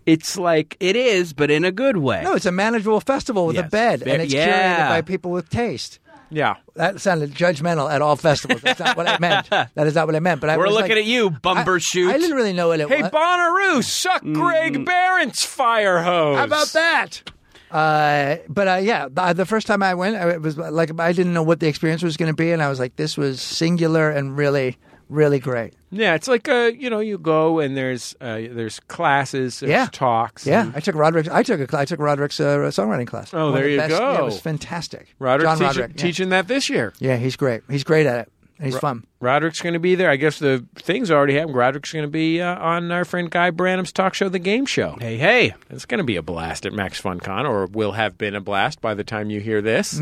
Speaker 2: It's like
Speaker 3: It is, but in a good way.
Speaker 4: No, it's a manageable festival with
Speaker 3: Yes.
Speaker 4: a bed,
Speaker 3: Ve-
Speaker 4: and it's
Speaker 3: yeah.
Speaker 4: curated by people with taste.
Speaker 2: yeah.
Speaker 4: That sounded judgmental at all festivals. That's not what I
Speaker 3: [LAUGHS]
Speaker 4: meant. That is not what I meant. But I
Speaker 3: We're
Speaker 4: was
Speaker 3: looking
Speaker 4: like-
Speaker 3: at you, bumper
Speaker 4: I,
Speaker 3: shoot.
Speaker 4: I didn't really know what it
Speaker 2: Hey,
Speaker 4: was.
Speaker 2: Bonnaroo, suck Greg Barron's fire hose.
Speaker 4: How about that? Uh, but uh, yeah, the, the first time I went, I it was like I didn't know what the experience was going to be, and I was like, this was singular and really, really great.
Speaker 2: Yeah, it's like uh, you know, you go and there's uh, there's classes, there's
Speaker 4: Yeah.
Speaker 2: talks.
Speaker 4: Yeah,
Speaker 3: Hmm.
Speaker 2: and
Speaker 4: I took Roderick's. I took a, I took Roderick's uh, songwriting class.
Speaker 2: Oh,
Speaker 4: One of
Speaker 2: there
Speaker 4: the
Speaker 2: you
Speaker 4: best- yeah,
Speaker 2: go.
Speaker 4: it was fantastic.
Speaker 2: Roderick's
Speaker 4: John
Speaker 2: teaching,
Speaker 4: Roderick, yeah.
Speaker 2: teaching that this year.
Speaker 4: Yeah, he's great. He's great at it. And he's fun.
Speaker 2: Roderick's going to be there. I guess the things already happened. Roderick's going to be uh, on our friend Guy Branum's talk show, The Game Show.
Speaker 3: hey, hey.
Speaker 2: It's going to be a blast at Max FunCon, or will have been a blast by the time you hear this.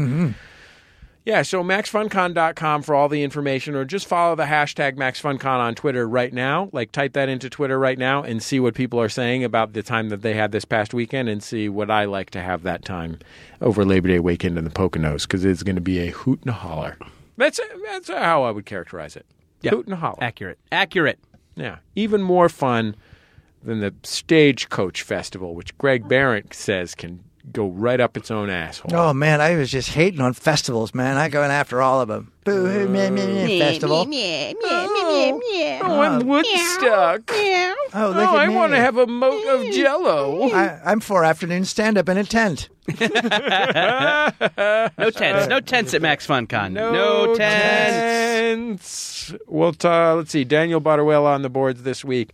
Speaker 2: Yeah, so maxfuncon.com for all the information, or just follow the hashtag MaxFunCon on Twitter right now. Like, type that into Twitter right now and see what people are saying about the time that they had this past weekend and see what I like to have that time over Labor Day weekend in the Poconos because it's going to be a hoot and a holler. That's that's how I would characterize it. Hoot and holler.
Speaker 3: Accurate. Accurate.
Speaker 2: Yeah. Even more fun than the Stagecoach Festival, which Greg Barrett says can go right up its own asshole.
Speaker 4: Oh man, I was just hating on festivals, man. I going after all of them. Boo hoo, meh, meh, meh, festival.
Speaker 2: Oh, I'm Woodstock.
Speaker 4: Oh, look
Speaker 2: oh
Speaker 4: at
Speaker 2: I
Speaker 4: me.
Speaker 2: want to have a moat of Jello.
Speaker 4: I, I'm for afternoon stand up in a tent.
Speaker 3: No
Speaker 4: [LAUGHS]
Speaker 3: tents. No tents at Max FunCon. No,
Speaker 2: No
Speaker 3: tents.
Speaker 2: Well, uh, let's see. Daniel Butterwell on the boards this week.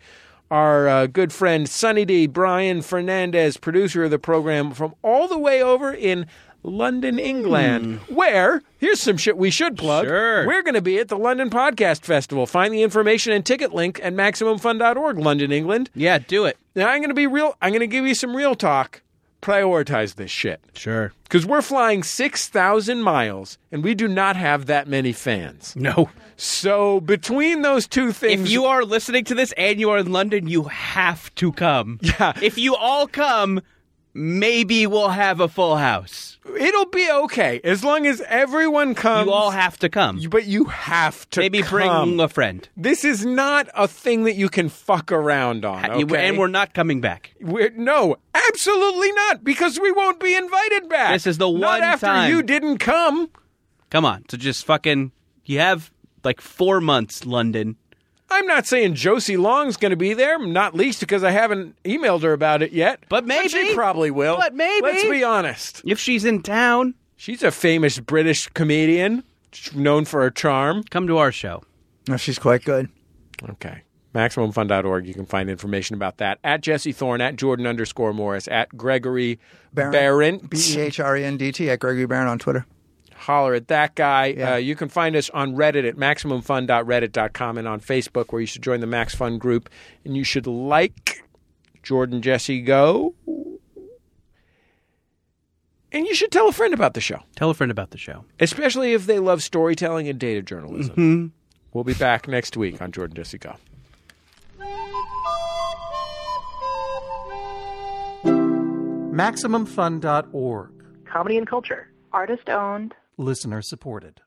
Speaker 2: Our uh, good friend Sunny D. Brian Fernandez, producer of the program from all the way over in London, England, where here's some shit we should plug.
Speaker 3: Sure.
Speaker 2: We're going to be at the London Podcast Festival. Find the information and ticket link at MaximumFun.org, London, England.
Speaker 3: Yeah, do it.
Speaker 2: Now I'm going to be real. I'm going to give you some real talk. Prioritize this shit.
Speaker 3: Sure.
Speaker 2: Because we're flying 6,000 miles and we do not have that many fans.
Speaker 3: No.
Speaker 2: So between those two things.
Speaker 3: If you are listening to this and you are in London, you have
Speaker 2: [LAUGHS]
Speaker 3: to come. Yeah. If you all come, maybe we'll have a full house.
Speaker 2: It'll be okay as long as everyone comes.
Speaker 3: you all have to come.
Speaker 2: But Um, you have to
Speaker 3: maybe
Speaker 2: come.
Speaker 3: bring a friend.
Speaker 2: This is not a thing that you can fuck around on.
Speaker 3: You-
Speaker 2: Okay?
Speaker 3: And we're not coming back.
Speaker 2: We're- no, absolutely not, because we won't be invited back.
Speaker 3: This is the
Speaker 2: Not
Speaker 3: one
Speaker 2: after
Speaker 3: time.
Speaker 2: you didn't come.
Speaker 3: Come on. So just fucking, you have like four months, London.
Speaker 2: I'm not saying Josie Long's going to be there, not least because I haven't emailed her about it yet.
Speaker 3: But
Speaker 2: she
Speaker 3: maybe.
Speaker 2: probably will.
Speaker 3: But maybe.
Speaker 2: Let's be honest.
Speaker 3: If she's in town,
Speaker 2: She's a famous British comedian, known for her charm.
Speaker 3: come to our show.
Speaker 4: No, Oh, she's quite good.
Speaker 2: Okay. MaximumFun.org. You can find information about that at Jesse Thorne, at Jordan underscore Morris, at Gregory
Speaker 4: Barron.
Speaker 2: Barron.
Speaker 4: B E H R E N D T at Gregory Barron on Twitter.
Speaker 2: Holler at that guy. Uh, you can find us on Reddit at MaximumFun.reddit.com and on Facebook where you should join the Max Fun group. And you should like Jordan Jesse Go. And you should tell a friend about the show,
Speaker 3: Tell a friend about the show.
Speaker 2: especially if they love storytelling and data journalism.
Speaker 3: Mm-hmm.
Speaker 2: We'll be back next week on Jordan Jesse Go.
Speaker 12: MaximumFun.org.
Speaker 13: Comedy and culture. Artist owned.
Speaker 12: Listener supported.